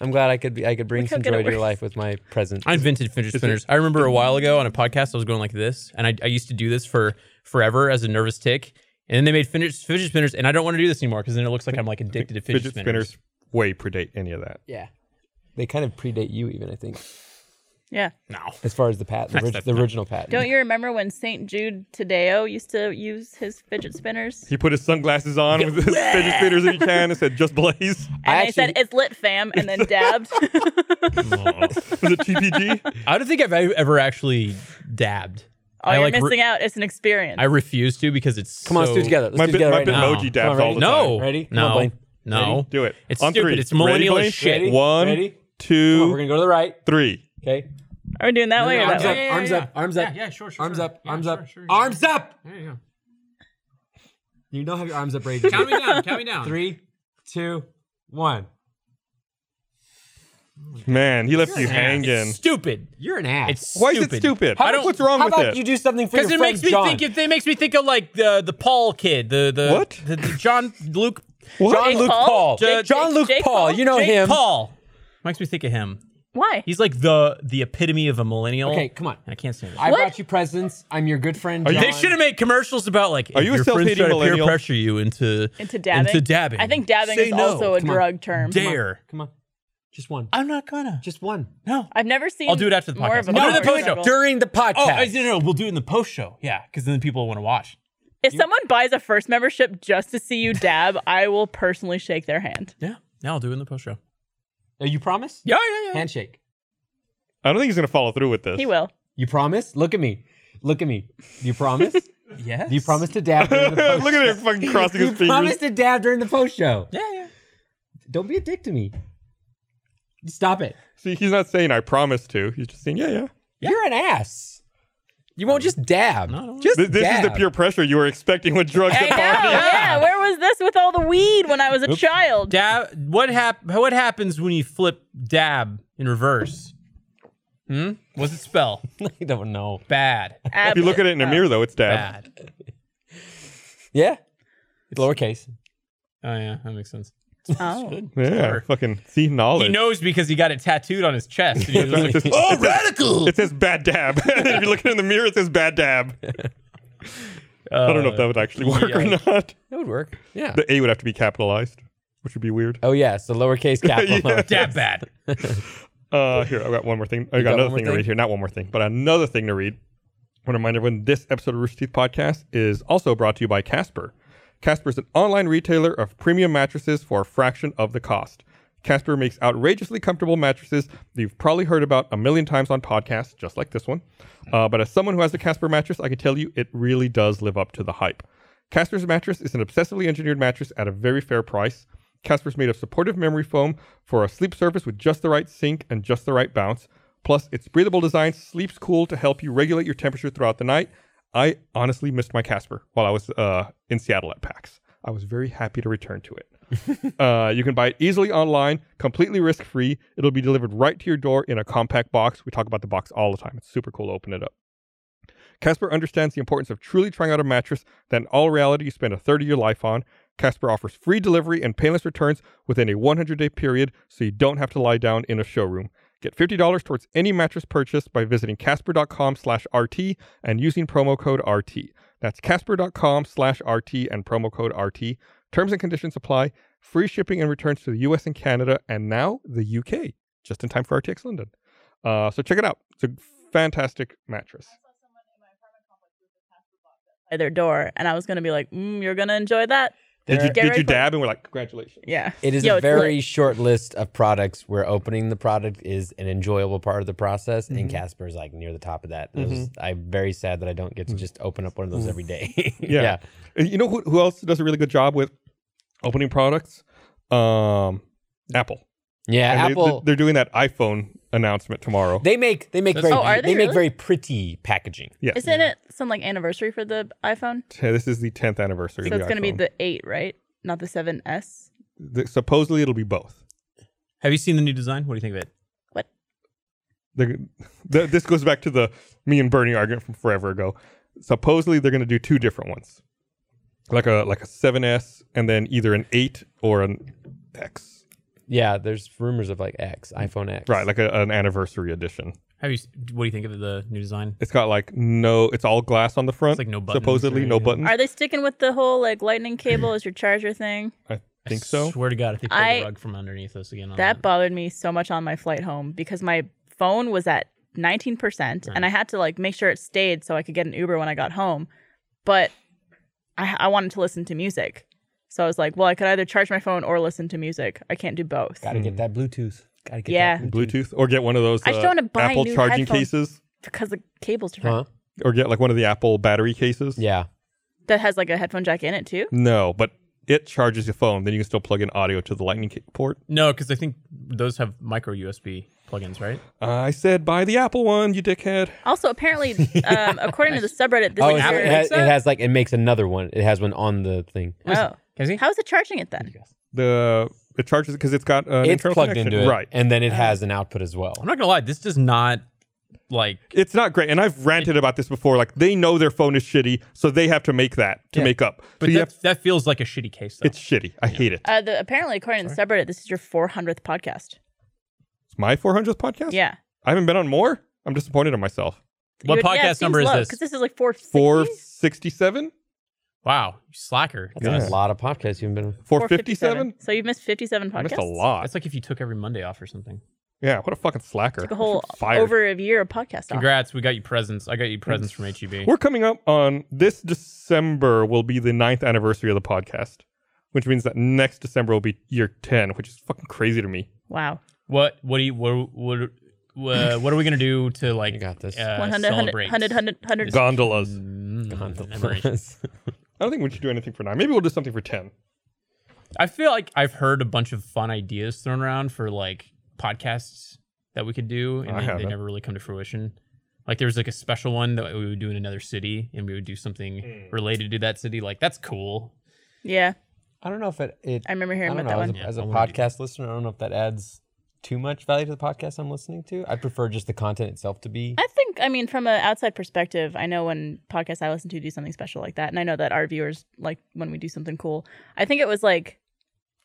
[SPEAKER 1] I'm glad I could be I could bring
[SPEAKER 4] Look how
[SPEAKER 1] some
[SPEAKER 4] good it
[SPEAKER 1] joy to your life
[SPEAKER 4] works.
[SPEAKER 1] with my presence.
[SPEAKER 3] I invented fidget spinners. I remember a while ago on a podcast, I was going like this, and I, I used to do this for forever as a nervous tick. And then they made fidget, fidget spinners, and I don't want to do this anymore because then it looks like I'm like addicted to fidget,
[SPEAKER 2] Fidget
[SPEAKER 3] spinners.
[SPEAKER 2] spinners way predate any of that.
[SPEAKER 1] yeah. They kind of predate you even, I think,
[SPEAKER 4] Yeah.
[SPEAKER 3] No.
[SPEAKER 1] as far as the patent, the, orig-
[SPEAKER 3] that's
[SPEAKER 1] the
[SPEAKER 3] not-
[SPEAKER 1] original patent.
[SPEAKER 4] Don't you remember when St. Jude Tadeo used to use his fidget spinners?
[SPEAKER 2] He put his sunglasses on with his fidget spinners in each hand and said, just blaze.
[SPEAKER 4] And
[SPEAKER 1] I
[SPEAKER 4] I, said,
[SPEAKER 1] actually-
[SPEAKER 4] it's lit, fam, and then dabbed. Oh,
[SPEAKER 2] Was it TPG?
[SPEAKER 3] I don't think I've e- ever actually dabbed.
[SPEAKER 4] oh,
[SPEAKER 3] I
[SPEAKER 4] you're
[SPEAKER 3] like re-
[SPEAKER 4] missing out. It's an experience.
[SPEAKER 3] I refuse to because it's
[SPEAKER 1] Come on,
[SPEAKER 3] so-
[SPEAKER 1] let's do it together. Let's
[SPEAKER 2] my
[SPEAKER 1] do it
[SPEAKER 2] bit-
[SPEAKER 1] together
[SPEAKER 2] my
[SPEAKER 1] right now.
[SPEAKER 2] Bitmoji
[SPEAKER 1] Come
[SPEAKER 2] dabs
[SPEAKER 1] on, ready?
[SPEAKER 2] all the
[SPEAKER 3] No.
[SPEAKER 1] Ready? Come
[SPEAKER 3] No.
[SPEAKER 1] on, Blaine.
[SPEAKER 3] No.
[SPEAKER 1] Ready?
[SPEAKER 2] Do it.
[SPEAKER 3] It's
[SPEAKER 2] On
[SPEAKER 3] stupid.
[SPEAKER 2] three.
[SPEAKER 3] It's millennial
[SPEAKER 2] Ready,
[SPEAKER 3] as shit.
[SPEAKER 1] Ready?
[SPEAKER 2] One,
[SPEAKER 1] Ready? Come on, we're
[SPEAKER 2] two,
[SPEAKER 1] gonna go to the right.
[SPEAKER 2] three.
[SPEAKER 1] Okay.
[SPEAKER 4] Are we doing that way or that
[SPEAKER 1] Arms
[SPEAKER 4] way?
[SPEAKER 1] up, arms up, arms up.
[SPEAKER 3] Yeah, yeah, sure, sure,
[SPEAKER 1] Arms
[SPEAKER 3] sure.
[SPEAKER 1] up,
[SPEAKER 3] Yeah,
[SPEAKER 1] arms
[SPEAKER 3] sure,
[SPEAKER 1] up,
[SPEAKER 3] sure, yeah.
[SPEAKER 1] arms up.
[SPEAKER 3] There you go.
[SPEAKER 1] You don't have your arms up, Brady.
[SPEAKER 3] me down. Count me down.
[SPEAKER 1] Three, two, one.
[SPEAKER 2] Man, he left you hanging.
[SPEAKER 3] It's stupid.
[SPEAKER 1] You're an ass.
[SPEAKER 3] It's
[SPEAKER 2] Why is
[SPEAKER 3] stupid.
[SPEAKER 2] it stupid?
[SPEAKER 1] How
[SPEAKER 2] I
[SPEAKER 1] about
[SPEAKER 2] don't,
[SPEAKER 1] you-
[SPEAKER 2] what's wrong
[SPEAKER 1] how
[SPEAKER 2] with
[SPEAKER 1] about
[SPEAKER 2] it?
[SPEAKER 1] you do something for your
[SPEAKER 3] Because it
[SPEAKER 1] friend
[SPEAKER 3] makes me
[SPEAKER 1] John?
[SPEAKER 3] think. It, it makes me think of like the the Paul kid, the the
[SPEAKER 2] What?
[SPEAKER 3] the, the John Luke
[SPEAKER 2] What?
[SPEAKER 1] John
[SPEAKER 4] Jake
[SPEAKER 1] Luke
[SPEAKER 4] Paul?
[SPEAKER 1] Paul.
[SPEAKER 4] Jake-
[SPEAKER 1] John
[SPEAKER 4] Jake-
[SPEAKER 1] Luke
[SPEAKER 4] Jake
[SPEAKER 1] Paul.
[SPEAKER 4] Paul?
[SPEAKER 1] You know
[SPEAKER 3] Jake
[SPEAKER 1] him.
[SPEAKER 3] Paul. Makes me think of him.
[SPEAKER 4] Why?
[SPEAKER 3] He's like the the epitome of a millennial.
[SPEAKER 1] Okay, come on.
[SPEAKER 3] And I can't stand it.
[SPEAKER 1] I
[SPEAKER 4] What?
[SPEAKER 1] brought you presents. I'm your good friend.
[SPEAKER 2] Are you-
[SPEAKER 1] John.
[SPEAKER 3] They should have made commercials about like
[SPEAKER 2] Are you a
[SPEAKER 3] if your friends
[SPEAKER 2] self-hating
[SPEAKER 3] try to peer
[SPEAKER 2] millennial?
[SPEAKER 3] pressure you into
[SPEAKER 4] Into dabbing?
[SPEAKER 3] Into dabbing.
[SPEAKER 4] I think dabbing
[SPEAKER 3] Say
[SPEAKER 4] is
[SPEAKER 3] no.
[SPEAKER 4] also a
[SPEAKER 1] Come on.
[SPEAKER 4] drug term.
[SPEAKER 3] dare.
[SPEAKER 1] Come on. Just one.
[SPEAKER 3] I'm not gonna.
[SPEAKER 1] Just one.
[SPEAKER 3] No.
[SPEAKER 4] I've never seen
[SPEAKER 3] I'll do it after the
[SPEAKER 4] more
[SPEAKER 3] podcast.
[SPEAKER 4] of a
[SPEAKER 3] No,
[SPEAKER 4] power
[SPEAKER 3] the post-
[SPEAKER 4] struggle.
[SPEAKER 1] During the podcast.
[SPEAKER 3] Oh, I, no, no, we'll do it in the post show. Yeah, because then people want to watch.
[SPEAKER 4] If someone buys a first membership just to see you dab, I will personally shake their hand.
[SPEAKER 3] Yeah, now I'll do it in the post show.
[SPEAKER 1] Are you promise?
[SPEAKER 3] Yeah, yeah,
[SPEAKER 1] Handshake.
[SPEAKER 2] I don't think he's going to follow through with this.
[SPEAKER 4] He will.
[SPEAKER 1] You promise? Look at me. Look at me. You promise? do
[SPEAKER 3] Yes.
[SPEAKER 1] you promise to dab during the post?
[SPEAKER 2] Look at him fucking crossing
[SPEAKER 1] you
[SPEAKER 2] his fingers.
[SPEAKER 1] promise to dab during the post show.
[SPEAKER 3] Yeah, yeah.
[SPEAKER 1] Don't be a dick to me. Stop it.
[SPEAKER 2] See, he's not saying I promise to. He's just saying, yeah, yeah.
[SPEAKER 1] You're an ass. You won't just dab. Just
[SPEAKER 2] Th- This is the
[SPEAKER 1] dab.
[SPEAKER 2] pure pressure you were expecting with drugs
[SPEAKER 4] I
[SPEAKER 2] at
[SPEAKER 4] know.
[SPEAKER 2] party.
[SPEAKER 4] Yeah. Where was this with all the weed when I was a child?
[SPEAKER 3] Dab. What hap- What happens when you flip dab in reverse? Hmm. What's it spell?
[SPEAKER 1] I don't know.
[SPEAKER 3] Bad.
[SPEAKER 2] If you look at it in a mirror, though, it's dab.
[SPEAKER 3] Bad.
[SPEAKER 1] Yeah. It's lowercase.
[SPEAKER 3] Oh yeah, that makes sense.
[SPEAKER 4] Oh.
[SPEAKER 2] Yeah, fucking see knowledge.
[SPEAKER 3] He knows because he got it tattooed on his chest. And he was
[SPEAKER 2] it,
[SPEAKER 3] like,
[SPEAKER 2] says, oh, radical! It says bad dab. if you look in the mirror, it says bad dab. I don't know if that would actually work or
[SPEAKER 3] yeah.
[SPEAKER 2] not.
[SPEAKER 1] That would work. Yeah.
[SPEAKER 2] The A would have to be capitalized, which would be weird.
[SPEAKER 1] oh yeah. So lowercase capital.
[SPEAKER 2] Yeah.
[SPEAKER 3] dab bad.
[SPEAKER 2] Uh, here, I've got one more thing. I
[SPEAKER 1] got
[SPEAKER 2] got,
[SPEAKER 1] one
[SPEAKER 2] another
[SPEAKER 1] more
[SPEAKER 2] thing, to
[SPEAKER 1] thing?
[SPEAKER 2] read here. Not one more thing, but another thing to read. I want to remind everyone this episode of Rooster Teeth Podcast is also brought to you by Casper. Casper is an online retailer of premium mattresses for a fraction of the cost. Casper makes outrageously comfortable mattresses that you've probably heard about a million times on podcasts, just like this one. Uh, but as someone who has a Casper mattress, I can tell you it really does live up to the hype. Casper's mattress is an obsessively engineered mattress at a very fair price. Casper's made of supportive memory foam for a sleep surface with just the right sink and just the right bounce. Plus, its breathable design sleeps cool to help you regulate your temperature throughout the night. I honestly missed my Casper while I was uh, in Seattle at PAX. I was very happy to return to it. uh, you can buy it easily online, completely risk free. It'll be delivered right to your door in a compact box. We talk about the box all the time. It's super cool to open it up. Casper understands the importance of truly trying out a mattress that in all reality you spend a third of your life on. Casper offers free delivery and painless returns within a 100 day period so you don't have to lie down in a showroom. Get $50 towards any mattress purchase by visiting casper.com slash RT and using promo code RT. That's casper.com slash RT and promo code RT. Terms and conditions apply. Free shipping and returns to the US and Canada and now the UK, just in time for RTX London. Uh, so check it out. It's a fantastic mattress.
[SPEAKER 4] By their door, and I was gonna be like, mm, "You're gonna enjoy that."
[SPEAKER 2] Did you,
[SPEAKER 4] Get
[SPEAKER 2] did
[SPEAKER 4] ready
[SPEAKER 2] you
[SPEAKER 4] for it.
[SPEAKER 2] dab and we're like, congratulations.
[SPEAKER 4] Yeah.
[SPEAKER 1] It is
[SPEAKER 4] Yo,
[SPEAKER 1] a
[SPEAKER 4] it's lit.
[SPEAKER 1] very short list of products where opening the product is an enjoyable part of the process, and Casper is like near the top of that. It was- I'm very sad that I don't get to just open up one of those every day.
[SPEAKER 2] Yeah. And You know who, who else does a really good job with opening products? Um, Apple.
[SPEAKER 1] Yeah,
[SPEAKER 2] And they-
[SPEAKER 1] Apple. They,
[SPEAKER 2] They, are doing that iPhone announcement tomorrow.
[SPEAKER 1] make they make very
[SPEAKER 4] Oh, are
[SPEAKER 1] they,
[SPEAKER 4] they
[SPEAKER 1] make
[SPEAKER 4] really?
[SPEAKER 1] very pretty packaging.
[SPEAKER 2] yeah.
[SPEAKER 4] Isn't it some like anniversary for the iPhone?
[SPEAKER 2] Yeah, this is the 10th anniversary.
[SPEAKER 4] So
[SPEAKER 2] of
[SPEAKER 4] it's gonna be
[SPEAKER 2] iPhone.
[SPEAKER 4] the eight, right? Not the 7S.
[SPEAKER 2] The- supposedly it'll be both.
[SPEAKER 3] Have you seen the new design? What do you think of it?
[SPEAKER 4] What?
[SPEAKER 2] They're- th- this goes back to the me and Bernie argument from forever ago. Supposedly they're going to do two different ones, like a like a 7s and then either an 8 or an X.
[SPEAKER 1] Yeah, there's rumors of like X, iPhone X.
[SPEAKER 2] Right, like a, an anniversary edition.
[SPEAKER 3] Have you? s- What do you think of the new design?
[SPEAKER 2] It's got like no, it's all glass on the front.
[SPEAKER 3] It's like no buttons
[SPEAKER 2] Supposedly
[SPEAKER 3] or
[SPEAKER 2] no
[SPEAKER 3] anything.
[SPEAKER 2] buttons.
[SPEAKER 4] Are they sticking with the whole like lightning cable as your charger thing?
[SPEAKER 2] I think so.
[SPEAKER 3] Swear to God, if they pull
[SPEAKER 4] I-
[SPEAKER 3] the rug from underneath us again, on
[SPEAKER 1] Um,
[SPEAKER 4] That bothered me so much on my flight home because my phone was at 19% and I had to like make sure it stayed so I could get an Uber when I got home. But I, I wanted to listen to music. So I was like, well, I could either charge my phone or listen to music. I can't do both.
[SPEAKER 1] Gotta get that Bluetooth. Gotta get
[SPEAKER 4] Yeah.
[SPEAKER 1] that
[SPEAKER 2] Bluetooth or get one of those
[SPEAKER 4] I just
[SPEAKER 2] uh,
[SPEAKER 4] wanna buy
[SPEAKER 2] Apple
[SPEAKER 4] new
[SPEAKER 2] charging
[SPEAKER 4] headphones.
[SPEAKER 2] cases
[SPEAKER 4] Because the cable's different.
[SPEAKER 1] Huh?
[SPEAKER 2] or get like one of the Apple battery cases.
[SPEAKER 1] Yeah.
[SPEAKER 4] That has like a headphone jack in it too.
[SPEAKER 2] No, but it charges your phone. Then you can still plug in audio to the lightning ca- port.
[SPEAKER 3] No, because I think those have micro USB plugins, right?
[SPEAKER 2] I said buy the Apple one, you dickhead.
[SPEAKER 4] Also, apparently, um, according to the subreddit, this
[SPEAKER 1] Oh,
[SPEAKER 4] is
[SPEAKER 1] it's-
[SPEAKER 4] your,
[SPEAKER 1] it, has, it has like it makes another one. It has one on the thing.
[SPEAKER 4] oh.
[SPEAKER 3] Can I see?
[SPEAKER 4] How is it charging it then?
[SPEAKER 2] The it charges because it's got an
[SPEAKER 1] it's
[SPEAKER 2] internal
[SPEAKER 1] plugged
[SPEAKER 2] connection.
[SPEAKER 1] into it,
[SPEAKER 2] right?
[SPEAKER 1] And then it has an output as well.
[SPEAKER 3] I'm not gonna lie, this does not like
[SPEAKER 2] It's not great, and I've ranted about this before. Like they know their phone is shitty, so they have to make that to
[SPEAKER 1] Yeah.
[SPEAKER 2] make up. So
[SPEAKER 3] but
[SPEAKER 2] you
[SPEAKER 3] that,
[SPEAKER 2] have,
[SPEAKER 3] that feels like a shitty case though.
[SPEAKER 2] it's shitty. I hate it.
[SPEAKER 4] Uh, the, apparently, according to the subreddit, this is your 400th podcast.
[SPEAKER 2] It's my 400th podcast.
[SPEAKER 4] Yeah.
[SPEAKER 2] I haven't been on more. I'm disappointed in myself.
[SPEAKER 3] What podcast number is this?
[SPEAKER 4] Because this is like 460?
[SPEAKER 2] Four sixty-seven.
[SPEAKER 3] wow, you slacker. It's,
[SPEAKER 1] That's a lot of podcasts you've been. on.
[SPEAKER 2] 457?
[SPEAKER 4] So you've missed 57 podcasts?
[SPEAKER 2] I missed a lot.
[SPEAKER 3] it's like if you took every Monday off or something.
[SPEAKER 2] yeah, what a fucking slacker.
[SPEAKER 4] Took a whole
[SPEAKER 2] Fired.
[SPEAKER 4] over a year of podcast off.
[SPEAKER 3] Congrats, we got you presents. I got you presents from E HEB.
[SPEAKER 2] We're coming up on this December will be the ninth anniversary of the podcast, which means that next December will be year 10, which is fucking crazy to me.
[SPEAKER 4] Wow.
[SPEAKER 3] What what do you what what, uh, what are we gonna do to like
[SPEAKER 1] You got this.
[SPEAKER 3] Uh,
[SPEAKER 4] 100, 100,
[SPEAKER 3] celebrate?
[SPEAKER 4] 100, 100, 100.
[SPEAKER 2] Gondolas.
[SPEAKER 3] Mm,
[SPEAKER 1] on the
[SPEAKER 3] memory.
[SPEAKER 1] list.
[SPEAKER 2] I don't think we should do anything for nine. Maybe we'll do something for 10.
[SPEAKER 3] I feel like I've heard a bunch of fun ideas thrown around for like podcasts that we could do, and
[SPEAKER 2] I
[SPEAKER 3] they, they
[SPEAKER 2] haven't.
[SPEAKER 3] never really come to fruition. Like there was like a special one that we would do in another city, and we would do something related to that city. Like that's cool.
[SPEAKER 4] Yeah,
[SPEAKER 1] I don't know if it. it
[SPEAKER 4] I remember hearing
[SPEAKER 1] I don't
[SPEAKER 4] about
[SPEAKER 1] know, as
[SPEAKER 4] that one.
[SPEAKER 1] a, as a
[SPEAKER 3] I wanna do
[SPEAKER 1] podcast listener, I don't know if that adds too much value to the podcast I'm listening to. I prefer just the content itself to be.
[SPEAKER 4] I think, I mean, from an outside perspective, I know when podcasts I listen to do something special like that, and I know that our viewers like when we do something cool. I think it was like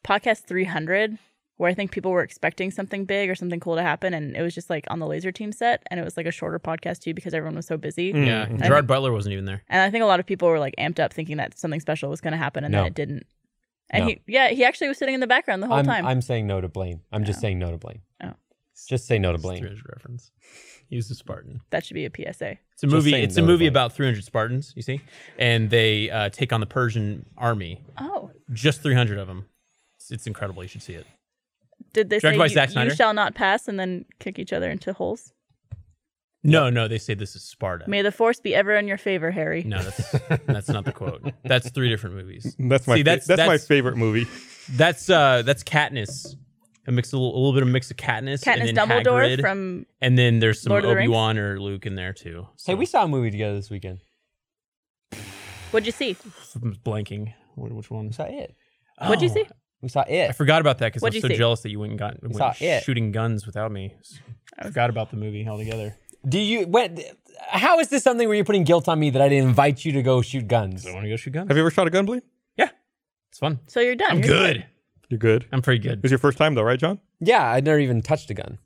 [SPEAKER 4] podcast 300, where I think people were expecting something big or something cool to happen, and it was just like on the laser team set, and it was like a shorter podcast too because everyone was so busy.
[SPEAKER 1] Hmm.
[SPEAKER 3] Yeah,
[SPEAKER 2] Hmm.
[SPEAKER 3] Gerard Butler wasn't even there.
[SPEAKER 4] And I think a lot of people were like amped up thinking that something special was going to happen, and
[SPEAKER 1] No.
[SPEAKER 4] then it didn't. And
[SPEAKER 1] No.
[SPEAKER 4] he, yeah, he actually was sitting in the background the whole
[SPEAKER 1] I'm,
[SPEAKER 4] time.
[SPEAKER 1] I'm saying no to Blaine. I'm just saying no to Blaine.
[SPEAKER 4] Oh.
[SPEAKER 1] Just say no to Blaine.
[SPEAKER 3] 300 reference. He was a Spartan.
[SPEAKER 4] that should be a PSA.
[SPEAKER 3] It's a
[SPEAKER 1] Just
[SPEAKER 3] movie.
[SPEAKER 1] saying
[SPEAKER 3] It's a
[SPEAKER 1] no to
[SPEAKER 3] movie
[SPEAKER 1] Blaine.
[SPEAKER 3] about 300 Spartans. You see, and they uh, take on the Persian army.
[SPEAKER 4] Oh,
[SPEAKER 3] Just 300 of them. It's, it's incredible. You should see it.
[SPEAKER 4] did they
[SPEAKER 3] Directed by
[SPEAKER 4] say
[SPEAKER 3] Zack
[SPEAKER 4] you- you,
[SPEAKER 3] Snyder?
[SPEAKER 4] shall not pass and then kick each other into holes?
[SPEAKER 3] No, no, they say this is Sparta.
[SPEAKER 4] May the force be ever in your favor, Harry.
[SPEAKER 3] Uh, No, that's that's not the quote. That's three different movies.
[SPEAKER 2] That's my
[SPEAKER 3] See,
[SPEAKER 2] fa-
[SPEAKER 3] that's-
[SPEAKER 2] that's, my
[SPEAKER 3] that's-
[SPEAKER 2] favorite movie.
[SPEAKER 3] That's uh that's Katniss. A mix a little, a little bit of mix of Katniss,
[SPEAKER 4] Katniss
[SPEAKER 3] and then
[SPEAKER 4] Dumbledore
[SPEAKER 3] Hagrid,
[SPEAKER 4] from
[SPEAKER 3] and then there's some
[SPEAKER 4] Lord of the
[SPEAKER 3] Obi
[SPEAKER 4] Rings?
[SPEAKER 3] Wan or Luke in there too. So
[SPEAKER 1] Hey, we saw a movie together this weekend.
[SPEAKER 4] what'd you see?
[SPEAKER 3] I'm blanking. What, which one?
[SPEAKER 1] We saw it.
[SPEAKER 4] What'd you
[SPEAKER 3] Oh,
[SPEAKER 4] see?
[SPEAKER 1] We saw
[SPEAKER 3] I
[SPEAKER 1] it.
[SPEAKER 3] forgot about that because I
[SPEAKER 4] What'd
[SPEAKER 3] was
[SPEAKER 4] you
[SPEAKER 3] so
[SPEAKER 4] see?
[SPEAKER 3] jealous that you went and got went
[SPEAKER 1] saw it.
[SPEAKER 3] shooting guns without me. I forgot about the movie altogether.
[SPEAKER 1] Do you? What? How is this something where you're putting guilt on me that I didn't invite you to go shoot guns?
[SPEAKER 3] I want to go shoot guns.
[SPEAKER 2] Have you ever shot a gun, Blaine?
[SPEAKER 3] Yeah, it's fun.
[SPEAKER 4] So you're done.
[SPEAKER 3] I'm
[SPEAKER 4] You're
[SPEAKER 3] good.
[SPEAKER 2] You're good. It
[SPEAKER 3] I'm pretty good.
[SPEAKER 2] was your first time though, right, John?
[SPEAKER 1] Yeah, I'd never even touched a gun.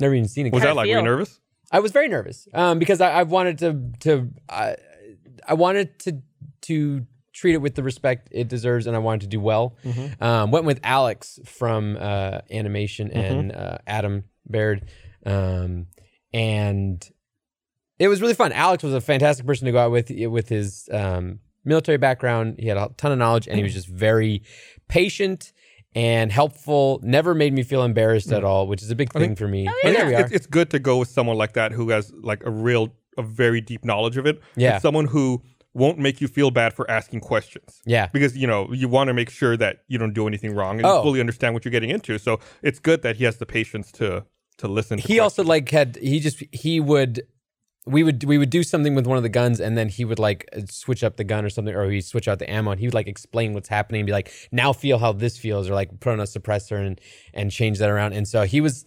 [SPEAKER 1] Never even seen a gun.
[SPEAKER 2] What was
[SPEAKER 4] How'd
[SPEAKER 2] that
[SPEAKER 4] it
[SPEAKER 2] like? Were
[SPEAKER 4] feel?
[SPEAKER 2] you nervous?
[SPEAKER 1] I was very nervous um, because I, I wanted to to I, I wanted to to treat it with the respect it deserves, and I wanted to do well.
[SPEAKER 2] Mm-hmm.
[SPEAKER 1] Um, went with Alex from uh, animation and uh, Adam Baird, um, and it was really fun. Alex was a fantastic person to go out with with his um, military background. He had a ton of knowledge, and he was
[SPEAKER 2] Mm-hmm.
[SPEAKER 1] just very patient. And helpful, never made me feel embarrassed
[SPEAKER 2] Mm-hmm.
[SPEAKER 1] at all, which is a big thing for me.
[SPEAKER 4] yeah.
[SPEAKER 1] And there we are.
[SPEAKER 2] Oh, It's, it's good to go with someone like that who has like a real, a very deep knowledge of it.
[SPEAKER 1] Yeah.
[SPEAKER 2] And someone who won't make you feel bad for asking questions.
[SPEAKER 1] Yeah.
[SPEAKER 2] Because you know you want to make sure that you don't do anything wrong and
[SPEAKER 1] Oh.
[SPEAKER 2] you fully understand what you're getting into. So it's good that he has the patience to to listen. To
[SPEAKER 1] he also like had he just he would we would we would do something with one of the guns and then he would like uh, switch up the gun or something or he switch out the ammo and he would like explain what's happening and be like now feel how this feels or like put on a suppressor and and change that around and so he was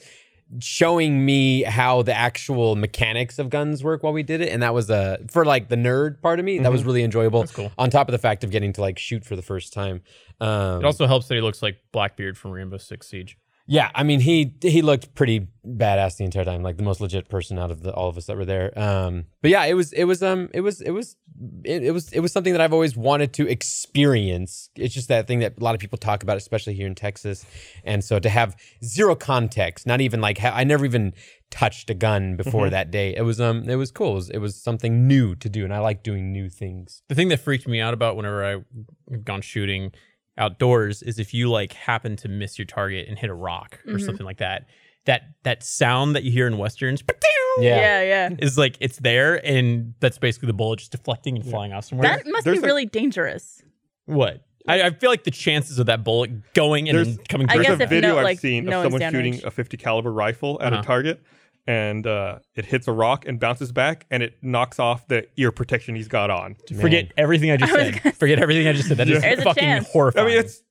[SPEAKER 1] showing me how the actual mechanics of guns work while we did it and that was a for like the nerd part of me that was really enjoyable That's
[SPEAKER 3] cool.
[SPEAKER 1] on top of the fact of getting to like shoot for the first time um
[SPEAKER 3] It also helps that he looks like Blackbeard from Rainbow Six Siege.
[SPEAKER 1] yeah, I mean he he looked pretty badass the entire time, like the most legit person out of the, all of us that were there. Um, but yeah, it was it was um it was it was it, it was it was something that I've always wanted to experience. It's just that thing that a lot of people talk about, especially here in Texas. And so to have zero context, not even like ha- I never even touched a gun
[SPEAKER 4] Mm-hmm.
[SPEAKER 1] before that day. It was um it was cool. It was, it was something new to do, and I like doing new things.
[SPEAKER 3] The thing that freaked me out about whenever I've gone shooting outdoors is if you like happen to miss your target and hit a rock or
[SPEAKER 4] Mm-hmm.
[SPEAKER 3] something like that. That that sound that you hear in westerns
[SPEAKER 4] Yeah, yeah.
[SPEAKER 3] is like it's there, and that's basically the bullet just deflecting and flying off somewhere.
[SPEAKER 4] That must be
[SPEAKER 2] there's a-
[SPEAKER 4] really dangerous.
[SPEAKER 3] what? I, I feel like the chances of that bullet going and then
[SPEAKER 2] There's-
[SPEAKER 3] coming.
[SPEAKER 4] I
[SPEAKER 2] There's
[SPEAKER 4] guess
[SPEAKER 2] a
[SPEAKER 4] if
[SPEAKER 2] video
[SPEAKER 4] no-
[SPEAKER 2] I've
[SPEAKER 4] like,
[SPEAKER 2] seen
[SPEAKER 4] no
[SPEAKER 2] of
[SPEAKER 4] one's
[SPEAKER 2] someone
[SPEAKER 4] down
[SPEAKER 2] shooting
[SPEAKER 4] range.
[SPEAKER 2] a 50 caliber rifle at
[SPEAKER 3] Uh-huh.
[SPEAKER 2] a target, and uh, it hits a rock and bounces back, and it knocks off the ear protection he's got on.
[SPEAKER 3] forget everything I just
[SPEAKER 4] I was
[SPEAKER 3] said. Forget everything I just said. That is
[SPEAKER 4] There's a
[SPEAKER 3] fucking
[SPEAKER 4] chance.
[SPEAKER 2] I
[SPEAKER 3] horrifying.
[SPEAKER 2] mean, it's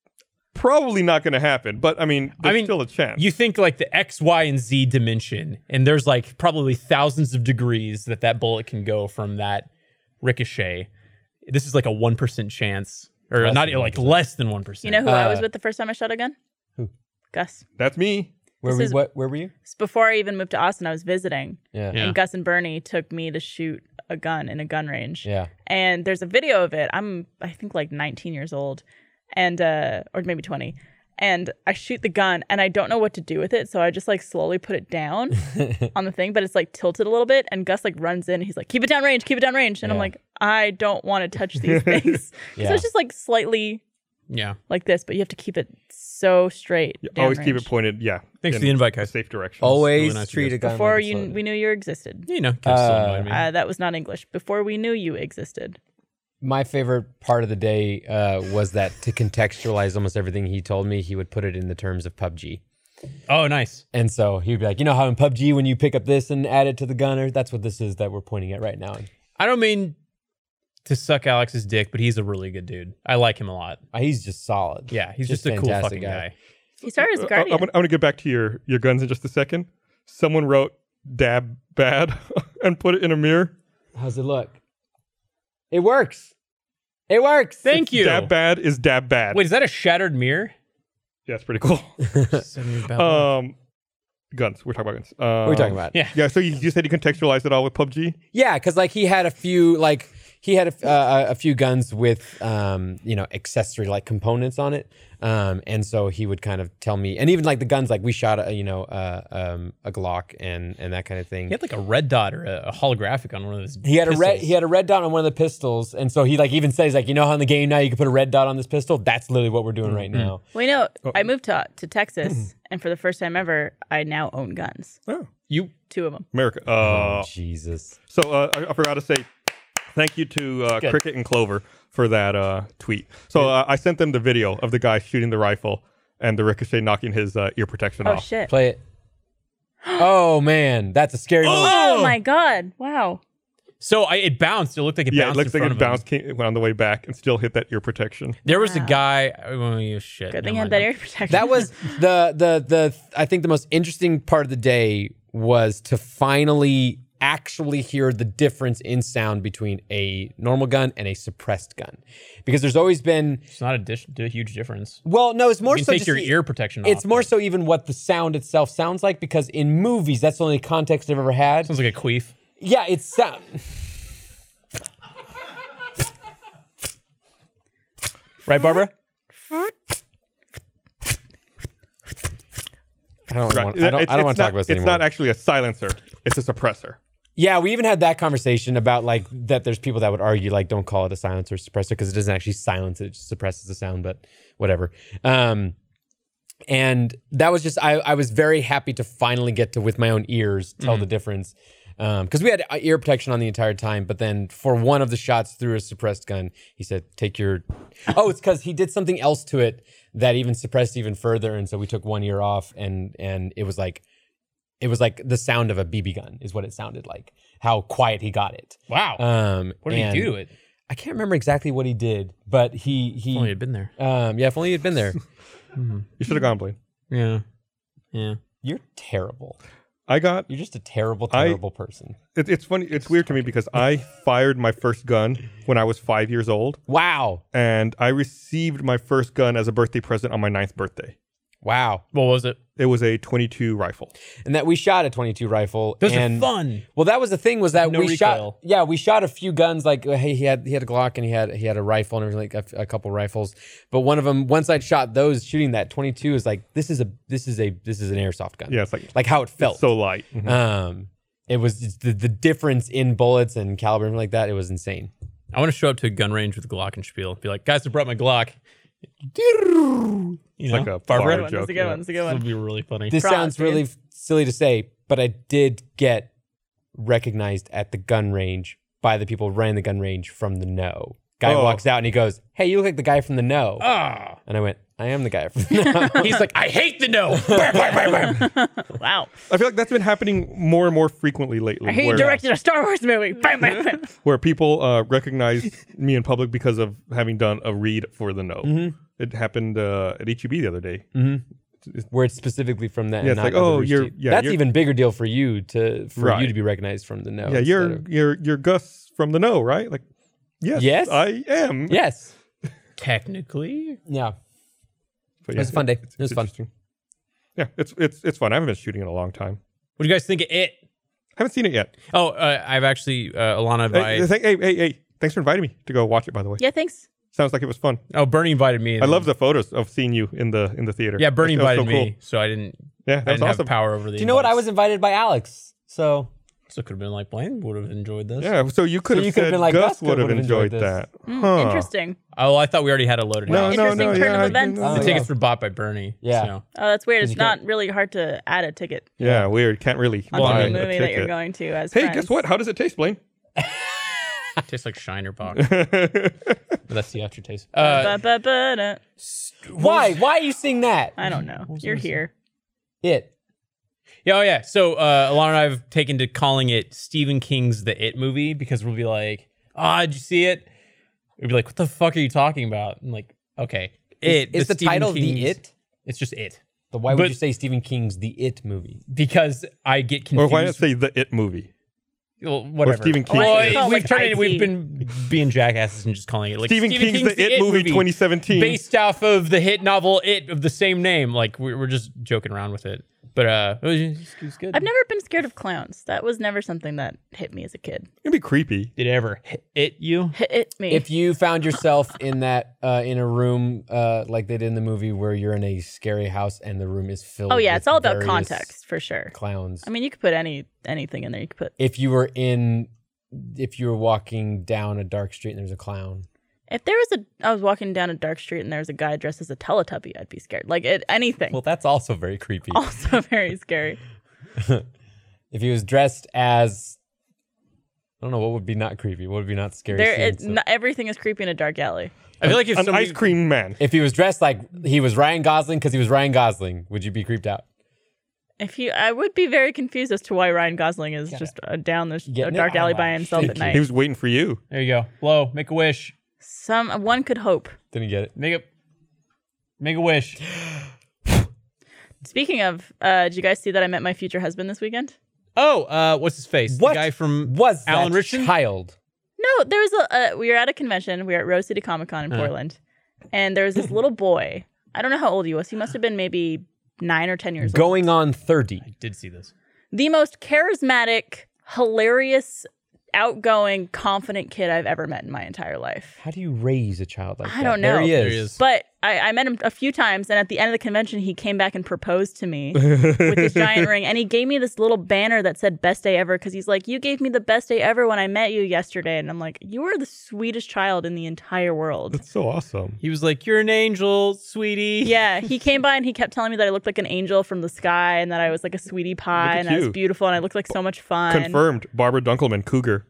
[SPEAKER 2] probably not going to happen, but I mean,
[SPEAKER 3] I
[SPEAKER 2] there's
[SPEAKER 3] mean,
[SPEAKER 2] still a chance.
[SPEAKER 3] you think like the X, Y, and Z dimension, and there's like probably thousands of degrees that that bullet can go from that ricochet. This is like a one percent chance, or
[SPEAKER 1] Less
[SPEAKER 3] not
[SPEAKER 1] than
[SPEAKER 3] like
[SPEAKER 1] 1%.
[SPEAKER 3] less than one percent.
[SPEAKER 4] You know who I was
[SPEAKER 1] Uh,
[SPEAKER 4] with the first time I shot a gun?
[SPEAKER 1] Who?
[SPEAKER 4] Gus.
[SPEAKER 2] That's me.
[SPEAKER 1] Where
[SPEAKER 4] This
[SPEAKER 1] were
[SPEAKER 4] is-
[SPEAKER 1] what, where were you?
[SPEAKER 4] It's before I even moved to Austin, I was visiting,
[SPEAKER 1] Yeah,
[SPEAKER 3] Yeah.
[SPEAKER 1] yeah.
[SPEAKER 4] and Gus and Bernie took me to shoot a gun in a gun range.
[SPEAKER 1] yeah.
[SPEAKER 4] and there's a video of it. I'm I think like 19 years old, and uh, or maybe 20. And I shoot the gun, and I don't know what to do with it, so I just like slowly put it down on the thing, but it's like tilted a little bit. And Gus like runs in, he's like, "Keep it down range, keep it down range," and I'm
[SPEAKER 1] Yeah.
[SPEAKER 4] like, "I don't want to touch these things." So
[SPEAKER 1] Yeah.
[SPEAKER 4] it's just like slightly
[SPEAKER 3] yeah.
[SPEAKER 4] like this, but you have to keep it so straight.
[SPEAKER 2] You
[SPEAKER 4] down
[SPEAKER 2] always keep
[SPEAKER 4] range.
[SPEAKER 2] it pointed. Yeah.
[SPEAKER 3] Thanks for the invite,
[SPEAKER 2] a
[SPEAKER 3] guys.
[SPEAKER 2] safe direction.
[SPEAKER 1] Always
[SPEAKER 3] nice of you
[SPEAKER 1] treat
[SPEAKER 3] guys.
[SPEAKER 1] a gun
[SPEAKER 4] before
[SPEAKER 1] like a
[SPEAKER 4] you
[SPEAKER 1] soldier.
[SPEAKER 4] we knew you existed.
[SPEAKER 3] You know, kinda still
[SPEAKER 1] Uh,
[SPEAKER 3] annoyed me.
[SPEAKER 4] Uh, that was not English. Before we knew you existed.
[SPEAKER 1] my favorite part of the day uh, was that to contextualize almost everything he told me, he would put it in the terms of PUBG.
[SPEAKER 3] Oh, nice.
[SPEAKER 1] And so he'd be like, you know how in PUBG when you pick up this and add it to the gunner, that's what this is that we're pointing at right now. And
[SPEAKER 3] I don't mean to suck Alex's dick, but he's a really good dude. I like him a lot.
[SPEAKER 1] uh, he's just solid.
[SPEAKER 3] Yeah, he's just,
[SPEAKER 1] Just
[SPEAKER 3] a cool
[SPEAKER 1] fantastic
[SPEAKER 3] fucking guy.
[SPEAKER 1] guy.
[SPEAKER 4] He started as a
[SPEAKER 2] Uh, I'm,
[SPEAKER 4] guardian.
[SPEAKER 2] gonna, I'm gonna get back to your your guns in just a second. Someone wrote "dab bad" and put it in a mirror.
[SPEAKER 1] How's it look? It works. It works.
[SPEAKER 3] Thank you.
[SPEAKER 2] Dab bad is dab bad.
[SPEAKER 3] Wait, is that a shattered mirror?
[SPEAKER 2] Yeah, it's pretty cool. um, guns. We're talking about guns. Um,
[SPEAKER 1] What are we talking about?
[SPEAKER 3] yeah.
[SPEAKER 2] Yeah. So you, you said you contextualized it all with PUBG.
[SPEAKER 1] Yeah, because like he had a few like he had a, f- uh, a few guns with um, you know accessory like components on it, um, and so he would kind of tell me, and even like the guns like we shot a you know uh, um, a Glock and and that kind of thing.
[SPEAKER 3] He had like a red dot or a, a holographic on one of his.
[SPEAKER 1] He had a red
[SPEAKER 3] pistols.
[SPEAKER 1] he had a red dot on one of the pistols, and so he like even says like you know how in the game now you can put a red dot on this pistol. That's literally what we're doing right now.
[SPEAKER 4] well, you know, I moved to, to Texas, and for the first time ever, I now own guns.
[SPEAKER 3] you
[SPEAKER 4] Two of them.
[SPEAKER 2] America. Uh,
[SPEAKER 1] oh Jesus!
[SPEAKER 2] So uh, I, I forgot to say thank you to uh, Cricket and Clover for that uh, tweet. So uh, I sent them the video of the guy shooting the rifle and the ricochet knocking his uh, ear protection
[SPEAKER 4] Oh,
[SPEAKER 2] off.
[SPEAKER 4] shit.
[SPEAKER 1] Play it. Oh man, that's a scary moment.
[SPEAKER 4] Oh my god! Wow.
[SPEAKER 3] So I, it bounced. It looked like it
[SPEAKER 2] Yeah, it
[SPEAKER 3] bounced.
[SPEAKER 2] looks
[SPEAKER 3] in
[SPEAKER 2] like
[SPEAKER 3] front
[SPEAKER 2] it
[SPEAKER 3] of him.
[SPEAKER 2] bounced came, went on the way back and still hit that ear protection.
[SPEAKER 3] There was a guy. Oh yeah, shit.
[SPEAKER 4] Good
[SPEAKER 3] never
[SPEAKER 4] thing I had
[SPEAKER 3] mind.
[SPEAKER 4] that ear protection.
[SPEAKER 1] That was the the the I think the most interesting part of the day was to finally actually hear the difference in sound between a normal gun and a suppressed gun. Because there's always been
[SPEAKER 3] It's not a, dish, a huge difference.
[SPEAKER 1] well, no, it's more
[SPEAKER 3] You can
[SPEAKER 1] so
[SPEAKER 3] take
[SPEAKER 1] just
[SPEAKER 3] your
[SPEAKER 1] the-
[SPEAKER 3] ear protection off.
[SPEAKER 1] It's more so even what the sound itself sounds like because in movies that's the only context I've ever had.
[SPEAKER 3] Sounds like a queef.
[SPEAKER 1] Yeah, it's sound. right, Barbara? I don't want. I don't,
[SPEAKER 2] It's-
[SPEAKER 1] I don't want
[SPEAKER 2] it's
[SPEAKER 1] to talk
[SPEAKER 2] not-
[SPEAKER 1] about this
[SPEAKER 2] It's
[SPEAKER 1] anymore.
[SPEAKER 2] not actually a silencer. It's a suppressor.
[SPEAKER 1] yeah, we even had that conversation about like that. There's people that would argue like, don't call it a silencer or suppressor because it doesn't actually silence it; it just suppresses the sound. But whatever. Um, and that was just I, I was very happy to finally get to with my own ears tell the difference because we had uh, ear protection on the entire time but then for one of the shots through a suppressed gun he said take your oh it's because he did something else to it that even suppressed even further and so we took one ear off and and it was like it was like the sound of a bb gun is what it sounded like how quiet he got it
[SPEAKER 3] Wow.
[SPEAKER 2] Uh,
[SPEAKER 1] um
[SPEAKER 3] what did
[SPEAKER 1] and
[SPEAKER 3] he do to it?
[SPEAKER 1] i can't remember exactly what he did but he he
[SPEAKER 3] If only had been there.
[SPEAKER 1] um yeah if only he'd been there
[SPEAKER 2] You should have gone, Blaine.
[SPEAKER 3] Yeah. Yeah.
[SPEAKER 1] you're terrible
[SPEAKER 2] I got.
[SPEAKER 1] You're just a terrible,
[SPEAKER 2] I-
[SPEAKER 1] terrible person.
[SPEAKER 2] It, it's funny. It's weird to me because I fired my first gun when I was five years old,
[SPEAKER 1] Wow.
[SPEAKER 2] and I received my first gun as a birthday present on my ninth birthday.
[SPEAKER 1] Wow.
[SPEAKER 3] What was it?
[SPEAKER 2] It was a 22 rifle.
[SPEAKER 1] And that we shot a 22 rifle.
[SPEAKER 3] Those
[SPEAKER 1] and,
[SPEAKER 3] are fun.
[SPEAKER 1] Well, that was the thing was that
[SPEAKER 3] No
[SPEAKER 1] we shot.
[SPEAKER 3] recoil.
[SPEAKER 1] Yeah, we shot a few guns. Like uh, hey, he had he had a Glock and he had he had a rifle and everything, like a, f- a couple rifles. But one of them, once I shot those, shooting that 22 is like this is a this is a this is an airsoft gun.
[SPEAKER 2] Yeah, it's like,
[SPEAKER 1] Like how it felt.
[SPEAKER 2] so light. Mhm.
[SPEAKER 1] um, it was it's the the difference in bullets and caliber and everything like that. It was insane.
[SPEAKER 3] I want to show up to a gun range with a Glock and spiel. Be like, guys, I brought my Glock. You know?
[SPEAKER 2] like a
[SPEAKER 3] Barbara.
[SPEAKER 2] bar
[SPEAKER 4] Good one. That's a
[SPEAKER 2] joke,
[SPEAKER 4] good
[SPEAKER 2] yeah.
[SPEAKER 4] one. That's a good
[SPEAKER 3] This
[SPEAKER 4] one.
[SPEAKER 3] would be really funny.
[SPEAKER 1] This
[SPEAKER 4] Props,
[SPEAKER 1] sounds really f- silly to say, but I did get recognized at the gun range by the people who ran the gun range from the no. Guy
[SPEAKER 2] Oh.
[SPEAKER 1] walks out and he goes, Hey, you look like the guy from the no.
[SPEAKER 3] Ah.
[SPEAKER 1] And I went, I am the guy from the no.
[SPEAKER 3] He's like, I hate the no. Bam, bam, bam, bam.
[SPEAKER 4] Wow.
[SPEAKER 2] I feel like that's been happening more and more frequently lately.
[SPEAKER 4] I hate you
[SPEAKER 2] where,
[SPEAKER 4] directed a Star Wars movie. Bam, bam, bam.
[SPEAKER 2] where people uh, recognize me in public because of having done a read for the no. It happened uh, at HEB the other day.
[SPEAKER 1] Where it's specifically from that.
[SPEAKER 2] Yeah,
[SPEAKER 1] and
[SPEAKER 2] it's like,
[SPEAKER 1] not other
[SPEAKER 2] oh, you're-
[SPEAKER 1] rooster.
[SPEAKER 2] yeah,
[SPEAKER 1] That's
[SPEAKER 2] you're-
[SPEAKER 1] even bigger deal for you to for
[SPEAKER 2] Right.
[SPEAKER 1] you to be recognized from the no.
[SPEAKER 2] yeah,
[SPEAKER 1] instead
[SPEAKER 2] you're
[SPEAKER 1] of-
[SPEAKER 2] you're you're Gus from the no, right? Like, yes,
[SPEAKER 1] Yes.
[SPEAKER 2] I am.
[SPEAKER 1] yes.
[SPEAKER 3] Technically,
[SPEAKER 1] Yeah.
[SPEAKER 2] But
[SPEAKER 1] It was a fun day. It was
[SPEAKER 2] it's
[SPEAKER 1] fun.
[SPEAKER 2] interesting. Yeah, it's it's it's fun. I haven't been shooting in a long time.
[SPEAKER 3] what do you guys think of it?
[SPEAKER 2] Haven't seen it yet.
[SPEAKER 3] Oh, uh, I've actually uh, Alana.
[SPEAKER 2] Hey,
[SPEAKER 3] Vi-
[SPEAKER 2] hey, hey, hey, hey, thanks for inviting me to go watch it. By the way,
[SPEAKER 4] Yeah, thanks.
[SPEAKER 2] sounds like it was fun.
[SPEAKER 3] oh, Bernie invited me.
[SPEAKER 2] I love the photos of seeing you in the in the theater.
[SPEAKER 3] Yeah, Bernie
[SPEAKER 2] That was
[SPEAKER 3] invited
[SPEAKER 2] so cool.
[SPEAKER 3] me, so I didn't.
[SPEAKER 2] Yeah, that
[SPEAKER 3] I
[SPEAKER 2] was
[SPEAKER 3] didn't
[SPEAKER 2] awesome.
[SPEAKER 3] have power over the.
[SPEAKER 1] Do you know what? I was
[SPEAKER 3] invites.
[SPEAKER 1] invited by Alex. So
[SPEAKER 3] So could have been like Blaine would have enjoyed this.
[SPEAKER 2] Yeah, so you could
[SPEAKER 1] So
[SPEAKER 2] have
[SPEAKER 1] you could've
[SPEAKER 2] said
[SPEAKER 1] been like,
[SPEAKER 2] Gus
[SPEAKER 1] Gus
[SPEAKER 2] would have
[SPEAKER 1] would've enjoyed
[SPEAKER 2] enjoyed
[SPEAKER 1] this.
[SPEAKER 2] that.
[SPEAKER 4] Mm,
[SPEAKER 2] Huh.
[SPEAKER 4] Interesting.
[SPEAKER 3] Oh, well, I thought we already had it loaded.
[SPEAKER 2] No,
[SPEAKER 3] out.
[SPEAKER 2] no,
[SPEAKER 4] Interesting
[SPEAKER 2] no,
[SPEAKER 4] turn
[SPEAKER 2] yeah,
[SPEAKER 4] of
[SPEAKER 2] I- uh,
[SPEAKER 4] events.
[SPEAKER 1] Oh,
[SPEAKER 3] The
[SPEAKER 1] yeah.
[SPEAKER 3] tickets were bought by Bernie.
[SPEAKER 1] Yeah.
[SPEAKER 3] so-
[SPEAKER 4] Oh, that's weird.
[SPEAKER 1] Did
[SPEAKER 4] It's
[SPEAKER 1] you get-
[SPEAKER 4] not really hard to add a ticket
[SPEAKER 2] Yeah, weird. Can't really
[SPEAKER 4] onto
[SPEAKER 2] buy
[SPEAKER 4] the
[SPEAKER 2] a
[SPEAKER 4] movie that
[SPEAKER 2] ticket.
[SPEAKER 4] you're going to as
[SPEAKER 2] Hey,
[SPEAKER 4] friends.
[SPEAKER 2] guess what? How does it taste, Blaine?
[SPEAKER 3] Tastes like Shiner Box. but that's the aftertaste. Uh,
[SPEAKER 4] Ba-ba-ba-da.
[SPEAKER 1] Why? Why you sing that?
[SPEAKER 4] I don't know. You're here.
[SPEAKER 1] It.
[SPEAKER 3] yeah, oh yeah. So uh, Alana and I have taken to calling it Stephen King's The It Movie because we'll be like, ah, did you see it? We'd be like, what the fuck are you talking about? I'm like, okay, it.
[SPEAKER 1] Is the,
[SPEAKER 3] Stephen
[SPEAKER 1] title the
[SPEAKER 3] King's-
[SPEAKER 1] it?
[SPEAKER 3] It's just it
[SPEAKER 1] But why would
[SPEAKER 3] But-
[SPEAKER 1] you say Stephen King's the It movie?
[SPEAKER 3] because I get
[SPEAKER 2] Or
[SPEAKER 3] confused.
[SPEAKER 2] why not say the It movie?
[SPEAKER 3] well, whatever.
[SPEAKER 2] Stephen King.
[SPEAKER 3] Well,
[SPEAKER 2] Oh, it's
[SPEAKER 4] called,
[SPEAKER 3] we've
[SPEAKER 4] like,
[SPEAKER 3] turned it.
[SPEAKER 4] IT.
[SPEAKER 3] We've been being jackasses and just calling it like
[SPEAKER 2] Stephen, King's, The It, movie 2017.
[SPEAKER 3] based off of the hit novel It of the same name. Like we're, we're just joking around with it, but uh, it was, it was good.
[SPEAKER 4] I've never been scared of clowns. That was never something that hit me as a kid.
[SPEAKER 2] It'd be creepy.
[SPEAKER 3] Did it ever hit, it you?
[SPEAKER 4] Hit, hit me.
[SPEAKER 1] If you found yourself in that uh, in a room uh, like they did in the movie, where you're in a scary house and the room is filled.
[SPEAKER 4] oh yeah,
[SPEAKER 1] with
[SPEAKER 4] it's all about
[SPEAKER 1] various
[SPEAKER 4] context for sure.
[SPEAKER 1] Clowns.
[SPEAKER 4] I mean, you could put any anything in there. You could put
[SPEAKER 1] if you were in, if you were walking down a dark street and there's a clown,
[SPEAKER 4] if there was a. I was walking down a dark street and there was a guy dressed as a Teletubby. I'd be scared. Like it, anything.
[SPEAKER 1] that's also very creepy.
[SPEAKER 4] also very scary.
[SPEAKER 1] If he was dressed as, I don't know, what would be not creepy? What would be not scary?
[SPEAKER 4] There,
[SPEAKER 1] seeing
[SPEAKER 4] it,
[SPEAKER 1] some-
[SPEAKER 4] n- everything is creepy in a dark alley.
[SPEAKER 3] I feel like if
[SPEAKER 2] An
[SPEAKER 3] somebody,
[SPEAKER 2] ice cream man.
[SPEAKER 1] if he was dressed like he was Ryan Gosling because he was Ryan Gosling, would you be creeped out?
[SPEAKER 4] If you, I would be very confused as to why Ryan Gosling is just uh, down this
[SPEAKER 1] Getting it
[SPEAKER 4] dark alley
[SPEAKER 1] all
[SPEAKER 4] by
[SPEAKER 1] out.
[SPEAKER 4] himself at
[SPEAKER 1] Thank you.
[SPEAKER 4] night.
[SPEAKER 2] He was waiting for you.
[SPEAKER 3] there you go. Blow, make a wish,
[SPEAKER 4] Some one could hope.
[SPEAKER 1] Didn't get it.
[SPEAKER 3] make a make a wish.
[SPEAKER 4] Speaking of, uh, did you guys see that I met my future husband this weekend?
[SPEAKER 3] Oh, uh, what's his face?
[SPEAKER 1] What
[SPEAKER 3] the guy from
[SPEAKER 1] Was
[SPEAKER 3] Alan
[SPEAKER 1] that
[SPEAKER 3] Richardson?
[SPEAKER 1] child?
[SPEAKER 4] No, there was a. Uh, we were at a convention. We were at Rose City Comic Con
[SPEAKER 1] Uh-huh.
[SPEAKER 4] in Portland, and there was this little boy. I don't know how old he was. He must have been maybe nine or ten years old.
[SPEAKER 1] Going on thirty.
[SPEAKER 3] Did see this?
[SPEAKER 4] The most charismatic, hilarious, outgoing, confident kid I've ever met in my entire life.
[SPEAKER 1] How do you raise a child like
[SPEAKER 4] I
[SPEAKER 1] that?
[SPEAKER 4] don't
[SPEAKER 1] There
[SPEAKER 4] know.
[SPEAKER 1] he is.
[SPEAKER 3] There he is.
[SPEAKER 4] But I, I met him a few times, and at the end of the convention, he came back and proposed to me with this giant ring. And he gave me this little banner that said "Best Day Ever" because he's like, "You gave me the best day ever when I met you yesterday," and I'm like, "You are the sweetest child in the entire world."
[SPEAKER 2] That's so awesome.
[SPEAKER 3] He was like, "You're an angel, sweetie."
[SPEAKER 4] Yeah, he came by and he kept telling me that I looked like an angel from the sky and that I was like a sweetie pie
[SPEAKER 2] at
[SPEAKER 4] and I was
[SPEAKER 2] you.
[SPEAKER 4] beautiful and I looked like so much fun.
[SPEAKER 2] Confirmed. Barbara Dunkelman, Cougar.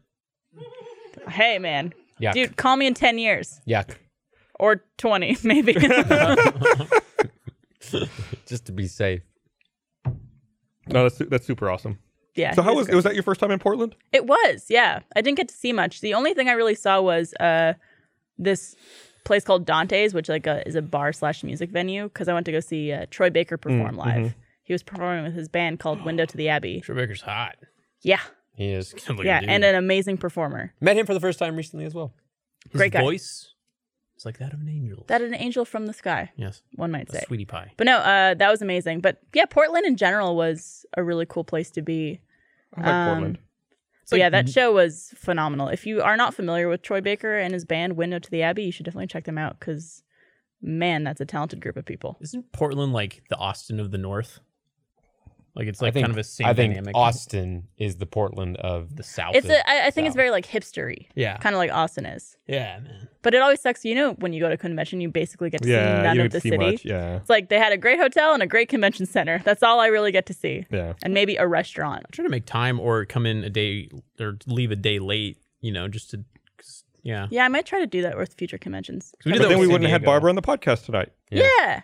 [SPEAKER 4] Hey, man.
[SPEAKER 1] Yuck.
[SPEAKER 4] Dude, call me in 10 years
[SPEAKER 1] Yuck.
[SPEAKER 4] or 20, maybe.
[SPEAKER 1] Just to be safe.
[SPEAKER 2] No, that's su- that's super awesome.
[SPEAKER 4] yeah.
[SPEAKER 2] So how
[SPEAKER 4] he
[SPEAKER 2] was
[SPEAKER 4] great.
[SPEAKER 2] was that your first time in Portland?
[SPEAKER 4] It was, yeah. I didn't get to see much. The only thing I really saw was uh, this place called Dante's, which like uh, is a bar slash music venue because I went to go see uh, Troy Baker perform
[SPEAKER 2] Mm, mm-hmm.
[SPEAKER 4] live. He was performing with his band called Window to the Abbey.
[SPEAKER 3] Troy Baker's hot.
[SPEAKER 4] Yeah.
[SPEAKER 1] He is.
[SPEAKER 3] Good-looking
[SPEAKER 4] Yeah.
[SPEAKER 3] dude.
[SPEAKER 4] And an amazing performer.
[SPEAKER 1] Met him for the first time recently as well.
[SPEAKER 3] his
[SPEAKER 4] great guy.
[SPEAKER 3] voice. It's like that of an angel.
[SPEAKER 4] That an angel from the sky,
[SPEAKER 3] yes,
[SPEAKER 4] one might
[SPEAKER 3] a
[SPEAKER 4] say.
[SPEAKER 3] sweetie pie.
[SPEAKER 4] But no, uh, that was amazing. But yeah, Portland in general was a really cool place to be.
[SPEAKER 2] I like
[SPEAKER 4] Um,
[SPEAKER 2] Portland.
[SPEAKER 4] So yeah,
[SPEAKER 3] Mm-hmm.
[SPEAKER 4] that show was phenomenal. If you are not familiar with Troy Baker and his band Window to the Abbey, you should definitely check them out because, man, that's a talented group of people.
[SPEAKER 3] Isn't Portland like the Austin of the North? Like it's like
[SPEAKER 1] I think,
[SPEAKER 3] kind of a same
[SPEAKER 1] I think
[SPEAKER 3] dynamic.
[SPEAKER 1] Austin is the Portland of
[SPEAKER 3] the South.
[SPEAKER 4] It's
[SPEAKER 3] of-
[SPEAKER 4] a, I, I think it's
[SPEAKER 1] South.
[SPEAKER 4] very like hipstery,
[SPEAKER 3] yeah,
[SPEAKER 4] kind of like Austin is.
[SPEAKER 3] yeah, man.
[SPEAKER 4] But it always sucks. You know, when you go to convention, you basically get to see
[SPEAKER 2] Yeah,
[SPEAKER 4] none
[SPEAKER 2] you don't
[SPEAKER 4] of the
[SPEAKER 2] see
[SPEAKER 4] city.
[SPEAKER 2] much. Yeah,
[SPEAKER 4] It's like they had a great hotel and a great convention center. That's all I really get to see,
[SPEAKER 2] yeah.
[SPEAKER 4] and maybe a restaurant.
[SPEAKER 3] Try to make time or come in a day or leave a day late. You know, just to 'cause- yeah.
[SPEAKER 4] Yeah, I might try to do that with future conventions.
[SPEAKER 3] 'Cause we did
[SPEAKER 2] But
[SPEAKER 3] that
[SPEAKER 2] then we
[SPEAKER 3] with San
[SPEAKER 2] wouldn't have had
[SPEAKER 3] Diego.
[SPEAKER 2] Barbara on the podcast tonight.
[SPEAKER 1] Yeah.
[SPEAKER 4] Yeah.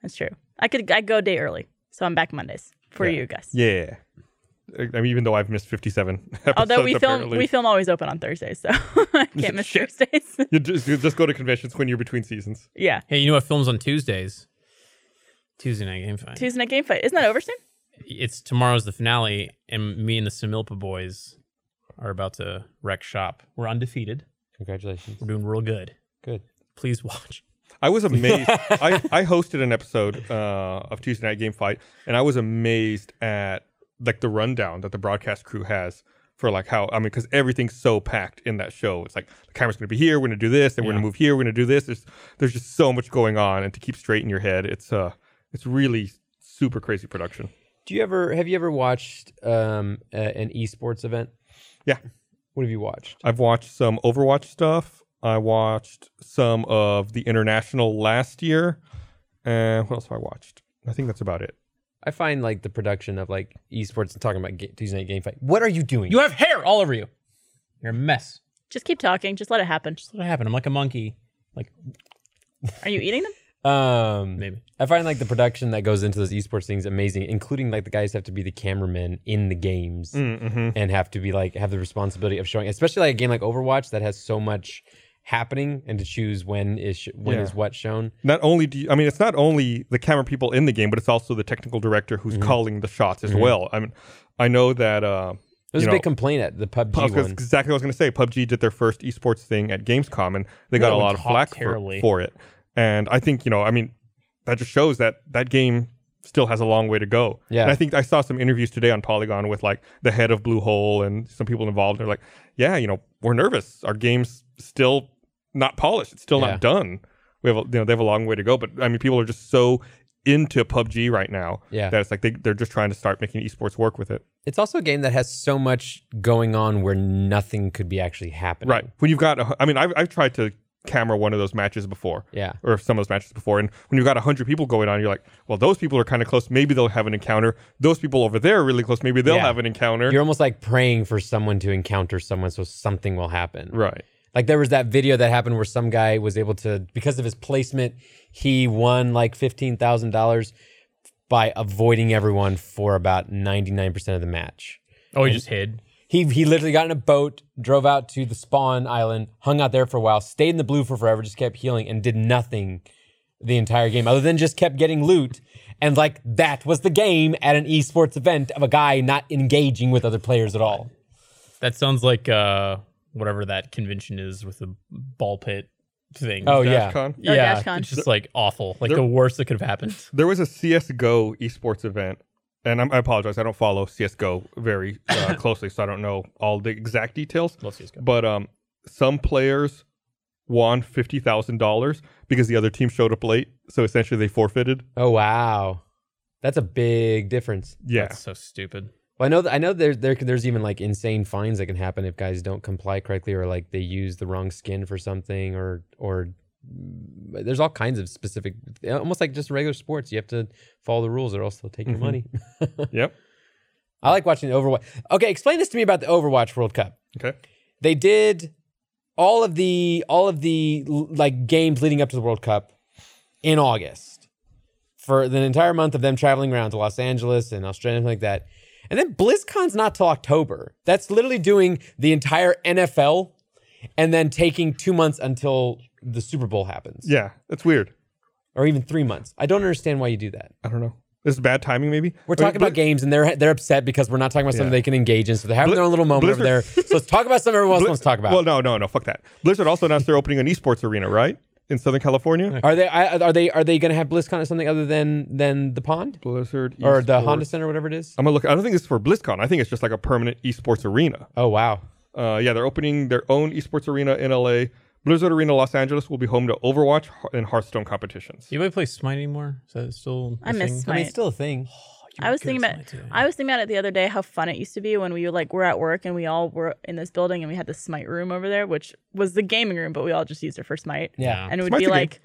[SPEAKER 4] that's true. I could I go a day early, so I'm back Mondays for you guys.
[SPEAKER 2] Yeah. I I mean, even though I've missed 57 episodes,
[SPEAKER 4] Although we film
[SPEAKER 2] apparently.
[SPEAKER 4] we film always open on Thursdays, so I can't miss Thursdays.
[SPEAKER 2] you just, you just go to conventions when you're between seasons.
[SPEAKER 4] yeah,
[SPEAKER 3] Hey, you know what? Films on Tuesdays. Tuesday night game fight.
[SPEAKER 4] Tuesday night game fight isn't that over soon?
[SPEAKER 3] It's tomorrow's the finale, and me and the Samilpa boys are about to wreck shop. We're undefeated.
[SPEAKER 1] Congratulations.
[SPEAKER 3] We're doing real good.
[SPEAKER 1] Good.
[SPEAKER 3] Please watch.
[SPEAKER 2] I was amazed. I, I hosted an episode uh, of Tuesday Night Game Fight, and I was amazed at like the rundown that the broadcast crew has for like how I mean, because everything's so packed in that show. It's like the camera's going to be here, we're going to do this, then we're going
[SPEAKER 3] Yeah.
[SPEAKER 2] to move here, we're going to do this. There's there's just so much going on, and to keep straight in your head, it's uh, it's really super crazy production.
[SPEAKER 1] Do you ever have you ever watched um, a, an esports event?
[SPEAKER 2] Yeah.
[SPEAKER 1] What have you watched?
[SPEAKER 2] I've watched some Overwatch stuff. I watched some of the international last year. And what else have I watched? I think that's about it.
[SPEAKER 1] I find like the production of like esports and talking about ga- Tuesday night game fight. What are you doing?
[SPEAKER 3] You have hair all over you. You're a mess.
[SPEAKER 4] Just keep talking. Just let it happen.
[SPEAKER 3] Just let it happen. I'm like a monkey. Like
[SPEAKER 4] Are you eating them?
[SPEAKER 1] Um,
[SPEAKER 3] maybe.
[SPEAKER 1] I find like the production that goes into those esports things amazing, including like the guys have to be the cameramen in the games
[SPEAKER 2] Mm, mm-hmm.
[SPEAKER 1] and have to be like have the responsibility of showing, especially like a game like Overwatch that has so much happening and to choose when is sh- when
[SPEAKER 2] Yeah.
[SPEAKER 1] is what shown.
[SPEAKER 2] Not only do you, I mean, it's not only the camera people in the game, but it's also the technical director who's
[SPEAKER 1] Mm-hmm.
[SPEAKER 2] calling the shots as well. I mean, I know that. Uh,
[SPEAKER 1] There's
[SPEAKER 2] you
[SPEAKER 1] a
[SPEAKER 2] know,
[SPEAKER 1] big complaint at the PUBG
[SPEAKER 2] Pub- that's
[SPEAKER 1] one.
[SPEAKER 2] exactly what I was going to say. PUBG did their first esports thing at Gamescom, and they got
[SPEAKER 3] That
[SPEAKER 2] a
[SPEAKER 3] one
[SPEAKER 2] lot of
[SPEAKER 3] popped
[SPEAKER 2] flack for,
[SPEAKER 3] terribly.
[SPEAKER 2] for it. And I think you know, I mean, that just shows that that game still has a long way to go.
[SPEAKER 1] Yeah.
[SPEAKER 2] And I think I saw some interviews today on Polygon with like the head of Blue Hole and some people involved. They're like, "Yeah, you know, we're nervous. Our game's still not polished. It's still
[SPEAKER 1] Yeah.
[SPEAKER 2] not done. We have, a, you know, they have a long way to go." But I mean, people are just so into PUBG right now
[SPEAKER 1] Yeah.
[SPEAKER 2] that it's like they, they're just trying to start making esports work with it.
[SPEAKER 1] It's also a game that has so much going on where nothing could be actually happening.
[SPEAKER 2] Right. When you've got, a, hu- I mean, I've, I've tried to camera one of those matches before.
[SPEAKER 1] Yeah.
[SPEAKER 2] Or some of those matches before. And when you've got 100 people going on, you're like, well, those people are kind of close. Maybe they'll have an encounter. Those people over there are really close. Maybe they'll
[SPEAKER 1] Yeah.
[SPEAKER 2] have an encounter.
[SPEAKER 1] You're almost like praying for someone to encounter someone so something will happen.
[SPEAKER 2] right.
[SPEAKER 1] Like there was that video that happened where some guy was able to because of his placement, he won like fifteen thousand dollars by avoiding everyone for about ninety nine percent of the match.
[SPEAKER 3] Oh, he just hid.
[SPEAKER 1] He he literally got in a boat, drove out to the spawn island, hung out there for a while, stayed in the blue for forever, just kept healing and did nothing the entire game other than just kept getting loot. And like that was the game at an esports event of a guy not engaging with other players at all.
[SPEAKER 3] That sounds like uh whatever that convention is with the ball pit thing.
[SPEAKER 1] Oh yeah.
[SPEAKER 2] Con.
[SPEAKER 4] Oh,
[SPEAKER 3] yeah,
[SPEAKER 4] DashCon.
[SPEAKER 3] it's just like awful, like
[SPEAKER 2] There-
[SPEAKER 3] the worst that could have happened.
[SPEAKER 2] There was a CSGO esports event. And I'm, I apologize. I don't follow CSGO very uh, closely, so I don't know all the exact details.
[SPEAKER 3] Love CS:GO.
[SPEAKER 2] But um, some players won $50,000 because the other team showed up late. So essentially they forfeited.
[SPEAKER 1] Oh wow. That's a big difference.
[SPEAKER 2] Yeah.
[SPEAKER 3] That's so stupid.
[SPEAKER 1] Well, I know, th- I know. There's there, there's even like insane fines that can happen if guys don't comply correctly, or like they use the wrong skin for something, or or mm, there's all kinds of specific, eh, almost like just regular sports. You have to follow the rules, or else they'll take your money.
[SPEAKER 2] yep.
[SPEAKER 1] I like watching the Overwatch. Okay, explain this to me about the Overwatch World Cup.
[SPEAKER 2] Okay.
[SPEAKER 1] They did all of the all of the l- like games leading up to the World Cup in August for the entire month of them traveling around to Los Angeles and Australia and like that. And then BlizzCon's not till October. That's literally doing the entire NFL and then taking two months until the Super Bowl happens.
[SPEAKER 2] Yeah. That's weird.
[SPEAKER 1] Or even three months. I don't understand why you do that.
[SPEAKER 2] I don't know. This is bad timing, maybe.
[SPEAKER 1] We're talking about games and they're they're upset because we're not talking about something
[SPEAKER 2] Yeah.
[SPEAKER 1] they can engage in. So they're having
[SPEAKER 2] Bli-
[SPEAKER 1] their own little moment over there.
[SPEAKER 2] Blizzard-
[SPEAKER 1] So let's talk about something everyone else wants to talk about.
[SPEAKER 2] Well, no, no, no. Fuck that. Blizzard also announced they're opening an esports arena, right, in Southern California.
[SPEAKER 1] Are they I- are they are they going to have BlizzCon at something other than than the pond
[SPEAKER 2] Blizzard
[SPEAKER 1] or the
[SPEAKER 2] esports-
[SPEAKER 1] Honda Center, whatever it is?
[SPEAKER 2] I'm gonna look. I don't think this is for BlizzCon. I think it's just like a permanent esports arena.
[SPEAKER 1] Oh wow,
[SPEAKER 2] Uh, yeah, they're opening their own esports arena in LA. Blizzard Arena Los Angeles will be home to Overwatch Hear- and Hearthstone competitions.
[SPEAKER 3] Do you play Smite anymore? Is that still? a
[SPEAKER 4] I miss
[SPEAKER 3] thing? Oh,
[SPEAKER 1] I mean, it's
[SPEAKER 4] Right.
[SPEAKER 1] still a thing.
[SPEAKER 3] You
[SPEAKER 4] I
[SPEAKER 3] were
[SPEAKER 4] was
[SPEAKER 3] good
[SPEAKER 4] thinking
[SPEAKER 3] at
[SPEAKER 4] about
[SPEAKER 3] Smite today.
[SPEAKER 4] I was thinking about it the other day how fun it used to be when we like were at work and we all were in this building and we had the Smite room over there, which was the gaming room, but we all just used it for Smite.
[SPEAKER 1] Yeah,
[SPEAKER 4] And it would
[SPEAKER 2] Smite's a
[SPEAKER 4] be
[SPEAKER 2] game.
[SPEAKER 4] like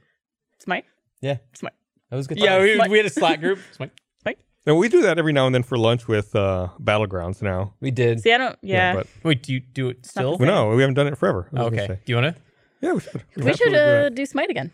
[SPEAKER 4] Smite?
[SPEAKER 1] yeah,
[SPEAKER 4] Smite.
[SPEAKER 1] that was a good.
[SPEAKER 3] yeah,
[SPEAKER 1] time.
[SPEAKER 3] we,
[SPEAKER 4] Smite.
[SPEAKER 3] we had a Slack group. Smite.
[SPEAKER 2] Now we do that every now and then for lunch with uh, Battlegrounds. Now,
[SPEAKER 1] we did.
[SPEAKER 4] See, I don't yeah.
[SPEAKER 2] but
[SPEAKER 3] Wait, do you do it
[SPEAKER 4] not the
[SPEAKER 3] still?
[SPEAKER 4] same.
[SPEAKER 2] no, we haven't done it forever. I was gonna
[SPEAKER 3] okay. Do
[SPEAKER 2] say.
[SPEAKER 3] you want to?
[SPEAKER 2] Yeah, we should.
[SPEAKER 4] we should
[SPEAKER 2] absolutely do
[SPEAKER 4] uh,
[SPEAKER 2] that.
[SPEAKER 4] do Smite again.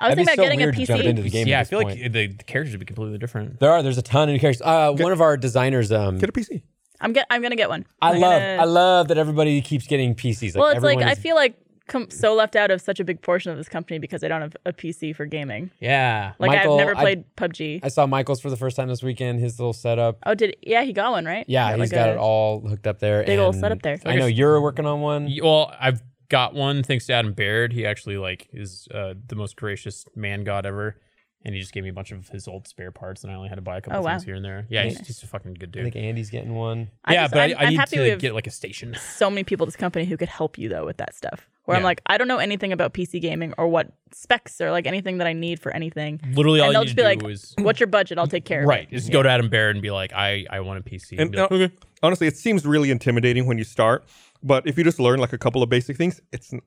[SPEAKER 4] I
[SPEAKER 1] That'd
[SPEAKER 4] was
[SPEAKER 1] be
[SPEAKER 4] thinking
[SPEAKER 1] so
[SPEAKER 4] about getting a
[SPEAKER 1] weird to jump into
[SPEAKER 4] PC.
[SPEAKER 1] the game.
[SPEAKER 3] yeah,
[SPEAKER 1] at
[SPEAKER 3] I
[SPEAKER 1] this
[SPEAKER 3] feel
[SPEAKER 1] point.
[SPEAKER 3] like the, the characters would be completely different.
[SPEAKER 1] there are. There's a ton of new characters. Uh, one of our designers. Um,
[SPEAKER 2] Get a PC.
[SPEAKER 4] I'm get I'm gonna get one.
[SPEAKER 1] I
[SPEAKER 4] I'm
[SPEAKER 1] love.
[SPEAKER 4] gonna-
[SPEAKER 1] I love that everybody keeps getting PCs. Like
[SPEAKER 4] Well, it's like
[SPEAKER 1] everyone
[SPEAKER 4] I
[SPEAKER 1] is-
[SPEAKER 4] feel like com- so left out of such a big portion of this company because I don't have a PC for gaming.
[SPEAKER 3] Yeah.
[SPEAKER 4] Like
[SPEAKER 1] Michael,
[SPEAKER 4] I've never
[SPEAKER 1] I-
[SPEAKER 4] played PUBG.
[SPEAKER 1] I saw Michael's for the first time this weekend. His little setup.
[SPEAKER 4] oh, did yeah, he got one right?
[SPEAKER 1] Yeah,
[SPEAKER 4] He
[SPEAKER 1] he's got it all hooked up there.
[SPEAKER 4] big ol'
[SPEAKER 1] and
[SPEAKER 4] setup there.
[SPEAKER 1] I know you're working on one.
[SPEAKER 3] Y- Well, I've got one thanks to Adam Baird. He actually like is uh, the most gracious man god ever, and he just gave me a bunch of his old spare parts, and I only had to buy a couple
[SPEAKER 4] Oh, wow.
[SPEAKER 3] things here and there. Yeah, he's, he's a fucking good
[SPEAKER 1] I
[SPEAKER 3] dude.
[SPEAKER 1] think Andy's getting one.
[SPEAKER 4] I
[SPEAKER 3] yeah,
[SPEAKER 4] just-
[SPEAKER 3] but
[SPEAKER 4] I'm-
[SPEAKER 3] I, I
[SPEAKER 4] I'm
[SPEAKER 3] need
[SPEAKER 4] happy we
[SPEAKER 3] to
[SPEAKER 4] have-
[SPEAKER 3] get like a station.
[SPEAKER 4] so many people at this company who could help you though with that stuff. Where I'm
[SPEAKER 3] Yeah.
[SPEAKER 4] like, I don't know anything about PC gaming or what specs or like anything that I need for anything.
[SPEAKER 3] Literally, all
[SPEAKER 4] and
[SPEAKER 3] you
[SPEAKER 4] they'll just
[SPEAKER 3] need to do
[SPEAKER 4] be like,
[SPEAKER 3] is
[SPEAKER 4] "What's your budget? I'll take care of
[SPEAKER 3] right.
[SPEAKER 4] it."
[SPEAKER 3] Just go to Adam Baird and be like, I I want a PC. And
[SPEAKER 2] And
[SPEAKER 3] be like,
[SPEAKER 2] uh, honestly, it seems really intimidating when you start, but if you just learn like a couple of basic things, it's n-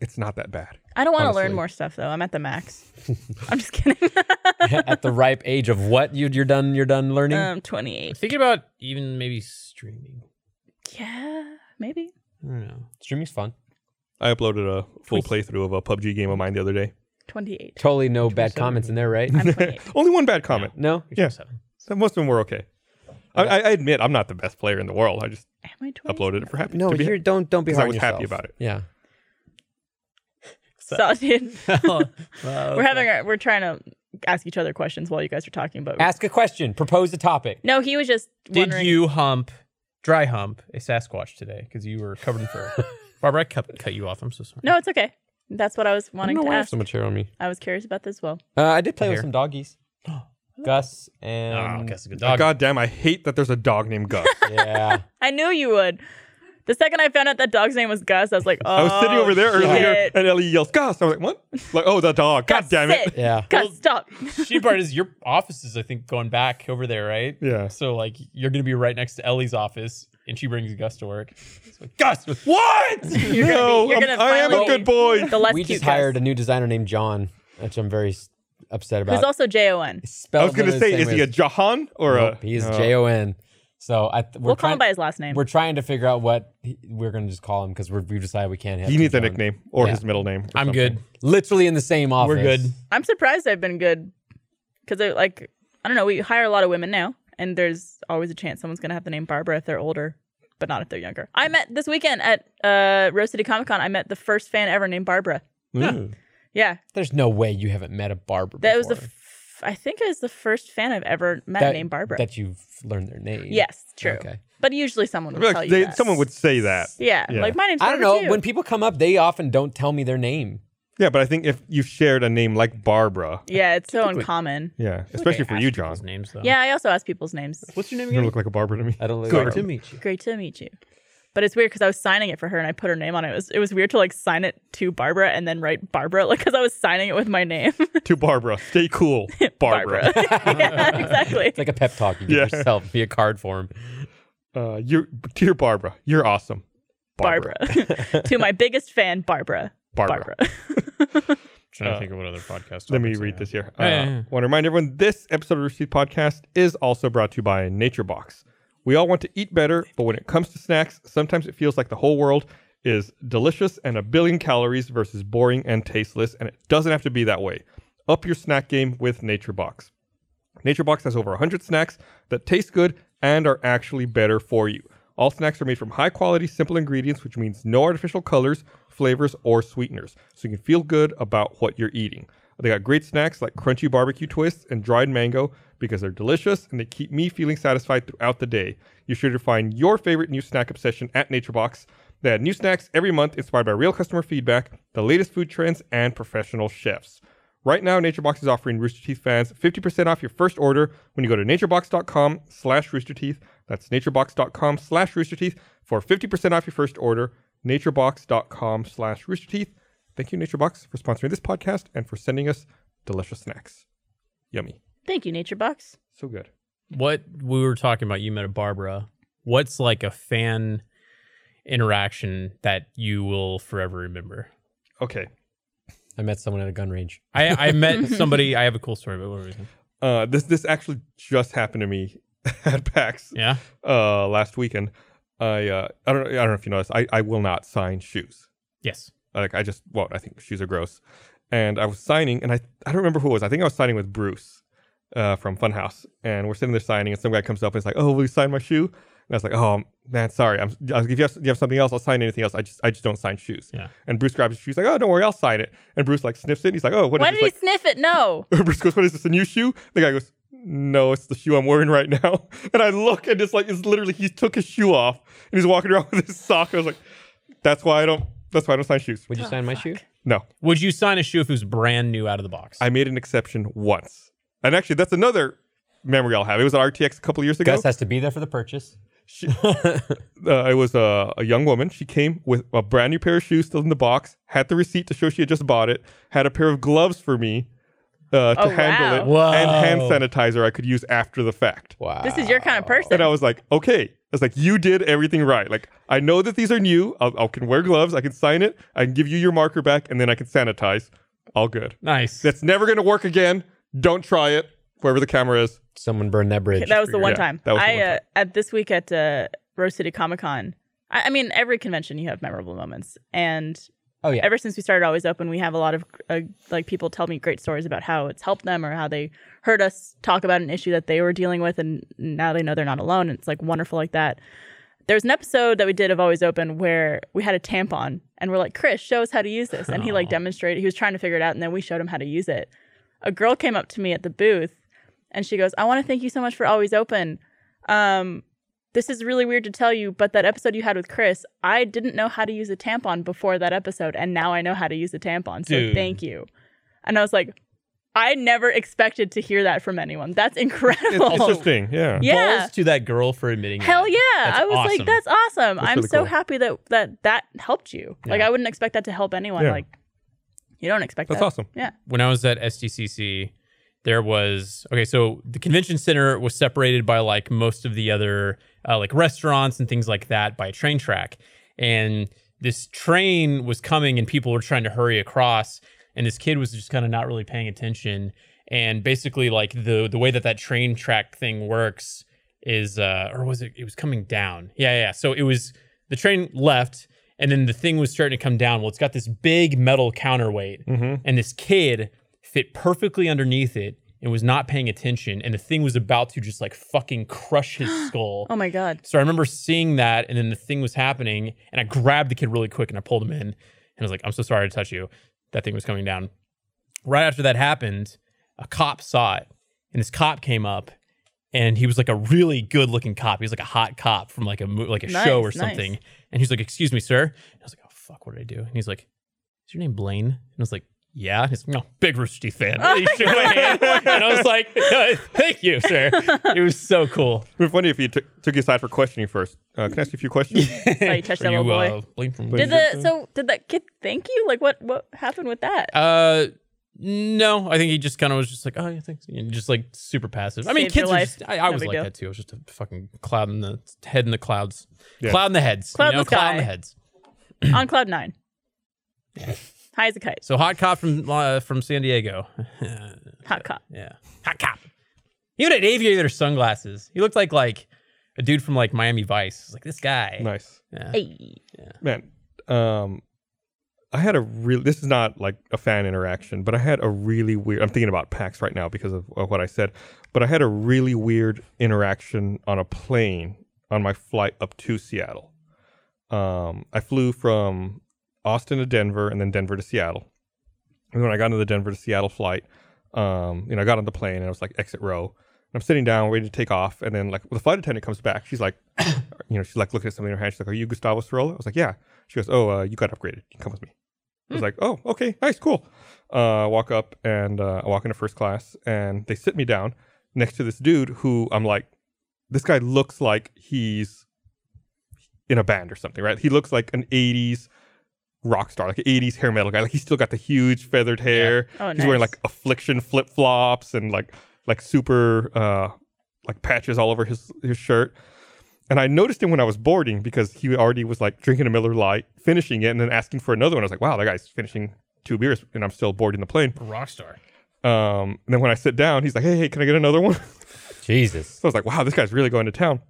[SPEAKER 2] it's not that bad.
[SPEAKER 4] I don't want to
[SPEAKER 2] honestly.
[SPEAKER 4] learn more stuff though. I'm at the max. I'm just kidding.
[SPEAKER 1] at the ripe age of what you, you're done you're done learning
[SPEAKER 4] um, 28.
[SPEAKER 3] Thinking about even maybe streaming.
[SPEAKER 4] Yeah, maybe.
[SPEAKER 3] I don't know.
[SPEAKER 1] Streaming's fun.
[SPEAKER 2] I uploaded a full playthrough of a PUBG game of mine the other day.
[SPEAKER 4] 28.
[SPEAKER 1] Totally no bad comments in there, right?
[SPEAKER 4] I'm 28.
[SPEAKER 2] Only one bad comment.
[SPEAKER 1] no?
[SPEAKER 2] Yeah. So most of them were okay. I, I I admit I'm not the best player in the world. I just
[SPEAKER 4] Am I 20?
[SPEAKER 2] uploaded it for happy.
[SPEAKER 1] No,
[SPEAKER 2] to be-
[SPEAKER 1] you're, don't don't be
[SPEAKER 2] 'Cause I
[SPEAKER 1] hard on
[SPEAKER 2] was happy
[SPEAKER 1] yourself.
[SPEAKER 2] about it.
[SPEAKER 1] Yeah.
[SPEAKER 4] Solid.
[SPEAKER 3] Wow,
[SPEAKER 4] We're having our, we're trying to ask each other questions while you guys are talking, but
[SPEAKER 1] Ask a question. Propose a topic.
[SPEAKER 4] no, he was just
[SPEAKER 3] Did
[SPEAKER 4] wondering.
[SPEAKER 3] you hump, dry hump a Sasquatch today? Because you were covered in fur. Barbara, I cut, cut you off. I'm so sorry.
[SPEAKER 4] No, it's okay. That's what I was wanting to
[SPEAKER 1] I have
[SPEAKER 4] ask.
[SPEAKER 1] so much hair on me.
[SPEAKER 4] I was curious about this as well.
[SPEAKER 1] Uh, I did play with
[SPEAKER 3] Hair.
[SPEAKER 1] some doggies.
[SPEAKER 2] Oh,
[SPEAKER 1] Gus and
[SPEAKER 3] Oh, Gus is a good dog.
[SPEAKER 2] God damn, Um, I hate that there's a dog named Gus.
[SPEAKER 1] yeah.
[SPEAKER 4] I knew you would. The second I found out that dog's name was Gus, I was like, oh.
[SPEAKER 2] I was sitting over there earlier,
[SPEAKER 4] shit.
[SPEAKER 2] and Ellie yells, "Gus!" I was like, "What?" Like, "Oh, the dog! God
[SPEAKER 4] Gus,
[SPEAKER 2] damn it!"
[SPEAKER 4] sit.
[SPEAKER 1] Yeah.
[SPEAKER 4] Gus, stop.
[SPEAKER 3] Shitty part is your office is, I think, going back over there, right?
[SPEAKER 2] Yeah.
[SPEAKER 3] So like you're gonna be right next to Ellie's office, and she brings Gus to work. So, Gus,
[SPEAKER 2] What?
[SPEAKER 4] You're
[SPEAKER 2] no,
[SPEAKER 4] gonna be- you're
[SPEAKER 2] I'm-
[SPEAKER 4] gonna
[SPEAKER 2] I am a
[SPEAKER 4] finally
[SPEAKER 2] good
[SPEAKER 4] be
[SPEAKER 2] boy.
[SPEAKER 4] The less
[SPEAKER 1] we
[SPEAKER 4] cute
[SPEAKER 1] just hired
[SPEAKER 4] Gus,
[SPEAKER 1] a new designer named John, which I'm very s- upset about.
[SPEAKER 4] who's also J O N.
[SPEAKER 1] Spelled
[SPEAKER 2] I was gonna
[SPEAKER 1] literally the
[SPEAKER 2] say,
[SPEAKER 1] same
[SPEAKER 2] is
[SPEAKER 1] way
[SPEAKER 2] he a
[SPEAKER 1] as-
[SPEAKER 2] Jahan or
[SPEAKER 1] Nope,
[SPEAKER 2] a?
[SPEAKER 1] He is
[SPEAKER 2] no.
[SPEAKER 1] J O N. So I th- we're
[SPEAKER 4] We'll call
[SPEAKER 1] trying,
[SPEAKER 4] him by his last name.
[SPEAKER 1] we're trying to figure out what he- we're gonna just call him because we've decided we can't have.
[SPEAKER 2] He
[SPEAKER 1] two
[SPEAKER 2] needs a
[SPEAKER 1] Johns.
[SPEAKER 2] nickname or
[SPEAKER 1] Yeah.
[SPEAKER 2] his middle name. or
[SPEAKER 3] I'm good.
[SPEAKER 1] Literally in the same office.
[SPEAKER 3] We're good.
[SPEAKER 4] I'm surprised I've been good because I like I don't know. We hire a lot of women now, and there's always a chance someone's gonna have the name Barbara if they're older, but not if they're younger. I met this weekend at uh, Rose City Comic Con. I met the first fan ever named Barbara.
[SPEAKER 2] something.
[SPEAKER 4] Yeah,
[SPEAKER 1] There's no way you haven't met a Barbara.
[SPEAKER 4] that was the.
[SPEAKER 1] before.
[SPEAKER 4] F- I think I was the first fan I've ever met
[SPEAKER 1] that,
[SPEAKER 4] named Barbara.
[SPEAKER 1] That you've learned their name.
[SPEAKER 4] yes, true.
[SPEAKER 1] Okay.
[SPEAKER 4] But usually someone
[SPEAKER 2] I
[SPEAKER 4] would
[SPEAKER 2] feel
[SPEAKER 4] tell
[SPEAKER 2] like
[SPEAKER 4] you
[SPEAKER 2] they-
[SPEAKER 4] that.
[SPEAKER 2] someone would say that.
[SPEAKER 4] Yeah,
[SPEAKER 2] Yeah.
[SPEAKER 4] like my name's.
[SPEAKER 1] I don't
[SPEAKER 4] Barbara
[SPEAKER 1] know.
[SPEAKER 4] too.
[SPEAKER 1] When people come up, they often don't tell me their name.
[SPEAKER 2] Yeah, but I think if you've shared a name like Barbara,
[SPEAKER 4] yeah, it's so uncommon.
[SPEAKER 2] yeah, especially for you, John,
[SPEAKER 3] Names though.
[SPEAKER 4] Yeah, I also ask people's names.
[SPEAKER 3] What's your name
[SPEAKER 2] you
[SPEAKER 3] again?
[SPEAKER 2] look like a Barbara to me.
[SPEAKER 1] I don't look
[SPEAKER 3] Good
[SPEAKER 1] like
[SPEAKER 3] to meet you.
[SPEAKER 4] great to meet you. But it's weird because I was signing it for her and I put her name on it. It was, it was weird to like sign it to Barbara and then write Barbara, like because I was signing it with my name,
[SPEAKER 2] to Barbara, stay cool, Barbara.
[SPEAKER 4] Barbara. yeah, exactly.
[SPEAKER 1] It's like a pep talk you give
[SPEAKER 2] Yeah.
[SPEAKER 1] yourself via card form.
[SPEAKER 2] Uh, you're dear Barbara, you're awesome,
[SPEAKER 4] Barbara. to my biggest fan, Barbara.
[SPEAKER 2] Barbara.
[SPEAKER 4] Barbara.
[SPEAKER 3] Trying
[SPEAKER 2] Uh,
[SPEAKER 3] to think of what other podcast.
[SPEAKER 2] Let me
[SPEAKER 3] topics I
[SPEAKER 2] read
[SPEAKER 3] have.
[SPEAKER 2] this here.
[SPEAKER 3] Yeah, yeah,
[SPEAKER 2] uh,
[SPEAKER 3] yeah.
[SPEAKER 2] Want to remind everyone this episode of Receipt Podcast is also brought to you by Nature Box. We all want to eat better, but when it comes to snacks, sometimes it feels like the whole world is delicious and a billion calories versus boring and tasteless, and it doesn't have to be that way. Up your snack game with Nature Box. Nature Box has over 100 snacks that taste good and are actually better for you. All snacks are made from high quality, simple ingredients, which means no artificial colors, flavors, or sweeteners, so you can feel good about what you're eating. They got great snacks like crunchy barbecue twists and dried mango because they're delicious and they keep me feeling satisfied throughout the day. You're sure to find your favorite new snack obsession at Nature Box. They add new snacks every month inspired by real customer feedback, the latest food trends, and professional chefs. Right now, NatureBox is offering Rooster Teeth fans 50% off your first order when you go to naturebox.com slash roosterteeth. That's naturebox.com slash roosterteeth for 50% off your first order, naturebox.com slash roosterteeth. Thank you, NatureBox, for sponsoring this podcast and for sending us delicious snacks. Yummy.
[SPEAKER 4] Thank you, Nature Box.
[SPEAKER 2] So good.
[SPEAKER 3] What we were talking about, you met a Barbara. What's like a fan interaction that you will forever remember?
[SPEAKER 2] Okay.
[SPEAKER 1] I met someone at a gun range.
[SPEAKER 3] I, I met somebody. I have a cool story, but what were we saying?
[SPEAKER 2] Uh, this this actually just happened to me at PAX
[SPEAKER 3] Yeah.
[SPEAKER 2] uh, last weekend. I uh, I don't I don't know if you noticed. I, I will not sign shoes.
[SPEAKER 3] Yes.
[SPEAKER 2] Like I just won't. I think shoes are gross. And I was signing, and I I don't remember who it was. I think I was signing with Bruce uh, from Funhouse, and we're sitting there signing, and some guy comes up and is like, "Oh, will you sign my shoe?" And I was like, "Oh man, sorry. I'm I was- if you have, you have something else, I'll sign anything else. I just I just don't sign shoes."
[SPEAKER 3] Yeah.
[SPEAKER 2] And Bruce grabs his shoes, like, "Oh, don't worry, I'll sign it." And Bruce like sniffs it. And he's like, "Oh, what is
[SPEAKER 4] Why
[SPEAKER 2] this?"
[SPEAKER 4] did he
[SPEAKER 2] Like,
[SPEAKER 4] sniff it? No.
[SPEAKER 2] Bruce goes, "What is this? A new shoe?" The guy goes, "No, it's the shoe I'm wearing right now." And I look, and it's like it's literally he took his shoe off and he's walking around with his sock. I was like, "That's why I don't. That's why I don't sign shoes."
[SPEAKER 4] Oh,
[SPEAKER 1] Would you sign my shoe?
[SPEAKER 2] No,
[SPEAKER 3] Would you sign a shoe if it was brand new out of the box?
[SPEAKER 2] I made an exception once, and actually, that's another memory I'll have. It was at RTX a couple years ago.
[SPEAKER 1] Gus has to be there for the purchase.
[SPEAKER 2] She- uh, it was a, a young woman. She came with a brand new pair of shoes still in the box, had the receipt to show she had just bought it, had a pair of gloves for me uh, to
[SPEAKER 4] Oh,
[SPEAKER 2] handle it,
[SPEAKER 3] wow.
[SPEAKER 2] and hand
[SPEAKER 3] Whoa.
[SPEAKER 2] sanitizer I could use after the fact.
[SPEAKER 1] Wow.
[SPEAKER 4] This is your kind of person.
[SPEAKER 2] And I was like, okay. I was like, you did everything right. Like, I know that these are new. I'll, I can wear gloves. I can sign it. I can give you your marker back, and then I can sanitize. All good.
[SPEAKER 3] nice.
[SPEAKER 2] That's never going to work again. Don't try it. Wherever the camera is.
[SPEAKER 1] Someone burned that bridge.
[SPEAKER 4] that was the one
[SPEAKER 2] Yeah,
[SPEAKER 4] time. uh,
[SPEAKER 2] that was the
[SPEAKER 4] I
[SPEAKER 2] one
[SPEAKER 4] uh, at this week at uh, Rose City Comic Con, I, I mean, every convention you have memorable moments, and
[SPEAKER 1] Oh yeah.
[SPEAKER 4] ever since we started Always Open, we have a lot of uh, like people tell me great stories about how it's helped them or how they heard us talk about an issue that they were dealing with, and now they know they're not alone. And it's like wonderful like that. There was an episode that we did of Always Open where we had a tampon, and we're like, Chris, show us how to use this, and he like demonstrated. He was trying to figure it out, and then we showed him how to use it. A girl came up to me at the booth, and she goes, "I want to thank you so much for Always Open." Um, this is really weird to tell you, but that episode you had with Chris, I didn't know how to use a tampon before that episode, and now I know how to use a tampon. So
[SPEAKER 3] Dude.
[SPEAKER 4] thank you. And I was like, I never expected to hear that from anyone. That's incredible.
[SPEAKER 2] Interesting. Yeah.
[SPEAKER 4] yeah.
[SPEAKER 3] Balls to that girl for admitting.
[SPEAKER 4] Hell
[SPEAKER 3] that.
[SPEAKER 4] yeah.
[SPEAKER 3] That's
[SPEAKER 4] I was
[SPEAKER 3] awesome.
[SPEAKER 4] like, that's awesome. I'm
[SPEAKER 2] really
[SPEAKER 4] so
[SPEAKER 2] cool.
[SPEAKER 4] happy that that that helped you. Like I wouldn't expect that to help anyone.
[SPEAKER 2] Yeah.
[SPEAKER 4] Like you don't expect
[SPEAKER 2] That's
[SPEAKER 4] that.
[SPEAKER 2] awesome.
[SPEAKER 4] Yeah.
[SPEAKER 3] when I was at SDCC, there was okay. So the convention center was separated by like most of the other uh, like restaurants and things like that by a train track, and this train was coming and people were trying to hurry across, and this kid was just kind of not really paying attention, and basically like the the way that that train track thing works is uh or was it it was coming down yeah yeah so it was the train left and then the thing was starting to come down well it's got this big metal counterweight and this kid fit perfectly underneath it and was not paying attention and the thing was about to just like fucking crush his skull
[SPEAKER 4] Oh my god.
[SPEAKER 3] so I remember seeing that, and then the thing was happening, and I grabbed the kid really quick and I pulled him in, and I was like, "I'm so sorry to touch you." That thing was coming down. Right after that happened, a cop saw it, and this cop came up, and he was like a really good-looking cop. He was like a hot cop from like a mo- like a
[SPEAKER 4] Nice,
[SPEAKER 3] show or
[SPEAKER 4] nice.
[SPEAKER 3] something, and he's like, "Excuse me, sir." And I was like, "Oh fuck, what did I do?" And he's like, "Is your name Blaine?" And I was like. Yeah, and he's no big Rooster Teeth fan. And he shook my hand, and I was like, "Thank you, sir." It was so cool.
[SPEAKER 2] It would be funny if you took took you aside for questioning first. Uh, can I ask you a few questions?
[SPEAKER 4] That's how you touched
[SPEAKER 3] Are
[SPEAKER 4] that little
[SPEAKER 3] you,
[SPEAKER 4] boy.
[SPEAKER 3] uh, Blink from
[SPEAKER 4] did the so did that kid thank you? Like what what happened with that?
[SPEAKER 3] Uh, no, I think he just kind of was just like, oh, yeah, thanks. And just like super passive. I mean,
[SPEAKER 4] Saved your
[SPEAKER 3] kids are
[SPEAKER 4] life.
[SPEAKER 3] just, I, I
[SPEAKER 4] No
[SPEAKER 3] was
[SPEAKER 4] big
[SPEAKER 3] like
[SPEAKER 4] deal.
[SPEAKER 3] that too. I was just a fucking cloud in the head in the clouds.
[SPEAKER 2] Yeah.
[SPEAKER 3] Cloud in the heads.
[SPEAKER 4] Cloud in
[SPEAKER 3] you know,
[SPEAKER 4] the
[SPEAKER 3] cloud in the
[SPEAKER 4] sky.
[SPEAKER 3] heads.
[SPEAKER 4] On cloud nine. High as a kite.
[SPEAKER 3] So hot cop from uh, from San Diego.
[SPEAKER 4] Hot cop.
[SPEAKER 3] yeah. Hot cop. He had aviator sunglasses. He looked like like a dude from like Miami Vice. It's Like this guy.
[SPEAKER 2] nice.
[SPEAKER 3] Yeah.
[SPEAKER 4] Hey.
[SPEAKER 2] Man, um, I had a real. This is not like a fan interaction, but I had a really weird. I'm thinking about PAX right now because of, of what I said, but I had a really weird interaction on a plane on my flight up to Seattle. Um, I flew from Austin to Denver and then Denver to Seattle. And when I got into the Denver to Seattle flight, um, you know, I got on the plane and I was like exit row. And I'm sitting down, ready to take off, and then like the flight attendant comes back. She's like, you know, she's like looking at something in her hand. She's like, "Are you Gustavo Cirola?" I was like, "Yeah." She goes, "Oh, uh, you got upgraded. You can come with me." I was like, "Oh, okay, nice, cool." Uh, I walk up and uh, I walk into first class, and they sit me down next to this dude who I'm like, this guy looks like he's in a band or something, right? He looks like an '80s rock star, like an '80s hair metal guy. Like he's still got the huge feathered hair.
[SPEAKER 4] Oh,
[SPEAKER 2] he's wearing
[SPEAKER 4] nice.
[SPEAKER 2] like affliction flip flops and like like super uh, like patches all over his his shirt. And I noticed him when I was boarding because he already was like drinking a Miller Lite, finishing it, and then asking for another one. I was like, wow, that guy's finishing two beers, and I'm still boarding the plane.
[SPEAKER 3] Rock star.
[SPEAKER 2] Um, and then when I sit down, he's like, hey, hey, can I get another one?
[SPEAKER 1] Jesus.
[SPEAKER 2] So I was like, wow, this guy's really going to town.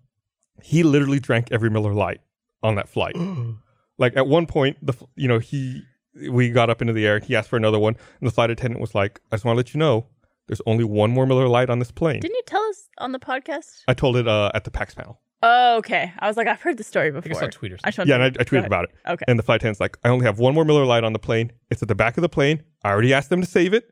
[SPEAKER 2] He literally drank every Miller Lite on that flight. like at one point, the f- you know he we got up into the air. He asked for another one, and the flight attendant was like, I just want to let you know, there's only one more Miller Lite on this plane.
[SPEAKER 4] Didn't you tell us on the podcast?
[SPEAKER 2] I told it uh, at the PAX panel.
[SPEAKER 4] Oh, okay. I was like, I've heard the story before.
[SPEAKER 3] I saw a tweet or
[SPEAKER 4] I just wanted
[SPEAKER 2] Yeah, and I, I
[SPEAKER 4] to- go
[SPEAKER 2] tweeted
[SPEAKER 4] ahead.
[SPEAKER 2] about it.
[SPEAKER 4] Okay.
[SPEAKER 2] And the flight attendant's like, I only have one more Miller Lite on the plane. It's at the back of the plane. I already asked them to save it.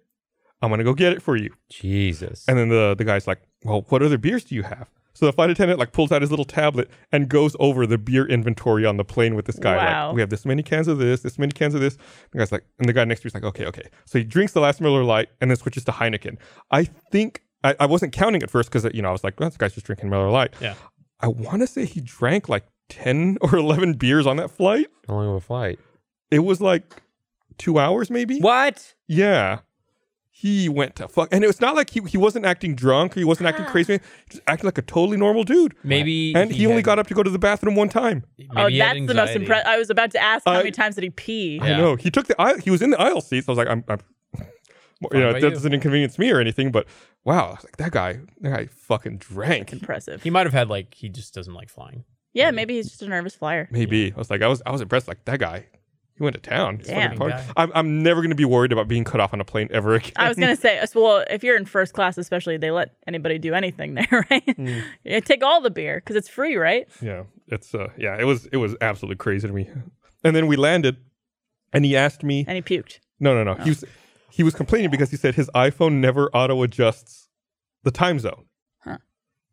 [SPEAKER 2] I'm gonna go get it for you.
[SPEAKER 1] Jesus.
[SPEAKER 2] And then the, the guy's like, Well, what other beers do you have? So the flight attendant like pulls out his little tablet and goes over the beer inventory on the plane with this guy.
[SPEAKER 4] Wow.
[SPEAKER 2] Like, we have this many cans of this, this many cans of this. The guy's like, and the guy next to me's like, okay, okay. So he drinks the last Miller Lite and then switches to Heineken. I think I, I wasn't counting at first because you know I was like, well, this guy's just drinking Miller Lite.
[SPEAKER 3] Yeah.
[SPEAKER 2] I want to say he drank like ten or eleven beers on that flight.
[SPEAKER 1] How long of a flight?
[SPEAKER 2] It was like two hours maybe.
[SPEAKER 1] What?
[SPEAKER 2] Yeah. He went to fuck. And it's not like he, he wasn't acting drunk or he wasn't acting crazy. He just acted like a totally normal dude.
[SPEAKER 3] Maybe
[SPEAKER 2] And he, only
[SPEAKER 3] had-
[SPEAKER 2] got up to go to the bathroom one time.
[SPEAKER 3] maybe
[SPEAKER 4] Oh,
[SPEAKER 3] he had
[SPEAKER 4] that's the most
[SPEAKER 3] anxiety.
[SPEAKER 4] impressive. I was about to ask how
[SPEAKER 2] I-
[SPEAKER 4] many times did he pee?
[SPEAKER 2] I
[SPEAKER 3] Yeah.
[SPEAKER 2] know. He took the aisle, he was in the aisle seats. I was like, I'm, I'm you know,
[SPEAKER 3] about
[SPEAKER 2] that
[SPEAKER 3] you.
[SPEAKER 2] doesn't inconvenience me or anything, but wow, I was like, that guy, that guy fucking drank.
[SPEAKER 4] Impressive.
[SPEAKER 3] He might have had like he just doesn't like flying.
[SPEAKER 4] Yeah, maybe he's just a nervous flyer.
[SPEAKER 2] Maybe I was like, I was, I was impressed. Like that guy, he went to town. It's fucking
[SPEAKER 4] Damn.
[SPEAKER 2] hard.
[SPEAKER 3] Guy.
[SPEAKER 2] I'm, I'm never gonna be worried about being cut off on a plane ever again.
[SPEAKER 4] I was gonna say, as- well, if you're in first class, especially, they let anybody do anything there, right? You take all the beer because it's free, right?
[SPEAKER 2] yeah, it's, uh, yeah, it was, it was absolutely crazy to me. And then we landed, and he asked me,
[SPEAKER 4] And he puked.
[SPEAKER 2] no, no, no.
[SPEAKER 4] Oh.
[SPEAKER 2] He was, he was complaining because he said his iPhone never auto adjusts the time zone.
[SPEAKER 4] Huh.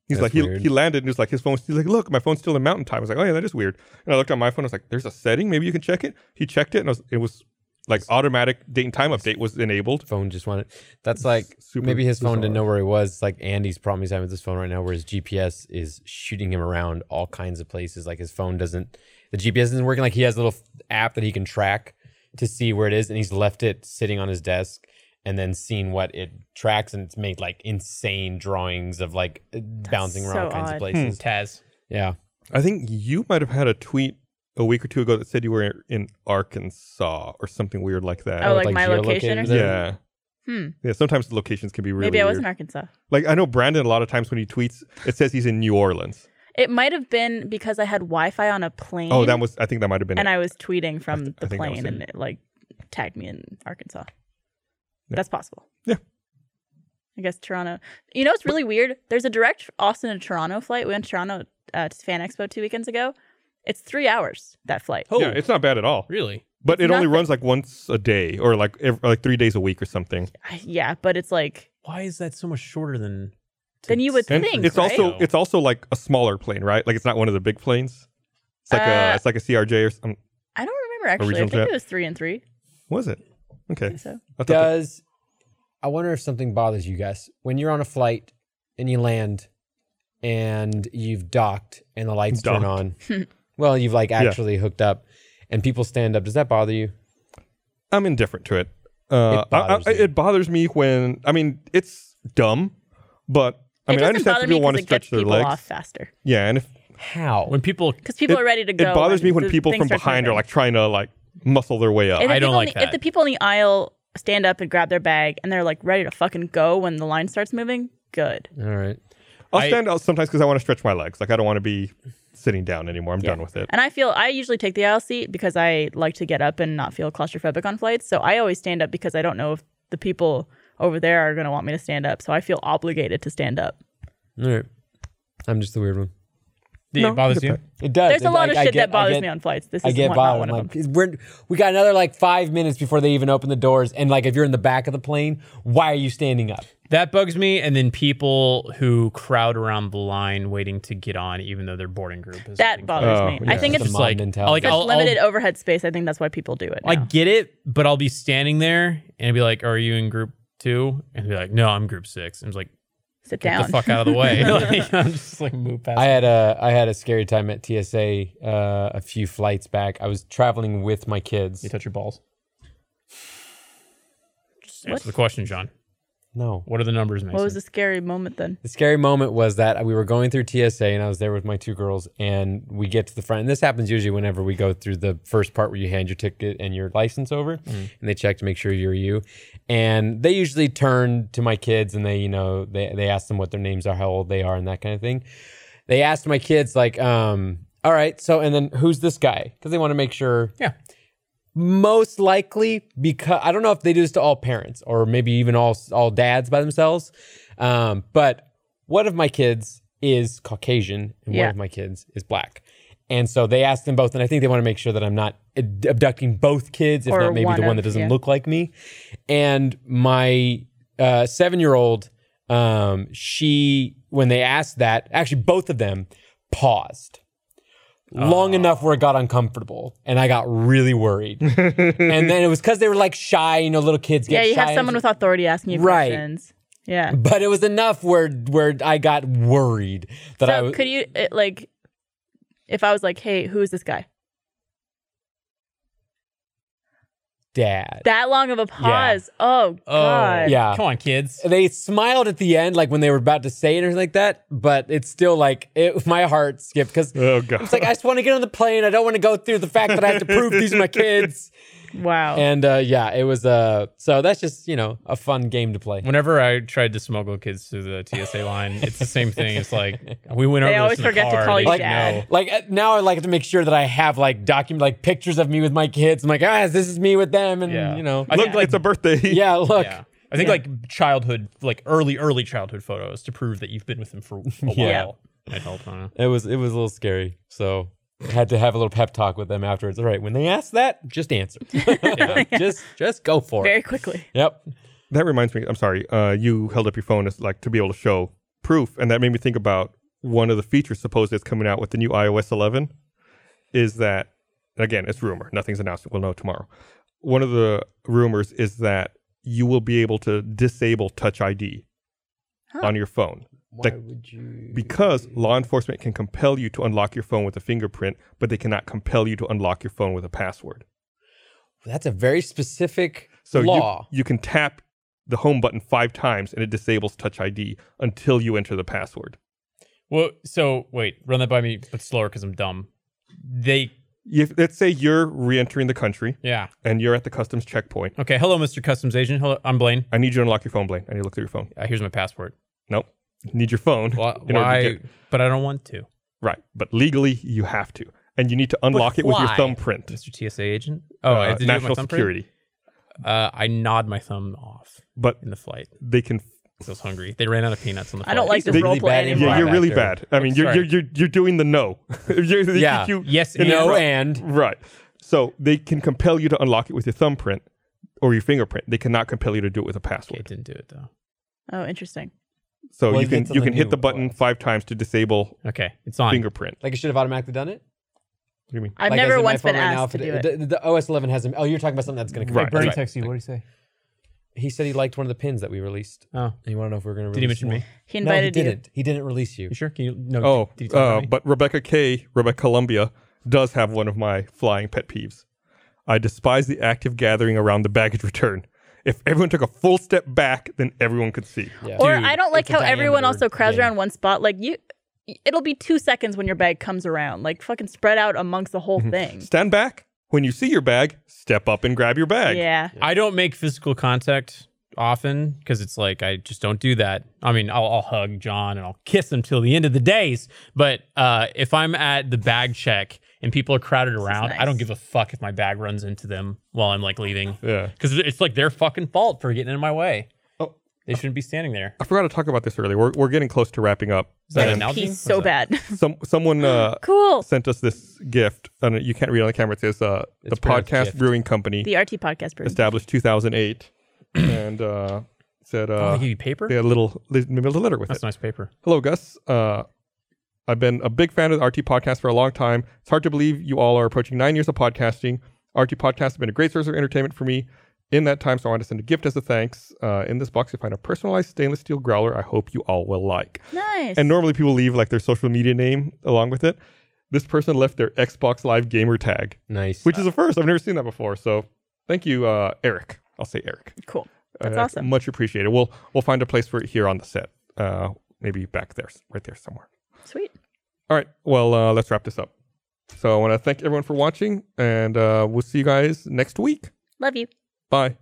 [SPEAKER 2] He's
[SPEAKER 1] That's
[SPEAKER 2] like, he,
[SPEAKER 1] weird.
[SPEAKER 2] he landed and he was like, his phone's he's like, look, my phone's still in mountain time. I was like, oh yeah, that is weird. And I looked on my phone. I was like, there's a setting. Maybe you can check it. He checked it and I was, it was like automatic date and time update was enabled.
[SPEAKER 1] phone just wanted. That's like
[SPEAKER 2] super
[SPEAKER 1] maybe his phone didn't
[SPEAKER 2] bizarre.
[SPEAKER 1] know where he was. It's like Andy's problem he's having with his phone right now, where his GPS is shooting him around all kinds of places. Like his phone doesn't, the GPS isn't working. Like he has a little f- app that he can track to see where it is, and he's left it sitting on his desk. And then seeing what it tracks, and it's made like insane drawings of like bouncing around
[SPEAKER 4] so
[SPEAKER 1] all kinds of
[SPEAKER 4] odd.
[SPEAKER 2] Hmm.
[SPEAKER 1] places.
[SPEAKER 3] Taz.
[SPEAKER 1] Yeah,
[SPEAKER 2] I think you might have had a tweet a week or two ago that said you were in Arkansas or something weird like that.
[SPEAKER 4] Oh,
[SPEAKER 1] with,
[SPEAKER 4] like my location or
[SPEAKER 1] geolocated
[SPEAKER 4] something?
[SPEAKER 1] there.
[SPEAKER 2] yeah.
[SPEAKER 4] Hmm.
[SPEAKER 2] Yeah, sometimes the locations can be really
[SPEAKER 4] Maybe I was in
[SPEAKER 2] weird.
[SPEAKER 4] Arkansas.
[SPEAKER 2] Like I know Brandon a lot of times when he tweets, it says he's in New Orleans.
[SPEAKER 4] It might have been because I had Wi-Fi on a plane.
[SPEAKER 2] Oh, that was I think that might have been
[SPEAKER 4] Mm-hmm. and
[SPEAKER 2] it.
[SPEAKER 4] I was tweeting from
[SPEAKER 2] th- I
[SPEAKER 4] the
[SPEAKER 2] think that was
[SPEAKER 4] plane,
[SPEAKER 2] it.
[SPEAKER 4] and it like tagged me in Arkansas. That's possible.
[SPEAKER 2] Yeah.
[SPEAKER 4] I guess Toronto. You know, it's really weird. There's a direct Austin to Toronto flight. We went to Toronto uh, to Fan Expo two weekends ago. It's three hours that flight.
[SPEAKER 3] Oh,
[SPEAKER 2] yeah, it's not bad at all.
[SPEAKER 3] really?
[SPEAKER 2] But it only
[SPEAKER 4] nothing.
[SPEAKER 2] runs like once a day or like ev like 3 days a week or something.
[SPEAKER 4] I- Yeah, but it's like
[SPEAKER 3] Why is that so much shorter than?
[SPEAKER 4] Then you would
[SPEAKER 2] And
[SPEAKER 4] Think,
[SPEAKER 2] it's also
[SPEAKER 3] right?
[SPEAKER 2] it's also like a smaller plane, right? Like it's not one of the big planes. It's like a
[SPEAKER 4] Uh,
[SPEAKER 2] it's like a CRJ or something.
[SPEAKER 4] I don't remember actually. I
[SPEAKER 2] regional
[SPEAKER 4] think
[SPEAKER 2] jet?
[SPEAKER 4] it was three and three.
[SPEAKER 2] Was it? Okay.
[SPEAKER 4] So
[SPEAKER 2] I thought that-
[SPEAKER 1] Does I wonder if something bothers you guys when you're on a flight and you land and you've docked and the lights turn on? well, you've like actually hooked up and people stand up. Does that bother you?
[SPEAKER 2] I'm indifferent to it. Uh,
[SPEAKER 1] It bothers
[SPEAKER 2] I, I,
[SPEAKER 1] you.
[SPEAKER 2] it bothers me when I mean it's dumb, but I
[SPEAKER 4] it
[SPEAKER 2] mean I
[SPEAKER 4] doesn't
[SPEAKER 2] understand
[SPEAKER 4] bother
[SPEAKER 2] if
[SPEAKER 4] me
[SPEAKER 2] people want
[SPEAKER 4] because
[SPEAKER 2] to
[SPEAKER 4] it gets
[SPEAKER 2] stretch their
[SPEAKER 4] people
[SPEAKER 2] legs.
[SPEAKER 4] off faster
[SPEAKER 2] Yeah, and if
[SPEAKER 1] How?
[SPEAKER 3] When people
[SPEAKER 4] because people
[SPEAKER 2] It-
[SPEAKER 4] are ready to
[SPEAKER 2] it
[SPEAKER 4] go.
[SPEAKER 2] bothers me when
[SPEAKER 4] the
[SPEAKER 2] people
[SPEAKER 4] things
[SPEAKER 2] from
[SPEAKER 4] start
[SPEAKER 2] behind are
[SPEAKER 4] moving.
[SPEAKER 2] like trying to like muscle their way up.
[SPEAKER 4] If the
[SPEAKER 3] I don't
[SPEAKER 4] people
[SPEAKER 3] like
[SPEAKER 4] in the- If
[SPEAKER 3] that.
[SPEAKER 4] the people in the aisle stand up and grab their bag and they're like ready to fucking go when the line starts moving, good.
[SPEAKER 1] All right.
[SPEAKER 2] I'll
[SPEAKER 3] I-
[SPEAKER 2] stand out sometimes because I want to stretch my legs. Like I don't want to be sitting down anymore. I'm done with it.
[SPEAKER 4] And I feel I usually take the aisle seat because I like to get up and not feel claustrophobic on flights. So I always stand up because I don't know if the people over there are going to want me to stand up. So I feel obligated to stand up.
[SPEAKER 1] All right. I'm just the weird one.
[SPEAKER 3] it
[SPEAKER 2] No,
[SPEAKER 3] bothers
[SPEAKER 2] get
[SPEAKER 3] you.
[SPEAKER 2] that.
[SPEAKER 1] It does.
[SPEAKER 4] There's
[SPEAKER 1] It,
[SPEAKER 4] a lot
[SPEAKER 1] like,
[SPEAKER 4] of
[SPEAKER 1] I
[SPEAKER 4] shit
[SPEAKER 1] get-
[SPEAKER 4] that bothers
[SPEAKER 1] I get,
[SPEAKER 4] me on flights. This
[SPEAKER 1] I
[SPEAKER 4] is
[SPEAKER 1] get
[SPEAKER 4] one, not
[SPEAKER 1] bothered.
[SPEAKER 4] one
[SPEAKER 1] I'm
[SPEAKER 4] of them.
[SPEAKER 1] like, we're, we got another like five minutes before they even open the doors. And like, if you're in the back of the plane, why are you standing up?
[SPEAKER 3] That bugs me. And then people who crowd around the line waiting to get on, even though their boarding group is
[SPEAKER 4] That bothers
[SPEAKER 2] Oh,
[SPEAKER 4] me.
[SPEAKER 2] yeah.
[SPEAKER 4] I think
[SPEAKER 1] It's a
[SPEAKER 4] it's
[SPEAKER 3] just
[SPEAKER 1] mob
[SPEAKER 3] like,
[SPEAKER 1] mentality.
[SPEAKER 3] like
[SPEAKER 1] Such
[SPEAKER 4] such
[SPEAKER 3] I'll,
[SPEAKER 4] limited
[SPEAKER 3] I'll,
[SPEAKER 4] overhead space. I think that's why people do it.
[SPEAKER 3] I
[SPEAKER 4] now.
[SPEAKER 3] get it, but I'll be standing there and be like, "Are you in group two? And be like, "No, I'm group six. And it's like,
[SPEAKER 4] Sit
[SPEAKER 3] "Get
[SPEAKER 4] down.
[SPEAKER 3] the fuck out of the way!" Like, I'm just like move past.
[SPEAKER 1] I had a I had a scary time at TSA uh, a few flights back. I was traveling with my kids.
[SPEAKER 3] you touch your balls. Just
[SPEAKER 4] What?
[SPEAKER 3] answer the question, John.
[SPEAKER 1] No.
[SPEAKER 3] What are the numbers, Mason?
[SPEAKER 4] What was the scary moment then?
[SPEAKER 1] The scary moment was that we were going through TSA and I was there with my two girls and we get to the front. And this happens usually whenever we go through the first part where you hand your ticket and your license over and they check to make sure you're you. And they usually turn to my kids and they, you know, they, they ask them what their names are, how old they are, and that kind of thing. They asked my kids, like, um, all right, so, and then who's this guy? Because they want to make sure
[SPEAKER 3] Yeah.
[SPEAKER 1] most likely because I don't know if they do this to all parents or maybe even all all dads by themselves. Um, but one of my kids is Caucasian and one
[SPEAKER 4] Yeah.
[SPEAKER 1] of my kids is black. And so they asked them both, and I think they want to make sure that I'm not ad- abducting both kids, if
[SPEAKER 4] Or
[SPEAKER 1] not maybe
[SPEAKER 4] one
[SPEAKER 1] the one
[SPEAKER 4] of-
[SPEAKER 1] that doesn't
[SPEAKER 4] yeah.
[SPEAKER 1] look like me. And my uh, seven year old, um, she, when they asked that, actually, both of them paused long enough where it got uncomfortable and I got really worried. and then it was because they were like shy, you know, little kids get
[SPEAKER 4] Yeah, you
[SPEAKER 1] shy
[SPEAKER 4] have
[SPEAKER 1] and-
[SPEAKER 4] someone with authority asking you
[SPEAKER 1] Right.
[SPEAKER 4] questions. Yeah.
[SPEAKER 1] But it was enough where where I got worried that I
[SPEAKER 4] So
[SPEAKER 1] was.
[SPEAKER 4] could you it, like, if I was like, "Hey, who is this guy?"
[SPEAKER 1] dad.
[SPEAKER 4] That long of a pause. Oh
[SPEAKER 3] Oh,
[SPEAKER 4] god.
[SPEAKER 1] Yeah.
[SPEAKER 3] Come on, kids.
[SPEAKER 1] they smiled at the end, like when they were about to say it or something like that. But it's still like it, my heart skipped because
[SPEAKER 2] Oh god.
[SPEAKER 1] it's like I just want to get on the plane. I don't want to go through the fact that I have to prove these are my kids.
[SPEAKER 4] Wow.
[SPEAKER 1] And uh, yeah, it was uh, so that's just you know a fun game to play.
[SPEAKER 3] Whenever I tried to smuggle kids through the TSA line, it's the same thing. It's like we went
[SPEAKER 4] They
[SPEAKER 3] over.
[SPEAKER 4] always
[SPEAKER 3] this in the
[SPEAKER 4] forget to
[SPEAKER 3] car,
[SPEAKER 4] call
[SPEAKER 3] they
[SPEAKER 4] you
[SPEAKER 3] should
[SPEAKER 4] dad.
[SPEAKER 3] know.
[SPEAKER 1] Like uh, now, I like to make sure that I have like document like pictures of me with my kids. I'm like, ah, this is me with them, and
[SPEAKER 3] Yeah.
[SPEAKER 1] you know,
[SPEAKER 3] I
[SPEAKER 2] Look,
[SPEAKER 3] think, like-
[SPEAKER 2] it's a birthday.
[SPEAKER 1] yeah, look,
[SPEAKER 3] Yeah. I think like childhood, like early, early childhood photos to prove that you've been with them for a while.
[SPEAKER 1] Yeah.
[SPEAKER 3] Might help. I don't know.
[SPEAKER 1] it was it was a little scary. So I had to have a little pep talk with them afterwards. All right, when they ask that, just answer. Just just go for
[SPEAKER 4] Very
[SPEAKER 1] it.
[SPEAKER 4] quickly.
[SPEAKER 1] Yep.
[SPEAKER 2] That reminds me. I'm sorry. Uh, you held up your phone as like to be able to show proof, and that made me think about one of the features supposed that's coming out with the new iOS 11 is that again it's rumor. Nothing's announced. We'll know tomorrow. One of the rumors is that you will be able to disable Touch ID on your phone. Why
[SPEAKER 1] would you?
[SPEAKER 2] Because law enforcement can compel you to unlock your phone with a fingerprint, but they cannot compel you to unlock your phone with a password.
[SPEAKER 1] That's a very specific
[SPEAKER 2] So
[SPEAKER 1] law.
[SPEAKER 2] You, you can tap the home button five times and it disables Touch ID until you enter the password.
[SPEAKER 3] Well, so wait, run that by me, but slower because I'm dumb. They,
[SPEAKER 2] If, let's say you're re-entering the country
[SPEAKER 3] yeah.
[SPEAKER 2] and you're at the customs checkpoint.
[SPEAKER 3] Okay. Hello, Mr. Customs Agent. Hello, I'm Blaine.
[SPEAKER 2] I need you to unlock your phone, Blaine. I need to look through your phone.
[SPEAKER 3] Uh, here's my passport.
[SPEAKER 2] Nope. Need your phone.
[SPEAKER 3] Why?
[SPEAKER 2] in order to
[SPEAKER 3] why-
[SPEAKER 2] get-
[SPEAKER 3] but I don't want to.
[SPEAKER 2] right. But legally, you have to. And you need to unlock it with your
[SPEAKER 1] why?
[SPEAKER 2] thumbprint.
[SPEAKER 3] Mr. TSA Agent. Oh, I
[SPEAKER 2] Uh,
[SPEAKER 3] have to do it with my
[SPEAKER 2] national
[SPEAKER 3] thumbprint?
[SPEAKER 2] security.
[SPEAKER 3] Uh, I nod my thumb off
[SPEAKER 2] But
[SPEAKER 3] in the flight.
[SPEAKER 2] they can.
[SPEAKER 3] 'cause I was hungry. They ran out of peanuts on the
[SPEAKER 4] I
[SPEAKER 3] flight.
[SPEAKER 4] don't like
[SPEAKER 1] He's a
[SPEAKER 4] this
[SPEAKER 2] really
[SPEAKER 4] role play
[SPEAKER 1] bad
[SPEAKER 4] anymore.
[SPEAKER 2] Yeah,
[SPEAKER 1] Right.
[SPEAKER 2] you're really
[SPEAKER 1] Back
[SPEAKER 2] bad. I mean, you're,
[SPEAKER 3] Sorry.
[SPEAKER 2] you're you're you're doing the no. You're- they
[SPEAKER 1] Yeah.
[SPEAKER 2] keep you
[SPEAKER 3] Yes,
[SPEAKER 2] in the
[SPEAKER 3] no,
[SPEAKER 2] front.
[SPEAKER 1] and
[SPEAKER 2] Right. So they can compel you to unlock it with your thumbprint or your fingerprint. They cannot compel you to do it with a
[SPEAKER 3] Okay,
[SPEAKER 2] password.
[SPEAKER 3] didn't do it though.
[SPEAKER 4] Oh, interesting.
[SPEAKER 2] So
[SPEAKER 1] Well,
[SPEAKER 2] you
[SPEAKER 1] it
[SPEAKER 2] can
[SPEAKER 1] gets on
[SPEAKER 2] you
[SPEAKER 1] the
[SPEAKER 2] can hit
[SPEAKER 1] new
[SPEAKER 2] the button
[SPEAKER 1] OS.
[SPEAKER 2] five times to disable
[SPEAKER 3] Okay, it's on.
[SPEAKER 2] fingerprint. What
[SPEAKER 1] like it should have automatically done it.
[SPEAKER 2] do you mean?
[SPEAKER 4] I've
[SPEAKER 1] Like, as
[SPEAKER 4] never
[SPEAKER 1] in my
[SPEAKER 4] once
[SPEAKER 1] phone
[SPEAKER 4] been
[SPEAKER 1] right now,
[SPEAKER 4] asked to
[SPEAKER 1] if
[SPEAKER 4] do it.
[SPEAKER 1] The, the OS 11 hasn't. Oh, you're talking about something that's going to come.
[SPEAKER 2] Right, Bernie right.
[SPEAKER 1] texted you. What did he say? He said he liked one of the pins that we released.
[SPEAKER 3] Oh,
[SPEAKER 1] And you want to know if we're going to
[SPEAKER 3] did he
[SPEAKER 1] release
[SPEAKER 3] mention me?
[SPEAKER 4] He
[SPEAKER 1] more? No, he
[SPEAKER 4] invited you.
[SPEAKER 1] didn't. He didn't release you.
[SPEAKER 3] You sure? Can you? No.
[SPEAKER 2] Oh,
[SPEAKER 3] did he talk about
[SPEAKER 2] uh,
[SPEAKER 3] me?
[SPEAKER 2] but Rebecca K, Rebecca Columbia, does have one of my flying pet peeves. I despise the active gathering around the baggage return. If everyone took a full step back, then everyone could see.
[SPEAKER 1] Yeah.
[SPEAKER 4] Or
[SPEAKER 3] Dude,
[SPEAKER 4] I don't like
[SPEAKER 1] it's a
[SPEAKER 4] how everyone
[SPEAKER 1] diameter
[SPEAKER 4] also crowds
[SPEAKER 1] game.
[SPEAKER 4] around one spot. Like you, it'll be two seconds when your bag comes around. Like fucking spread out amongst the
[SPEAKER 1] Mm-hmm.
[SPEAKER 4] whole thing.
[SPEAKER 2] Stand back. When you see your bag, step up and grab your bag.
[SPEAKER 4] Yeah.
[SPEAKER 3] I don't make physical contact often because it's like I just don't do that. I mean, I'll, I'll hug John and I'll kiss him till the end of the days. But uh, if I'm at the bag check and people are crowded around, I
[SPEAKER 4] nice.
[SPEAKER 3] don't give a fuck if my bag runs into them while I'm like leaving
[SPEAKER 2] Yeah.
[SPEAKER 3] because it's like their fucking fault for getting in my way.
[SPEAKER 2] Oh.
[SPEAKER 3] They shouldn't be standing there.
[SPEAKER 2] I forgot to talk about this earlier. We're, we're getting close to wrapping up. Um,
[SPEAKER 3] Is that an
[SPEAKER 4] That
[SPEAKER 3] analogy?
[SPEAKER 4] piece
[SPEAKER 3] What
[SPEAKER 4] so
[SPEAKER 3] is that?
[SPEAKER 4] bad.
[SPEAKER 2] Some someone uh,
[SPEAKER 4] cool.
[SPEAKER 2] sent us this gift, and you can't read it on the camera. It says uh, the
[SPEAKER 3] It's pronounced
[SPEAKER 2] podcast
[SPEAKER 3] gift.
[SPEAKER 2] brewing company
[SPEAKER 4] The RT podcast brew.
[SPEAKER 2] established 2008, and uh, said
[SPEAKER 3] Oh,
[SPEAKER 2] uh,
[SPEAKER 3] they give you paper?
[SPEAKER 2] they had a little they mailed a letter with
[SPEAKER 3] That's
[SPEAKER 2] it.
[SPEAKER 3] nice paper.
[SPEAKER 2] Hello, Gus. Uh, I've been a big fan of the RT podcast for a long time. It's hard to believe you all are approaching nine years of podcasting. RT podcast has been a great source of entertainment for me in that time, so I want to send a gift as a thanks. Uh, in this box, you'll find a personalized stainless steel growler. I hope you all will like.
[SPEAKER 4] Nice.
[SPEAKER 2] And normally people leave like their social media name along with it. This person left their Xbox Live gamer tag,
[SPEAKER 1] Nice.
[SPEAKER 2] which is a first. I've never seen that before. So thank you, uh, Eric. I'll say Eric.
[SPEAKER 4] cool. That's
[SPEAKER 2] Uh,
[SPEAKER 4] awesome.
[SPEAKER 2] Much appreciated. We'll we'll find a place for it here on the set. Uh, maybe back there, right there somewhere.
[SPEAKER 4] Sweet.
[SPEAKER 2] All right. Well, uh, let's wrap this up. So I want to thank everyone for watching, and uh, we'll see you guys next week.
[SPEAKER 4] Love you.
[SPEAKER 2] Bye.